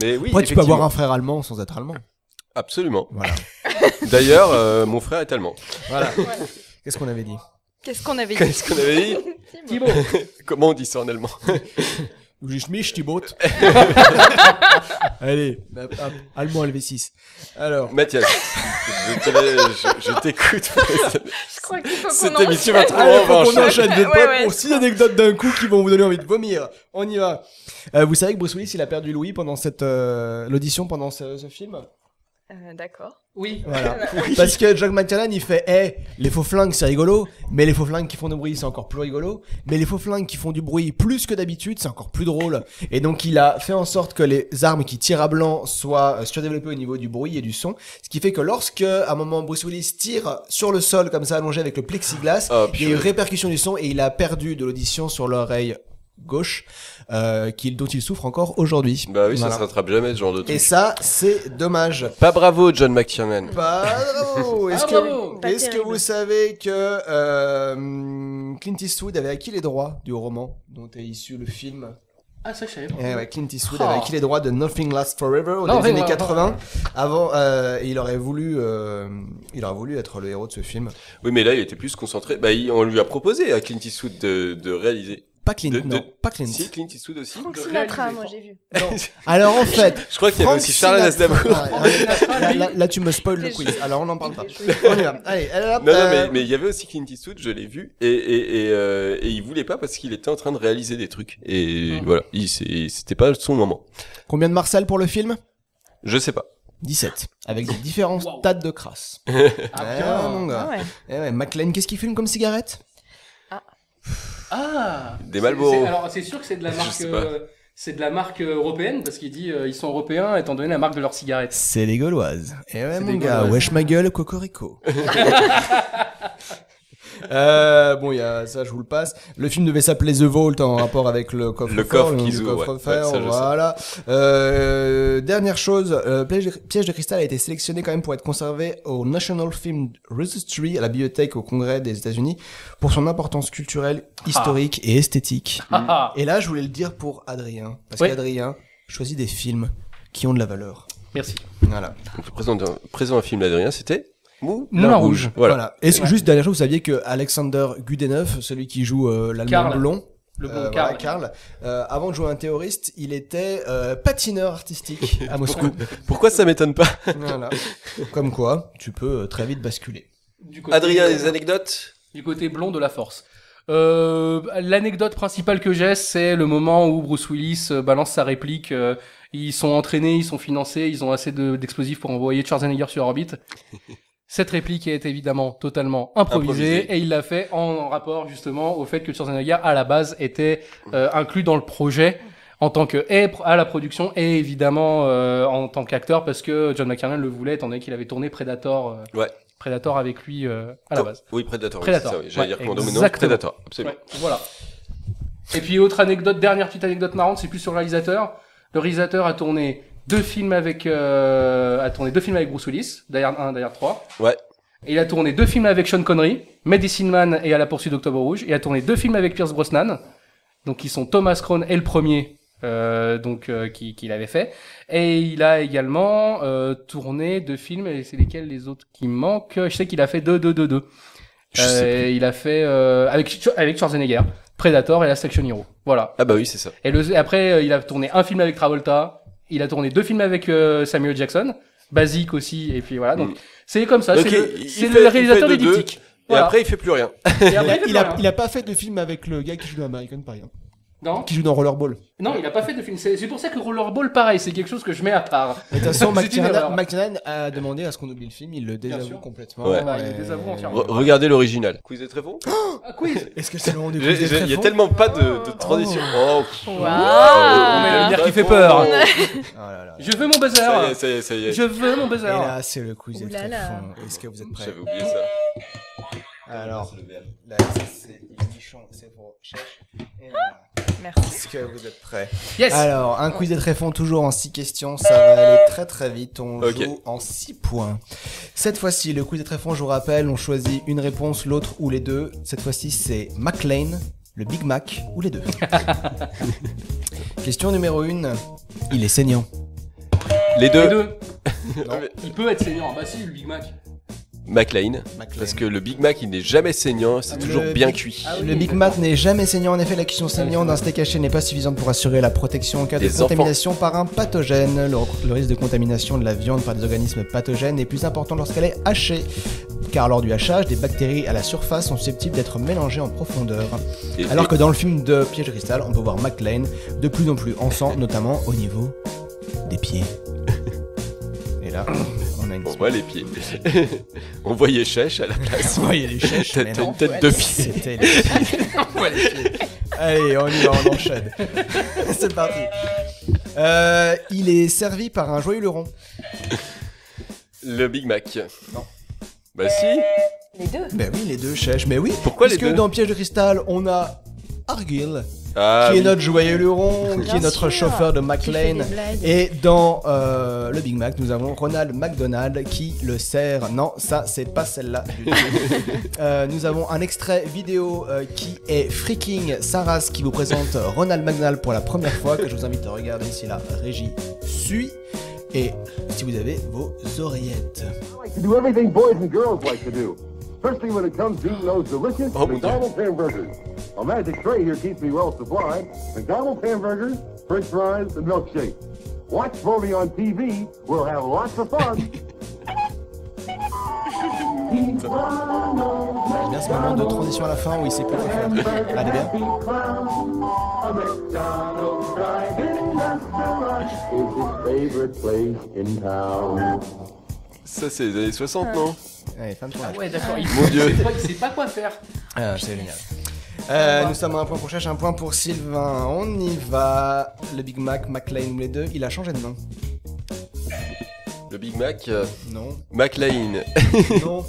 S1: Mais oui,
S2: Après, tu peux avoir
S1: effectivement.
S2: un frère allemand sans être allemand.
S1: Absolument.
S2: Voilà.
S1: D'ailleurs, euh, mon frère est allemand.
S2: voilà. Qu'est-ce qu'on avait dit
S3: Qu'est-ce qu'on avait dit
S1: Qu'est-ce qu'on avait dit
S4: Thibaut.
S1: Comment on dit ça en allemand
S2: Juste mich, Thibaut. Allez, Bah, hop, hop, allemand LV6. Alors,
S1: Mathias, je te la- je- je t'écoute.
S3: Je crois qu'il faut
S1: Cette
S3: qu'on en
S1: émission va trop loin,
S2: Allez,
S1: on va
S2: faut qu'on
S1: enchaîner.
S2: enchaîne des
S3: Ouais,
S2: potes
S3: ouais.
S2: pour six anecdotes d'un coup qui vont vous donner envie de vomir. On y va. Euh, vous savez que Bruce Willis il a perdu Louis pendant cette euh, l'audition pendant ce, ce film.
S3: Euh, D'accord.
S4: Oui.
S2: Voilà. Parce que Jack McTiernan il fait, eh, les faux flingues c'est rigolo, mais les faux flingues qui font du bruit c'est encore plus rigolo, mais les faux flingues qui font du bruit plus que d'habitude c'est encore plus drôle. Et donc il a fait en sorte que les armes qui tirent à blanc soient euh, surdéveloppées au niveau du bruit et du son, ce qui fait que lorsque à un moment Bruce Willis tire sur le sol comme ça allongé avec le plexiglas,
S1: Oh,
S2: il y a eu
S1: purée.
S2: répercussion du son et il a perdu de l'audition sur l'oreille gauche, euh, qu'il- dont il souffre encore aujourd'hui.
S1: Bah oui, ça
S2: Voilà.
S1: se rattrape jamais ce genre de
S2: Et
S1: truc.
S2: ça c'est dommage.
S1: Pas bravo, John McTiernan.
S2: Pas bravo. Est-ce
S4: Ah, bravo.
S2: que,
S3: Pas
S2: est-ce que
S3: terrible.
S2: vous savez que euh, Clint Eastwood avait acquis les droits du roman dont est issu le film
S4: Ah, ça, je savais pas.
S2: Eh ouais, Clint Eastwood
S4: Oh.
S1: Ah.
S2: avait acquis les droits de Nothing Lasts Forever au
S4: Non,
S2: début des années
S4: ouais,
S2: 80. Avant, euh, il aurait voulu, euh, il aurait voulu être le héros de ce film.
S1: Oui, mais là, il était plus concentré. Bah, il- on lui a proposé à Clint Eastwood de, de réaliser.
S2: Pas Clint,
S1: De- de-
S2: non, pas Clint.
S1: Si, Clint Eastwood aussi.
S3: Frank
S4: Le
S3: Sinatra,
S4: réaliser.
S3: moi j'ai vu.
S2: Alors en fait,
S1: Je crois qu'il y avait
S2: Frank
S1: aussi Charles
S2: Sinatra.
S1: Aznavour.
S2: Ouais, là, là- là, tu me spoil le
S3: C'est
S2: quiz.
S3: juste.
S2: Alors on n'en parle pas. On y va. Allez, allez, hop,
S1: Non, non,
S2: euh,
S1: mais mais il y avait aussi Clint Eastwood, je l'ai vu, et, et, et, euh, et il voulait pas parce qu'il était en train de réaliser des trucs. Et
S4: Hmm.
S1: voilà, il s'est- c'était pas son moment.
S2: Combien de Marcel pour le film
S1: Je sais pas.
S2: 17. Avec des différents
S4: Wow.
S2: stades de crasse.
S4: Ah,
S2: Ah,
S4: bien.
S2: mon gars.
S3: Ah ouais.
S2: Eh ouais, McLean, qu'est-ce qu'il fume comme cigarette
S4: Ah.
S1: Des
S4: C'est-
S1: Marlboro.
S4: Ah. c'est- Alors, c'est sûr que c'est de la
S1: Je
S4: marque.
S1: sais pas.
S4: euh, C'est de la marque européenne parce qu'il dit euh, ils sont européens étant donné la marque de leurs cigarettes.
S2: C'est les Gauloises. Eh ouais,
S4: C'est
S2: mon
S4: des
S2: gars,
S4: Gauloises.
S2: wesh ma gueule, cocorico. Euh, bon, il y a ça, je vous le passe. Le film devait s'appeler The Vault en rapport avec le coffre.
S1: Le coffre
S2: qui
S1: qu'ils ouvrent, ouais.
S2: fer,
S1: Ouais, ça, je sais.
S2: voilà. Euh, dernière chose, euh, Piège, Piège de cristal a été sélectionné quand même pour être conservé au National Film Registry, à la bibliothèque au Congrès des États-Unis, pour son importance culturelle,
S1: Ah.
S2: historique et esthétique.
S1: Mm.
S4: Ah.
S2: Et là, je voulais le dire pour Adrien, parce
S4: Oui.
S2: qu'Adrien choisit des films qui ont de la valeur.
S4: Merci.
S2: Voilà.
S1: Donc, le présent, d'un- présent un film d'Adrien, c'était
S2: Moulin
S1: Moulin
S2: Rouge.
S1: Voilà.
S2: Et c'est juste dernière chose, vous saviez que Alexander Gudenov, celui qui joue euh, l'allemand
S4: Karl.
S2: blond,
S4: Le blond
S2: euh,
S4: Karl.
S2: voilà, Karl, euh, avant de jouer un terroriste, il était euh, patineur artistique à Moscou.
S1: Pourquoi, pourquoi ça m'étonne pas
S2: Voilà. Comme quoi, tu peux euh, très vite basculer.
S4: Du côté-
S1: Adrien, des anecdotes
S4: Du côté blond de la force. Euh, L'anecdote principale que j'ai, c'est le moment où Bruce Willis euh, balance sa réplique. euh, ils sont entraînés, ils sont financés, ils ont assez de- d'explosifs pour envoyer Schwarzenegger sur orbite. Cette réplique est évidemment totalement improvisée,
S1: Improvisée.
S4: et il l'a fait en rapport justement au fait que Schwarzenegger à la base était euh, inclus dans le projet en tant que et pro- à la production et évidemment euh, en tant qu'acteur parce que John McTiernan le voulait étant donné qu'il avait tourné Predator euh,
S1: Ouais.
S4: Predator avec lui euh, à la
S1: Oh,
S4: base.
S1: Oui, Predator. oui,
S4: Predator.
S1: c'est ça, oui. J'allais
S4: Ouais,
S1: dire Commando, mais non,
S4: exactement.
S1: Predator, absolument.
S4: Ouais, voilà. Et puis autre anecdote, dernière petite anecdote marrante, c'est plus sur le réalisateur. Le réalisateur a tourné deux films avec euh, a tourné deux films avec Bruce Willis, d'ailleurs 1, d'ailleurs 3.
S1: Ouais.
S4: Et il a tourné deux films avec Sean Connery, Medicine Man et À la poursuite d'Octobre Rouge. Et il a tourné deux films avec Pierce Brosnan, donc qui sont Thomas Crown et le premier, euh, donc euh, qui qu'il avait fait. Et il a également euh, tourné deux films, et c'est lesquels les autres qui me manquent Je sais qu'il a fait deux, deux, deux, deux.
S1: Je sais
S4: Euh, il a fait euh, avec avec Schwarzenegger, Predator et la Section Hero. Voilà.
S1: Ah bah oui, c'est ça.
S4: Et le, après, euh, il a tourné un film avec Travolta. Il a tourné deux films avec euh, Samuel Jackson, basique aussi. Et puis voilà. Donc
S1: Mm.
S4: c'est comme ça.
S1: Ok,
S4: c'est le,
S1: il
S4: c'est
S1: fait-
S4: le
S1: il
S4: réalisateur
S1: fait
S4: des
S1: de deux,
S4: diptyques.
S1: Et
S4: Voilà.
S1: après, il fait plus rien.
S4: Et après,
S2: Il a,
S4: voilà.
S2: il a pas fait de film avec le gars qui joue dans American Pie, hein,
S4: Non,
S2: qui joue dans Rollerball.
S4: non, il a pas fait de film. C'est c'est pour ça que Rollerball, pareil, c'est quelque chose que je mets à part.
S2: Mais de toute façon,
S4: C'est une erreur.
S2: McTiernan McTiernan a demandé à ce qu'on oublie le film, il le désavoue
S4: sûr.
S2: complètement.
S1: Ouais.
S4: Ah, il le désavoue entièrement.
S1: Re- regardez l'original. Quiz est très bon
S4: Ah, quiz.
S2: Est-ce que c'est le rendez-vous des
S1: Il y a
S2: tréfonds
S1: tellement pas de, de transition. Oh, Bah, pff.
S3: Waouh
S4: va dire qu'il fait peur.
S2: Oh là là.
S4: Je veux mon
S1: Ça y est,
S4: buzzer.
S1: ça y est, ça y est.
S4: Je veux mon
S2: Et
S4: buzzer.
S2: là, c'est le quiz des
S3: Ouh là là.
S2: tréfonds. Est-ce que vous êtes prêts
S1: J'avais oublié ça.
S2: Alors, là, c'est nichon, c'est pour Chef. Et voilà.
S3: Merci.
S2: Est-ce que vous êtes prêts
S4: Yes.
S2: Alors, un quiz des tréfonds toujours en 6 questions, ça va aller
S3: Euh.
S2: très très vite, on
S1: Ok.
S2: joue en 6 points. Cette fois-ci, le quiz des tréfonds, je vous rappelle, on choisit une réponse, l'autre ou les deux. Cette fois-ci, c'est McLean, le Big Mac ou les deux. Question numéro 1, il est saignant.
S1: Les
S4: Les
S1: deux,
S4: deux.
S2: Non,
S4: Il peut être senior. Bah si, le Big Mac.
S1: McLean.
S2: McLean.
S1: Parce que le Big Mac, il n'est jamais saignant, c'est
S2: Le
S1: toujours bien
S2: Big-
S1: cuit.
S4: Ah oui.
S2: Le Big Mac n'est jamais saignant. En effet, la cuisson saignante d'un steak haché n'est pas suffisante pour assurer la protection en cas de
S1: Des enfants.
S2: contamination par un pathogène. Le, le risque de contamination de la viande par des organismes pathogènes est plus important lorsqu'elle est hachée, car lors du hachage, des bactéries à la surface sont susceptibles d'être mélangées en profondeur.
S1: Et-
S2: Alors que dans le film de Piège de cristal, on peut voir McLean de plus en plus en sang, notamment au niveau des pieds. Et là, on a une
S1: On voit les pieds. On voyait Chèche à la place.
S2: Ouais, il y a les chèches,
S1: T'as
S2: mais
S1: t'as
S2: non.
S1: une tête de pied.
S2: C'était les filles. Allez, on y va, on enchaîne. C'est parti. Euh, il est servi par un joyeux luron.
S1: Le Big Mac. Non. Bah si.
S3: Les deux.
S2: Ben oui, les deux chèches, mais oui.
S1: Pourquoi les
S2: Parce que
S1: deux
S2: dans Piège de cristal, on a Argyle,
S1: Ah,
S2: qui est
S1: oui.
S2: notre joyeux luron, qui
S3: Bien
S2: est notre
S3: sûr.
S2: chauffeur de
S3: Qui fait des
S2: McLean.
S3: blagues.
S2: Et dans euh, le Big Mac, nous avons Ronald McDonald qui le sert. Non, ça, c'est pas celle-là. du tout. Euh, nous avons un extrait vidéo euh, qui est Freaking Saras qui vous présente Ronald McDonald pour la première fois, que je vous invite à regarder si la régie suit. Et si vous avez vos oreillettes.
S12: to do everything boys and girls like to do. First thing when it comes to eating those delicious
S1: Oh, my God.
S12: McDonald's hamburgers. A magic tray here keeps me well supplied. McDonald's hamburgers, french fries, and milkshakes. Watch for me on TV. We'll have lots of fun.
S2: J'aime bien ce moment de transition à la fin où il sait plus quoi faire. Allez bien.
S12: It's his favorite place in town.
S1: Ça, c'est les années 60, non
S2: Allez, fin de tournage.
S4: Ouais, d'accord.
S1: Mon Dieu.
S4: Il sait pas- il sait pas quoi faire.
S2: Ah, c'est génial. Ah, Euh, nous sommes à un point pour Cherche, un point pour Sylvain. On y va. Le Big Mac, McLean, les deux, il a changé de nom.
S1: Le Big Mac euh,
S2: Non.
S1: McLean.
S2: Non.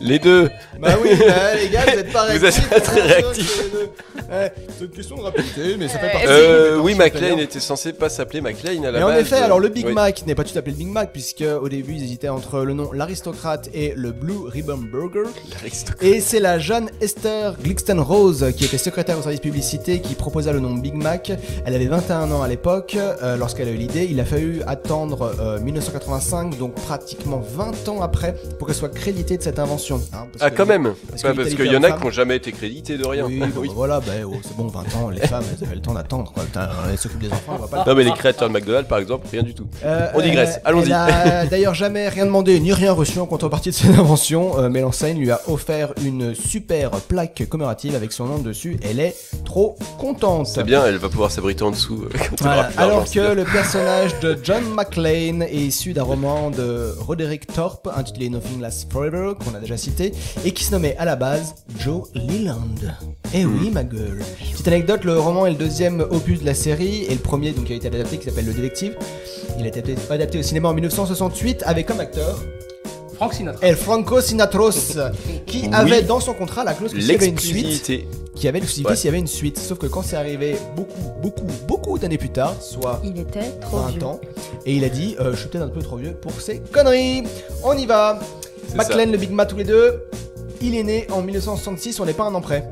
S1: Les deux.
S2: Bah oui, bah, les gars, vous êtes pas
S1: Vous êtes
S2: réactifs,
S1: pas très
S2: hein, sur-
S1: réactifs.
S2: sur les deux. Ouais, c'est une question de rapidité, mais ça fait partie.
S1: Euh, oui,
S2: des compétences
S1: McLean
S2: supérieures.
S1: était censé pas s'appeler McLean à la
S2: Mais en
S1: base. euh,
S2: effet, alors le Big
S1: Oui.
S2: Mac n'est pas tout à fait le Big Mac, puisque au début ils hésitaient entre le nom l'aristocrate et le Blue Ribbon Burger.
S1: L'aristocrate.
S2: Et c'est la jeune Esther Glixton Rose, qui était secrétaire au service publicité, qui proposa le nom Big Mac. Elle avait 21 ans à l'époque, euh, lorsqu'elle a eu l'idée. Il a fallu attendre euh, 1985, donc pratiquement 20 ans après, pour qu'elle soit créditée de cette invention. hein, parce
S1: Ah,
S2: que-
S1: quand même.
S2: parce que
S1: Bah, Parce
S2: l'Italie
S1: qu'il
S2: fait
S1: y en a
S2: femme.
S1: qui n'ont jamais été crédités de rien.
S2: Oui, bon, bah, voilà, bah, oh, c'est bon, 20 ans, les femmes, elles avaient le temps d'attendre. quoi. Putain, Elles s'occupent des enfants, on va pas le
S1: Non, mais les créateurs de McDonald's, par exemple, rien du tout.
S2: euh,
S1: On digresse,
S2: euh,
S1: allons-y.
S2: Elle a d'ailleurs jamais rien demandé ni rien reçu en contrepartie de cette invention, euh, mais l'enseigne lui a offert une super plaque commémorative avec son nom dessus. Elle est trop contente.
S1: C'est Eh bien, elle va pouvoir s'abriter en dessous euh, quand elle aura
S2: Voilà.
S1: plus
S2: Alors
S1: d'argent, c'est
S2: que
S1: bien.
S2: le personnage de John McClane est issu d'un roman de Roderick Thorpe intitulé Nothing Lasts Forever, qu'on a déjà cité, et qui se nommait à la base Joe Leland. Eh oui,
S1: Hmm.
S2: ma gueule. Petite anecdote, le roman est le deuxième opus de la série, et le premier donc, qui a été adapté, qui s'appelle Le Détective. Il a été adapté- adapté au cinéma en 1968 avec comme acteur
S4: Frank Sinatra.
S2: El Franco Sinatros, qui
S1: Oui.
S2: avait dans son contrat la clause que s'il y avait une suite,
S1: L'exclusivité.
S2: qui avait l'exclusivité
S1: Ouais.
S2: s'il y avait une suite. Sauf que quand c'est arrivé beaucoup, beaucoup, beaucoup d'années plus tard, soit
S3: Il était trop
S2: 20
S3: vieux.
S2: ans, et il a dit euh, Je suis peut-être un peu trop vieux pour ces conneries. On y va
S1: C'est
S2: McLean,
S1: ça.
S2: le Big Mac, tous les deux. Il est né en 1966, on n'est pas un an près.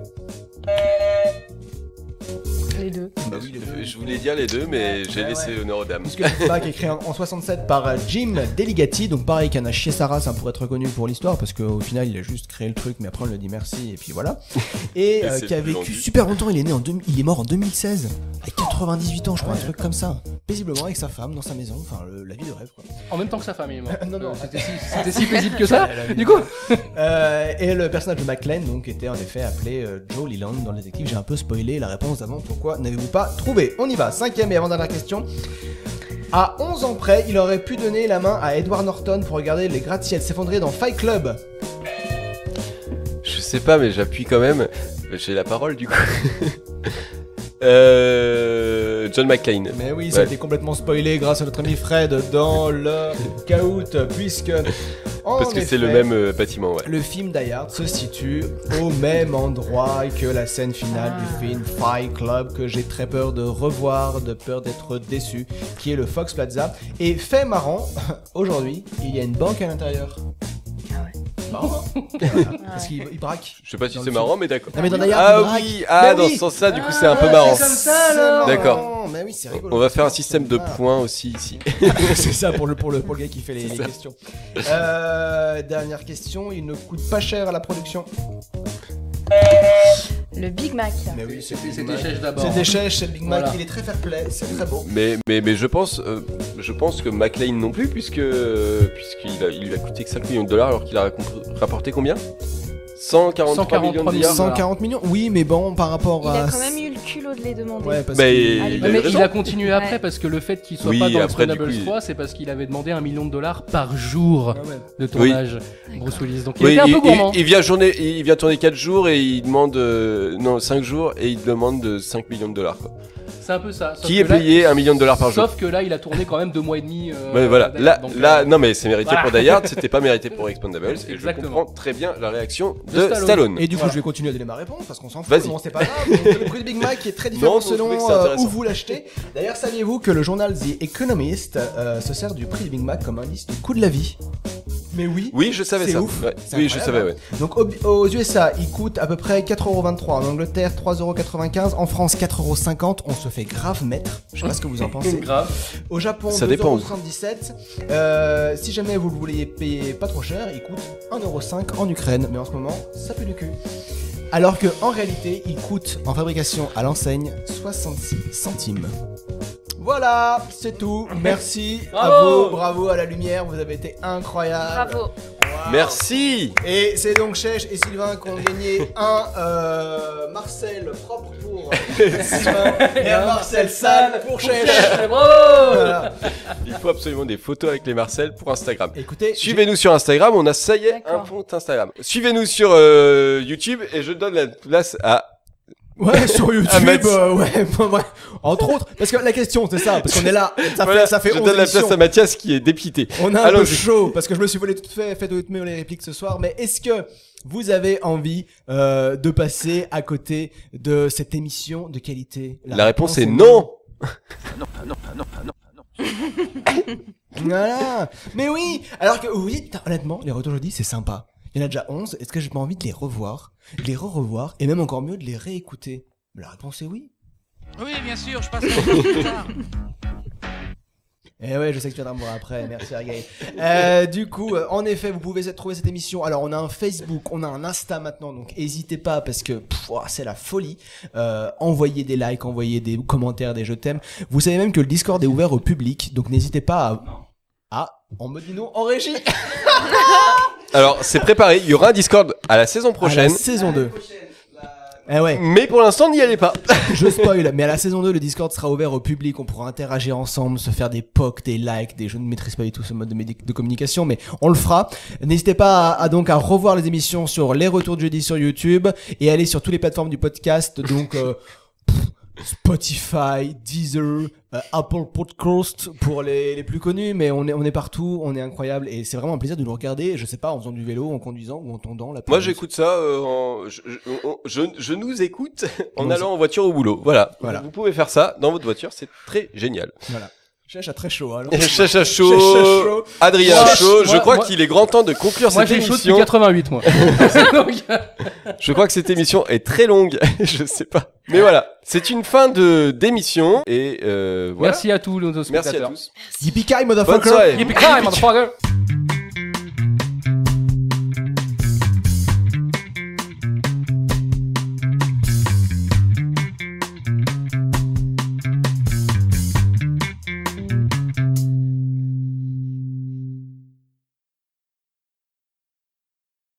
S3: Les deux.
S1: Ah euh, Je voulais dire les deux, mais j'ai laissé honneur aux dames.
S2: Puisque le Big Mac est créé en en 67 par euh, Jim Deligati, donc pareil qu'un a chier sa race hein, pour être connu pour l'histoire, parce qu'au final il a juste créé le truc, mais après on lui a dit merci, et puis voilà. Et
S1: Et
S2: euh,
S1: c'est
S2: qui a
S1: plus
S2: vécu
S1: vendu.
S2: super longtemps, il est né en deux- il est mort en 2016, à 98 ans je crois, un truc comme ça, paisiblement avec sa femme dans sa maison, enfin le- la vie de rêve quoi.
S4: En même temps que sa famille est morte.
S2: Non, non.
S4: Euh, C'était si, c'était si paisible que ça. Du coup,
S2: Euh, et le personnage de McLean donc était en effet appelé euh, Joe Leland dans les équipes. J'ai un peu spoilé la réponse d'avant. Pourquoi n'avez-vous pas trouvé On y va. Cinquième et avant-dernière question. À 11 ans près, il aurait pu donner la main à Edward Norton pour regarder les gratte-ciels s'effondrer dans Fight Club.
S1: Je sais pas, mais j'appuie quand même. J'ai la parole du coup. Euh, John McCain.
S2: Mais oui, ça a
S1: Ouais.
S2: été complètement spoilé grâce à notre ami Fred dans le Caout, puisque. en
S1: Parce que c'est le
S2: effet,
S1: même euh, bâtiment, ouais.
S2: Le film Die Hard se situe au même endroit que la scène finale du film Fight Club que j'ai très peur de revoir, de peur d'être déçu, qui est le Fox Plaza. Et fait marrant, aujourd'hui, il y a une banque à l'intérieur. Marrant, hein Voilà. Parce qu'il il braque.
S1: Je sais pas si
S2: Dans
S1: c'est
S2: le
S1: marrant, mais d'accord.
S2: Non, mais dans Die Hard, il
S1: Ah
S2: braque.
S1: oui, ah,
S2: Mais
S1: dans
S2: oui
S1: ce sens-là, du coup, c'est
S2: Ah,
S1: un peu marrant.
S2: c'est comme ça, alors.
S1: D'accord.
S2: Mais oui, c'est rigolo. Ah.
S1: On va faire un système de points aussi ici.
S2: c'est ça pour le, pour, le, pour le gars qui fait les,
S1: C'est
S2: les
S1: ça.
S2: questions. Euh, dernière question, il ne coûte pas cher à la production.
S3: Le Big Mac.
S2: Mais oui, c'est
S4: Big C'était Mac. chèche d'abord.
S2: C'était chèche, c'est Big Mac,
S4: Voilà.
S2: il est très fair-play, c'est très beau.
S1: Mais, mais, mais je pense, euh, je pense que McLean non plus, puisque euh, puisqu'il a, il lui a coûté que 5 millions de dollars alors qu'il a raccom- rapporté combien 143,
S4: 143
S1: millions de
S4: millions.
S1: dollars.
S2: 140 millions Oui, mais bon, par rapport
S3: Il
S2: à...
S3: a quand même eu le culot de les demander.
S2: Ouais, parce
S1: Mais
S2: que-
S1: il
S4: Non,
S1: avait
S4: Ah, mais
S1: raison.
S4: il a continué après
S3: Ouais.
S4: parce que le fait qu'il soit
S1: Oui,
S4: pas dans
S1: après, du
S4: Expendables
S1: coup, il-
S4: 3, c'est parce qu'il avait demandé un million de dollars par jour
S2: Ah ouais.
S4: de tournage, Bruce Willis. Donc il
S1: Oui,
S4: était un
S1: il,
S4: peu gourmand.
S1: il- il vient journer- il vient tourner 4 jours et il demande euh, non 5 jours et il demande de 5 millions de dollars. quoi.
S4: C'est un peu ça. Sauf
S1: Qui
S4: que
S1: est
S4: là-
S1: payé 1 million de dollars par jour
S4: Sauf que là, il a tourné quand même deux mois et demi. euh,
S1: Ouais, voilà.
S4: d'ailleurs.
S1: Là,
S4: Donc,
S1: là,
S4: euh,
S1: non mais c'est mérité
S4: voilà.
S1: pour Die Hard, c'était pas mérité pour Expendables. Et je
S4: Exactement.
S1: comprends très bien la réaction de,
S4: De Stallone.
S1: Stallone.
S2: Et du coup,
S4: Voilà.
S2: je vais continuer à donner ma réponse parce qu'on s'en fout.
S1: Vas-y.
S2: Bon, c'est pas grave. Donc, le prix du Big Mac est très différent
S1: Non, non, je trouvais que
S2: selon
S1: c'est
S2: euh,
S1: intéressant.
S2: où vous l'achetez. D'ailleurs, saviez-vous que le journal The Economist euh, se sert du prix du Big Mac comme indice du coût de la vie Mais oui.
S1: Oui, je savais
S2: C'est
S1: ça.
S2: ouf.
S1: Ouais.
S2: C'est
S1: Oui, je
S2: incroyable,
S1: savais.
S2: hein.
S1: Ouais.
S2: Donc au- aux USA, il coûte à peu près 4,23€. En Angleterre, 3,95€. En France, 4,50€. On se fait grave mettre. Je sais pas ce que vous en pensez.
S4: grave.
S2: Au Japon,
S1: Ça dépend où.
S2: 2,77€. Euh, si jamais vous le voulez payer pas trop cher, il coûte 1,5€ en Ukraine. Mais en ce moment, ça pue du cul. Alors que en réalité, il coûte en fabrication à l'enseigne 66 centimes. Voilà, c'est tout. Merci à
S4: Bravo.
S2: vous, bravo à la lumière, vous avez été incroyables.
S3: Bravo.
S2: Wow.
S1: Merci.
S2: Et c'est donc Chèche et Sylvain qui ont gagné un euh, Marcel propre pour Sylvain et un Marcel sale pour Chèche. Voilà.
S1: Il faut absolument des photos avec les Marcel pour Instagram.
S2: Écoutez,
S1: Suivez-nous sur Instagram, on a ça y est un
S3: D'accord.
S1: compte Instagram. Suivez-nous sur euh, YouTube et je donne la place à
S2: Ouais, sur
S1: À
S2: YouTube,
S1: Mats.
S2: euh, ouais, bah, ouais. entre autres. Parce que la question, c'est ça, parce qu'on est là, ça
S1: Voilà,
S2: fait, ça fait
S1: je
S2: 11
S1: donne la place
S2: émissions.
S1: à Mathias qui est dépité.
S2: On a un peu
S1: Allons-y.
S2: chaud parce que je me suis volé tout fait, fait de mes répliques ce soir. Mais est-ce que vous avez envie euh, de passer à côté de cette émission de qualité
S1: La réponse est non.
S9: Non, non, non, non.
S2: Voilà. Mais oui. Alors que oui, putain, honnêtement, les retours jeudi, c'est sympa. Il y en a déjà 11. Est-ce que j'ai pas envie de les revoir, de les re-revoir et même encore mieux de les réécouter La réponse est oui.
S9: Oui, bien sûr, je passe
S2: Eh ouais, je sais que tu viendras me voir après. Merci, Sergei. Euh, du coup, euh, en effet, vous pouvez trouver cette émission. Alors, on a un Facebook, on a un Insta maintenant, donc n'hésitez pas parce que pff, ouah, c'est la folie. Euh, envoyez des likes, envoyez des commentaires, des je t'aime. Vous savez même que le Discord est ouvert au public, donc n'hésitez pas à. Ah, on me dit non en régie
S1: Alors, c'est préparé. Il y aura un Discord à la saison prochaine.
S2: À la saison 2. Eh ouais.
S1: Mais pour l'instant, n'y allez pas.
S2: Je spoil, mais à la saison 2, le Discord sera ouvert au public. On pourra interagir ensemble, se faire des pocs, des likes, des. Je ne maîtrise pas du tout ce mode de, médi- de communication, mais on le fera. N'hésitez pas à, à donc à revoir les émissions sur les retours de jeudi sur YouTube et aller sur toutes les plateformes du podcast. Donc. euh, pff, Spotify, Deezer, euh, Apple Podcast pour les, les plus connus, mais on est, on est partout, on est incroyable et c'est vraiment un plaisir de nous regarder, je sais pas, en faisant du vélo, en conduisant ou en tendant la
S1: Moi,
S2: pelouse.
S1: j'écoute ça. euh, en- je, je- on- je- je nous écoute en
S2: Moi
S1: allant en voiture au boulot. Voilà.
S2: Voilà.
S1: Vous pouvez faire ça dans votre voiture. C'est très génial.
S2: Voilà. Cherche à très chaud, alors.
S1: Chacha chaud,
S2: Cherche à chaud.
S1: Adrien
S4: Moi,
S1: chaud. Je
S4: moi,
S1: crois
S4: moi-
S1: qu'il est grand temps de conclure
S4: Moi,
S1: cette
S4: j'ai chaud depuis
S1: émission.
S4: 88, moi. Donc,
S1: Je crois que cette émission est très longue. je sais pas. Mais voilà. C'est une fin de d'émission et euh, voilà.
S4: Merci à tous nos
S1: Merci à
S4: spectateurs.
S1: tous.
S2: Yippee-ki-yay,
S1: Bonne soirée.
S2: motherfucker!
S4: Yippee-ki-yay, motherfucker.